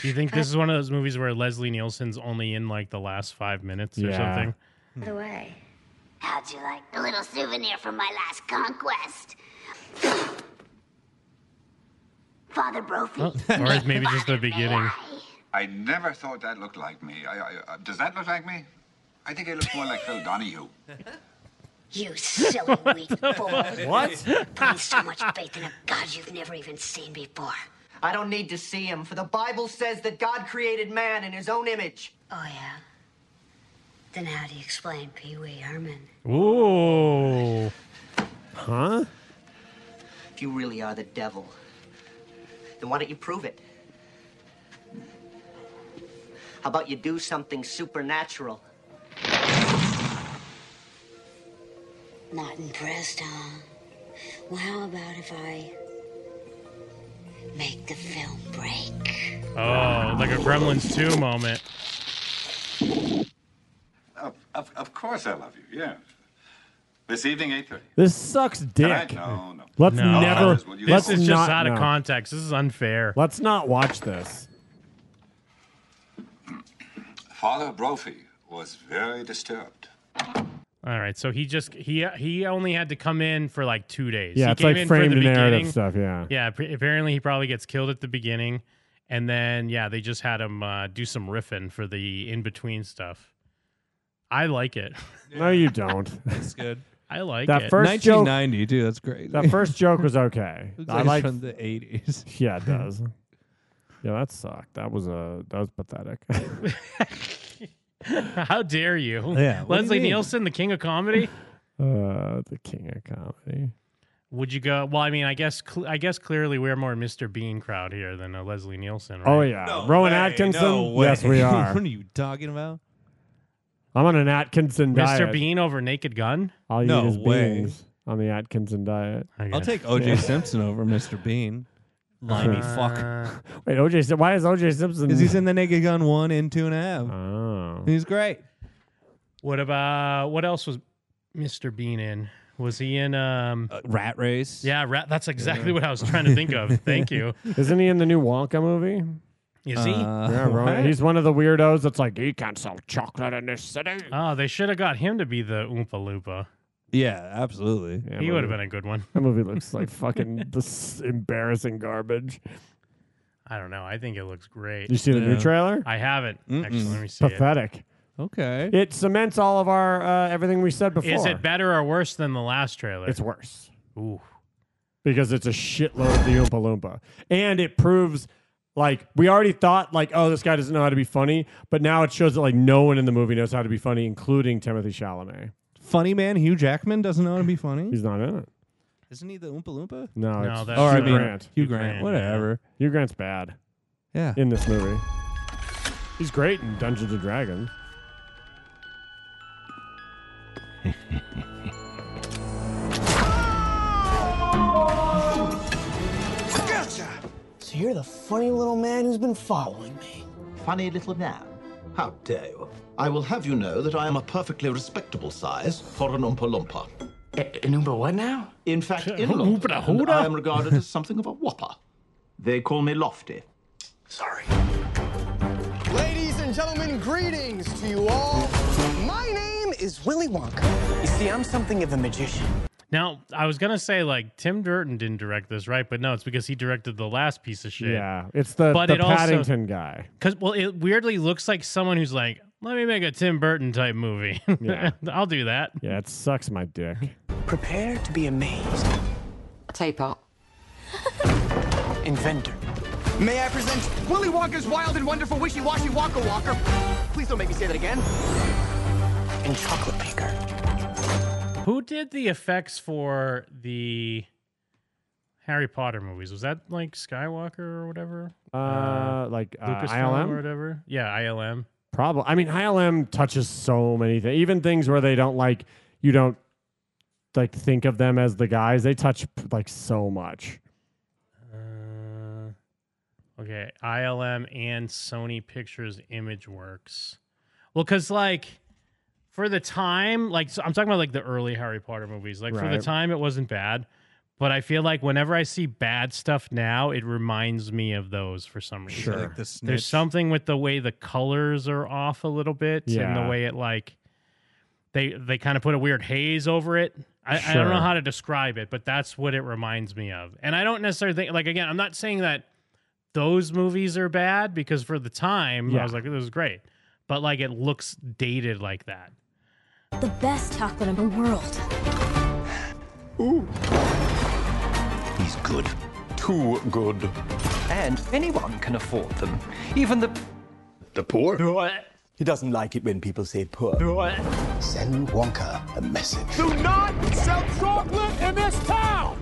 Speaker 3: Do you think this is one of those movies where Leslie Nielsen's only in like the last five minutes or
Speaker 10: Yeah.
Speaker 3: something?
Speaker 10: By the way, how'd you like the little souvenir from my last conquest? Father Brophy.
Speaker 3: or is maybe just the beginning.
Speaker 13: I never thought that looked like me. I, I, uh, does that look like me? I think I look more like Phil Donahue.
Speaker 10: You silly weak boy.
Speaker 13: What?
Speaker 10: Putting so much faith in a god you've never even seen before.
Speaker 9: I don't need to see him, for the Bible says that God created man in his own image.
Speaker 10: Oh, yeah? Then how do you explain Pee Wee Herman?
Speaker 2: Ooh. Huh?
Speaker 9: If you really are the devil, then why don't you prove it? How about you do something supernatural?
Speaker 10: Not impressed, huh? Well, how about if I make the film break?
Speaker 3: Oh, like a Gremlins 2 moment.
Speaker 13: Of, of, of course I love you, yeah. This evening, 8.30.
Speaker 2: This sucks dick.
Speaker 13: No, no.
Speaker 2: Let's
Speaker 3: No.
Speaker 2: never.
Speaker 3: This
Speaker 2: Let's
Speaker 3: is just
Speaker 2: not,
Speaker 3: out of
Speaker 2: no.
Speaker 3: context. This is unfair.
Speaker 2: Let's not watch this.
Speaker 13: Father Brophy was very disturbed.
Speaker 3: All right, so he just he he only had to come in for like two days.
Speaker 2: Yeah,
Speaker 3: he
Speaker 2: it's like
Speaker 3: in
Speaker 2: framed narrative
Speaker 3: beginning.
Speaker 2: stuff, yeah.
Speaker 3: yeah. ap- Apparently, he probably gets killed at the beginning, and then yeah, they just had him uh, do some riffing for the in between stuff. I like it.
Speaker 2: No, you don't.
Speaker 5: That's good.
Speaker 3: I like
Speaker 2: that
Speaker 3: it.
Speaker 2: first joke.
Speaker 5: 1990, too. That's crazy.
Speaker 2: That first joke was okay.
Speaker 5: It's
Speaker 2: I
Speaker 5: like
Speaker 2: like
Speaker 5: from the 80s.
Speaker 2: Yeah, it does. Yeah, that sucked. That was uh, that was pathetic.
Speaker 3: How dare you?
Speaker 2: Yeah, what do you
Speaker 3: Leslie
Speaker 2: mean?
Speaker 3: Nielsen, the king of comedy.
Speaker 2: uh, the king of comedy.
Speaker 3: Would you go? Well, I mean, I guess cl- I guess clearly we're more Mr. Bean crowd here than a Leslie Nielsen. Right?
Speaker 2: Oh yeah, Rowan Atkinson. Yes, we are.
Speaker 5: what are you talking about?
Speaker 2: I'm on an Atkinson
Speaker 3: Mr.
Speaker 2: diet.
Speaker 3: Bean over Naked Gun.
Speaker 2: All you
Speaker 5: No
Speaker 2: eat is
Speaker 5: way.
Speaker 2: beans on the Atkinson diet.
Speaker 5: I'll take OJ
Speaker 2: Yeah. Uh, um,
Speaker 5: Simpson over Mr. Bean. Limey
Speaker 3: Uh,
Speaker 5: fuck.
Speaker 2: Wait, OJ. Sim- Why is OJ Simpson?
Speaker 5: Because he's in the Naked Gun one and two and a half.
Speaker 2: Oh.
Speaker 5: He's great.
Speaker 3: What about what else was Mr. Bean in? Was he in um,
Speaker 5: Uh, Rat Race?
Speaker 3: Yeah, rat, that's exactly what I was trying to think of. Thank you.
Speaker 2: Isn't he in the new Wonka movie?
Speaker 3: Is he? Uh,
Speaker 2: yeah, Rowan.
Speaker 3: what?
Speaker 2: He's one of the weirdos that's like, you can't sell chocolate in this city.
Speaker 3: Oh, they should have got him to be the Oompa Loompa.
Speaker 5: Yeah, absolutely.
Speaker 3: he would have been a good one.
Speaker 2: That movie looks like fucking this embarrassing garbage.
Speaker 3: I don't know. I think it looks great.
Speaker 2: You see the new trailer?
Speaker 3: I haven't. Actually, let me see.
Speaker 2: Pathetic.
Speaker 5: Okay.
Speaker 2: It cements all of our uh, everything we said
Speaker 3: It.
Speaker 2: before.
Speaker 3: Is it better or worse than the last trailer?
Speaker 2: It's worse.
Speaker 3: Ooh.
Speaker 2: because it's a shitload of the Oompa Loompa. And it proves like we already thought like, oh, this guy doesn't know how to be funny, but now it shows that like no one in the movie knows how to be funny, including Timothy Chalamet.
Speaker 5: Funny man Hugh Jackman doesn't know how to be funny.
Speaker 2: He's not in it.
Speaker 5: Isn't he the Oompa Loompa?
Speaker 2: No,
Speaker 5: No,
Speaker 2: it's
Speaker 5: that's
Speaker 2: Hugh
Speaker 5: Hugh Grant.
Speaker 2: Grant.
Speaker 5: Hugh Grant, whatever.
Speaker 2: Hugh Grant's bad.
Speaker 5: Yeah.
Speaker 2: In this movie. He's great in Dungeons and Dragons.
Speaker 8: So you're the funny little man who's been following me.
Speaker 14: Funny little man. How dare you? I will have you know that I am a perfectly respectable size for an Oompa Loompa. Eh, An Oompa what now? In fact, in
Speaker 3: Oompa
Speaker 14: Loompa,
Speaker 3: Hooda?
Speaker 14: I am regarded as something of a whopper. They call me Lofty.
Speaker 8: Ladies and gentlemen, greetings to you all. My name is Willy Wonka. You see, I'm something of a magician.
Speaker 3: Now, I was gonna say like Tim Burton didn't direct this, right? But no, it's because he directed the last piece of shit.
Speaker 2: Yeah. It's the,
Speaker 3: But
Speaker 2: the
Speaker 3: it also-
Speaker 2: Paddington guy.
Speaker 3: Because well, it weirdly looks like someone who's like, let me make a Tim Burton type movie.
Speaker 2: Yeah.
Speaker 3: I'll do that.
Speaker 2: Yeah, it sucks my dick.
Speaker 8: Prepare to be amazed. Teapot. Inventor. May I present Willy Wonka's wild and wonderful wishy-washy Wonka Walker? Please don't make me say that again. And chocolate baker.
Speaker 3: Who did the effects for the Harry Potter movies? Was that like Skywalker or whatever?
Speaker 2: Uh, like uh,
Speaker 3: Lucasfilm
Speaker 2: ILM?
Speaker 3: or whatever? Yeah, ILM.
Speaker 2: Probably. I mean, ILM touches so many things, even things where they don't like you don't like think of them as the guys. They touch p- like so much.
Speaker 3: Uh, okay, ILM and Sony Pictures Image Works. Well, because like for the time, like so I'm talking about like the early Harry Potter movies. Like for the
Speaker 2: Right.
Speaker 3: time, it wasn't bad. But I feel like whenever I see bad stuff now, it reminds me of those for some reason.
Speaker 5: Sure. Like The Snitch.
Speaker 3: There's something with the way the colors are off a little bit and
Speaker 5: Yeah.
Speaker 3: the way it like they they kind of put a weird haze over it. I, I don't know
Speaker 5: Sure.
Speaker 3: how to describe it, but that's what it reminds me of. And I don't necessarily think like again, I'm not saying that those movies are bad because for the time I
Speaker 24: Yeah.
Speaker 3: was like, this is great. But like it looks dated like that.
Speaker 24: The best chocolate in the world.
Speaker 14: Ooh. He's good. Too good.
Speaker 25: And anyone can afford them. Even the. The poor? He doesn't like it when people say poor.
Speaker 21: Send Wonka a message.
Speaker 8: Do not sell chocolate in this town!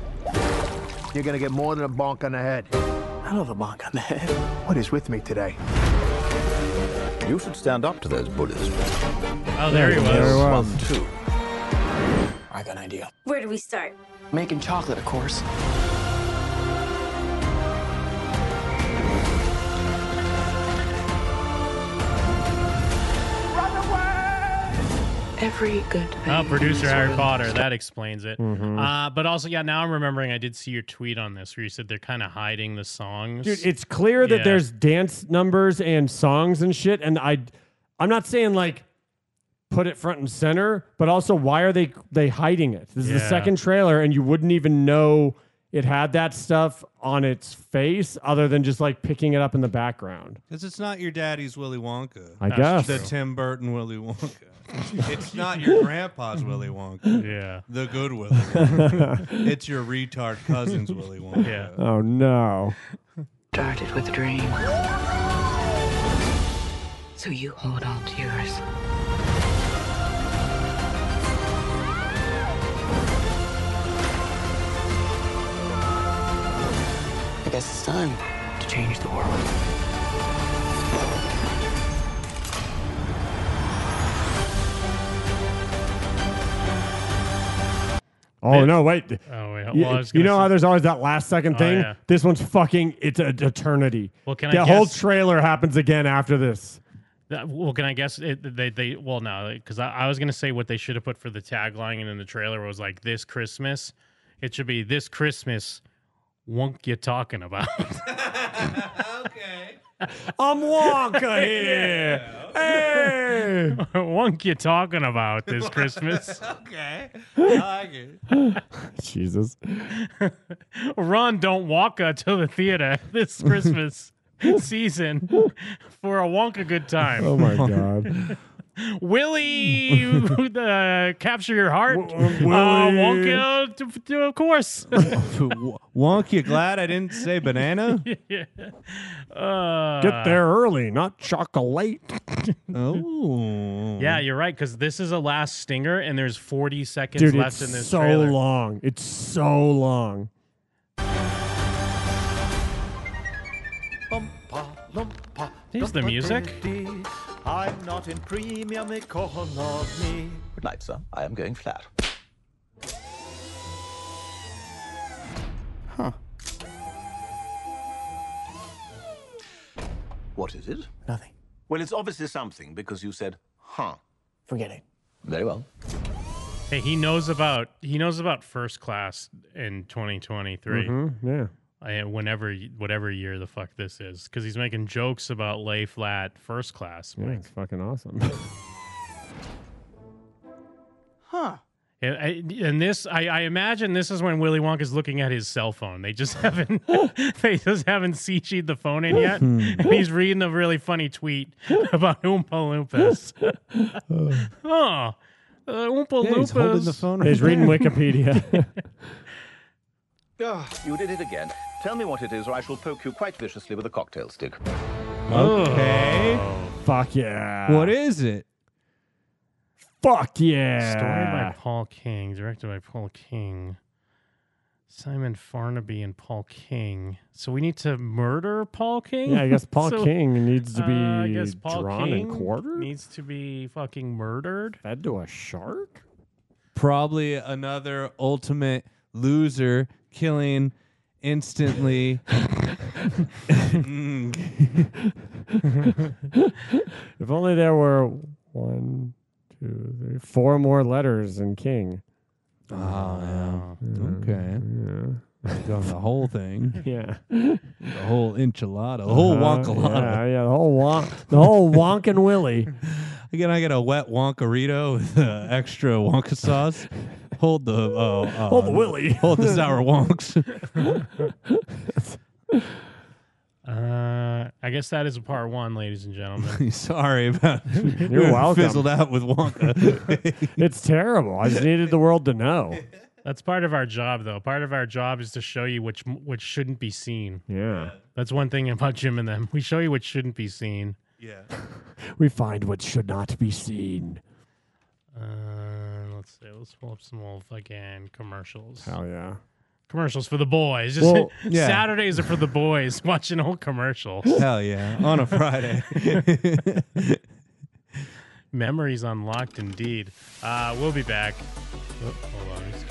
Speaker 21: You're gonna get more than a bonk on the head. I love a bonk on the head. What is with me today?
Speaker 26: You should stand up to those bullies.
Speaker 3: Oh, there he was.
Speaker 26: One, two.
Speaker 8: I got an idea.
Speaker 24: Where do we start?
Speaker 8: Making chocolate, of course.
Speaker 27: Every good thing.
Speaker 3: Oh, producer Harry
Speaker 27: is-
Speaker 3: Potter. That explains it.
Speaker 2: Mhm.
Speaker 3: Uh, but also, yeah, now I'm remembering I did see your tweet on this where you said they're kind of hiding the songs.
Speaker 2: Dude, it's clear that
Speaker 3: Yeah.
Speaker 2: there's dance numbers and songs and shit and I I'm not saying like put it front and center, but also why are they they hiding it? This is
Speaker 3: Yeah.
Speaker 2: the second trailer and you wouldn't even know it had that stuff on its face other than just like picking it up in the background.
Speaker 5: Because it's not your daddy's Willy Wonka.
Speaker 2: I That's guess.
Speaker 5: The
Speaker 2: true.
Speaker 5: Tim Burton Willy Wonka. it's not your grandpa's Willy Wonka.
Speaker 3: Yeah.
Speaker 5: The good Willy Wonka. it's your retard cousin's Willy Wonka. Yeah.
Speaker 2: Oh no.
Speaker 27: Started with a dream. So you hold on to yours.
Speaker 8: I guess it's time to change the world.
Speaker 2: Oh no! Wait.
Speaker 3: Oh, wait.
Speaker 2: You,
Speaker 3: Well, I was
Speaker 2: you
Speaker 3: gonna
Speaker 2: know how there's always that last second
Speaker 3: Oh,
Speaker 2: thing.
Speaker 3: yeah.
Speaker 2: This one's fucking. It's an eternity.
Speaker 3: Well, can I
Speaker 2: the whole
Speaker 3: guess-
Speaker 2: trailer happens again after this.
Speaker 3: That- Uh, well, can I guess it, they they well no because I, I was gonna say what they should have put for the tagline and in the trailer was like this Christmas, it should be this Christmas, wonk you talking about?
Speaker 2: I'm Wonka here. Hey,
Speaker 3: wonk you talking about this Christmas?
Speaker 5: okay. I like it.
Speaker 2: Jesus.
Speaker 3: Run, don't walk uh, to the theater this Christmas. season for a Wonka good time.
Speaker 2: Oh my god.
Speaker 3: Willie, uh, capture your heart. Uh, Wonka, to, to, of course.
Speaker 5: Wonk, you glad I didn't say banana?
Speaker 3: Yeah. Uh,
Speaker 2: Get there early, not chocolate.
Speaker 5: oh.
Speaker 3: Yeah, you're right. Because this is a last stinger, and there's 40 seconds
Speaker 2: Dude,
Speaker 3: left
Speaker 2: it's
Speaker 3: in this
Speaker 2: so
Speaker 3: trailer.
Speaker 2: long. It's so long.
Speaker 3: There's the music.
Speaker 26: I'm not in premium economy.
Speaker 14: Good night, sir. I am going flat. Huh. What is it? Nothing. Well, it's obviously something because you said, huh. Forget it. Very well.
Speaker 3: Hey, he knows about he knows about first class in 2023.
Speaker 2: Mhm, yeah.
Speaker 3: I- whenever whatever year the fuck this is, because he's making jokes about lay flat first class.
Speaker 2: Yeah, it's fucking awesome.
Speaker 3: Huh. And, I- and this, I, I imagine this is when Willy Wonka's looking at his cell phone. They just haven't, they just haven't CG'd the phone in yet.
Speaker 5: Hmm.
Speaker 3: and he's reading a really funny tweet about Oompa Loompas. oh, uh, Oompa
Speaker 5: Yeah, he's holding the phone
Speaker 3: Loompas.
Speaker 5: right He's reading there.
Speaker 2: Wikipedia.
Speaker 26: Ah, you did it again. Tell me what it is, or I shall poke you quite viciously with a cocktail stick.
Speaker 5: Okay.
Speaker 2: Fuck yeah.
Speaker 5: What is it?
Speaker 2: Fuck yeah.
Speaker 3: Story by Paul King, directed by Paul King. Simon Farnaby and Paul King. So we need to murder Paul King?
Speaker 2: Yeah, I guess Paul
Speaker 3: So,
Speaker 2: King needs to
Speaker 3: uh,
Speaker 2: be
Speaker 3: I guess Paul
Speaker 2: drawn
Speaker 3: King
Speaker 2: and quartered.
Speaker 3: Needs to be fucking murdered.
Speaker 2: Fed to a shark?
Speaker 5: Probably another ultimate loser killing instantly.
Speaker 2: if only there were one, two, three, four more letters in King.
Speaker 5: Oh, yeah.
Speaker 2: Mm,
Speaker 5: Okay. Got the whole thing.
Speaker 2: Yeah.
Speaker 5: The whole enchilada. The whole
Speaker 2: Uh-huh.
Speaker 5: wonkalada.
Speaker 2: Yeah, yeah, the whole wonk, the whole wonk and Willy.
Speaker 5: Again, I get a wet wonkarito with uh, extra wonka sauce. Hold the uh, uh,
Speaker 2: Hold the willy.
Speaker 5: Hold the sour wonks.
Speaker 3: Uh, I guess that is part one, ladies and gentlemen.
Speaker 5: Sorry about we
Speaker 2: You're welcome.
Speaker 5: Fizzled out with wonka.
Speaker 2: it's terrible. I just needed the world to know.
Speaker 3: That's part of our job, though. Part of our job is to show you which which shouldn't be seen.
Speaker 2: Yeah.
Speaker 3: That's one thing about Jim and them. We show you what shouldn't be seen.
Speaker 5: Yeah.
Speaker 2: We find what should not be seen.
Speaker 3: Uh, let's see. Let's pull up some old fucking commercials.
Speaker 2: Hell Oh, yeah.
Speaker 3: Commercials for the boys. Just
Speaker 5: Well, yeah.
Speaker 3: Saturdays are for the boys. Watching old commercials.
Speaker 5: Hell yeah! On a Friday.
Speaker 3: Memories unlocked, indeed. Uh, we'll be back. Oh, hold on.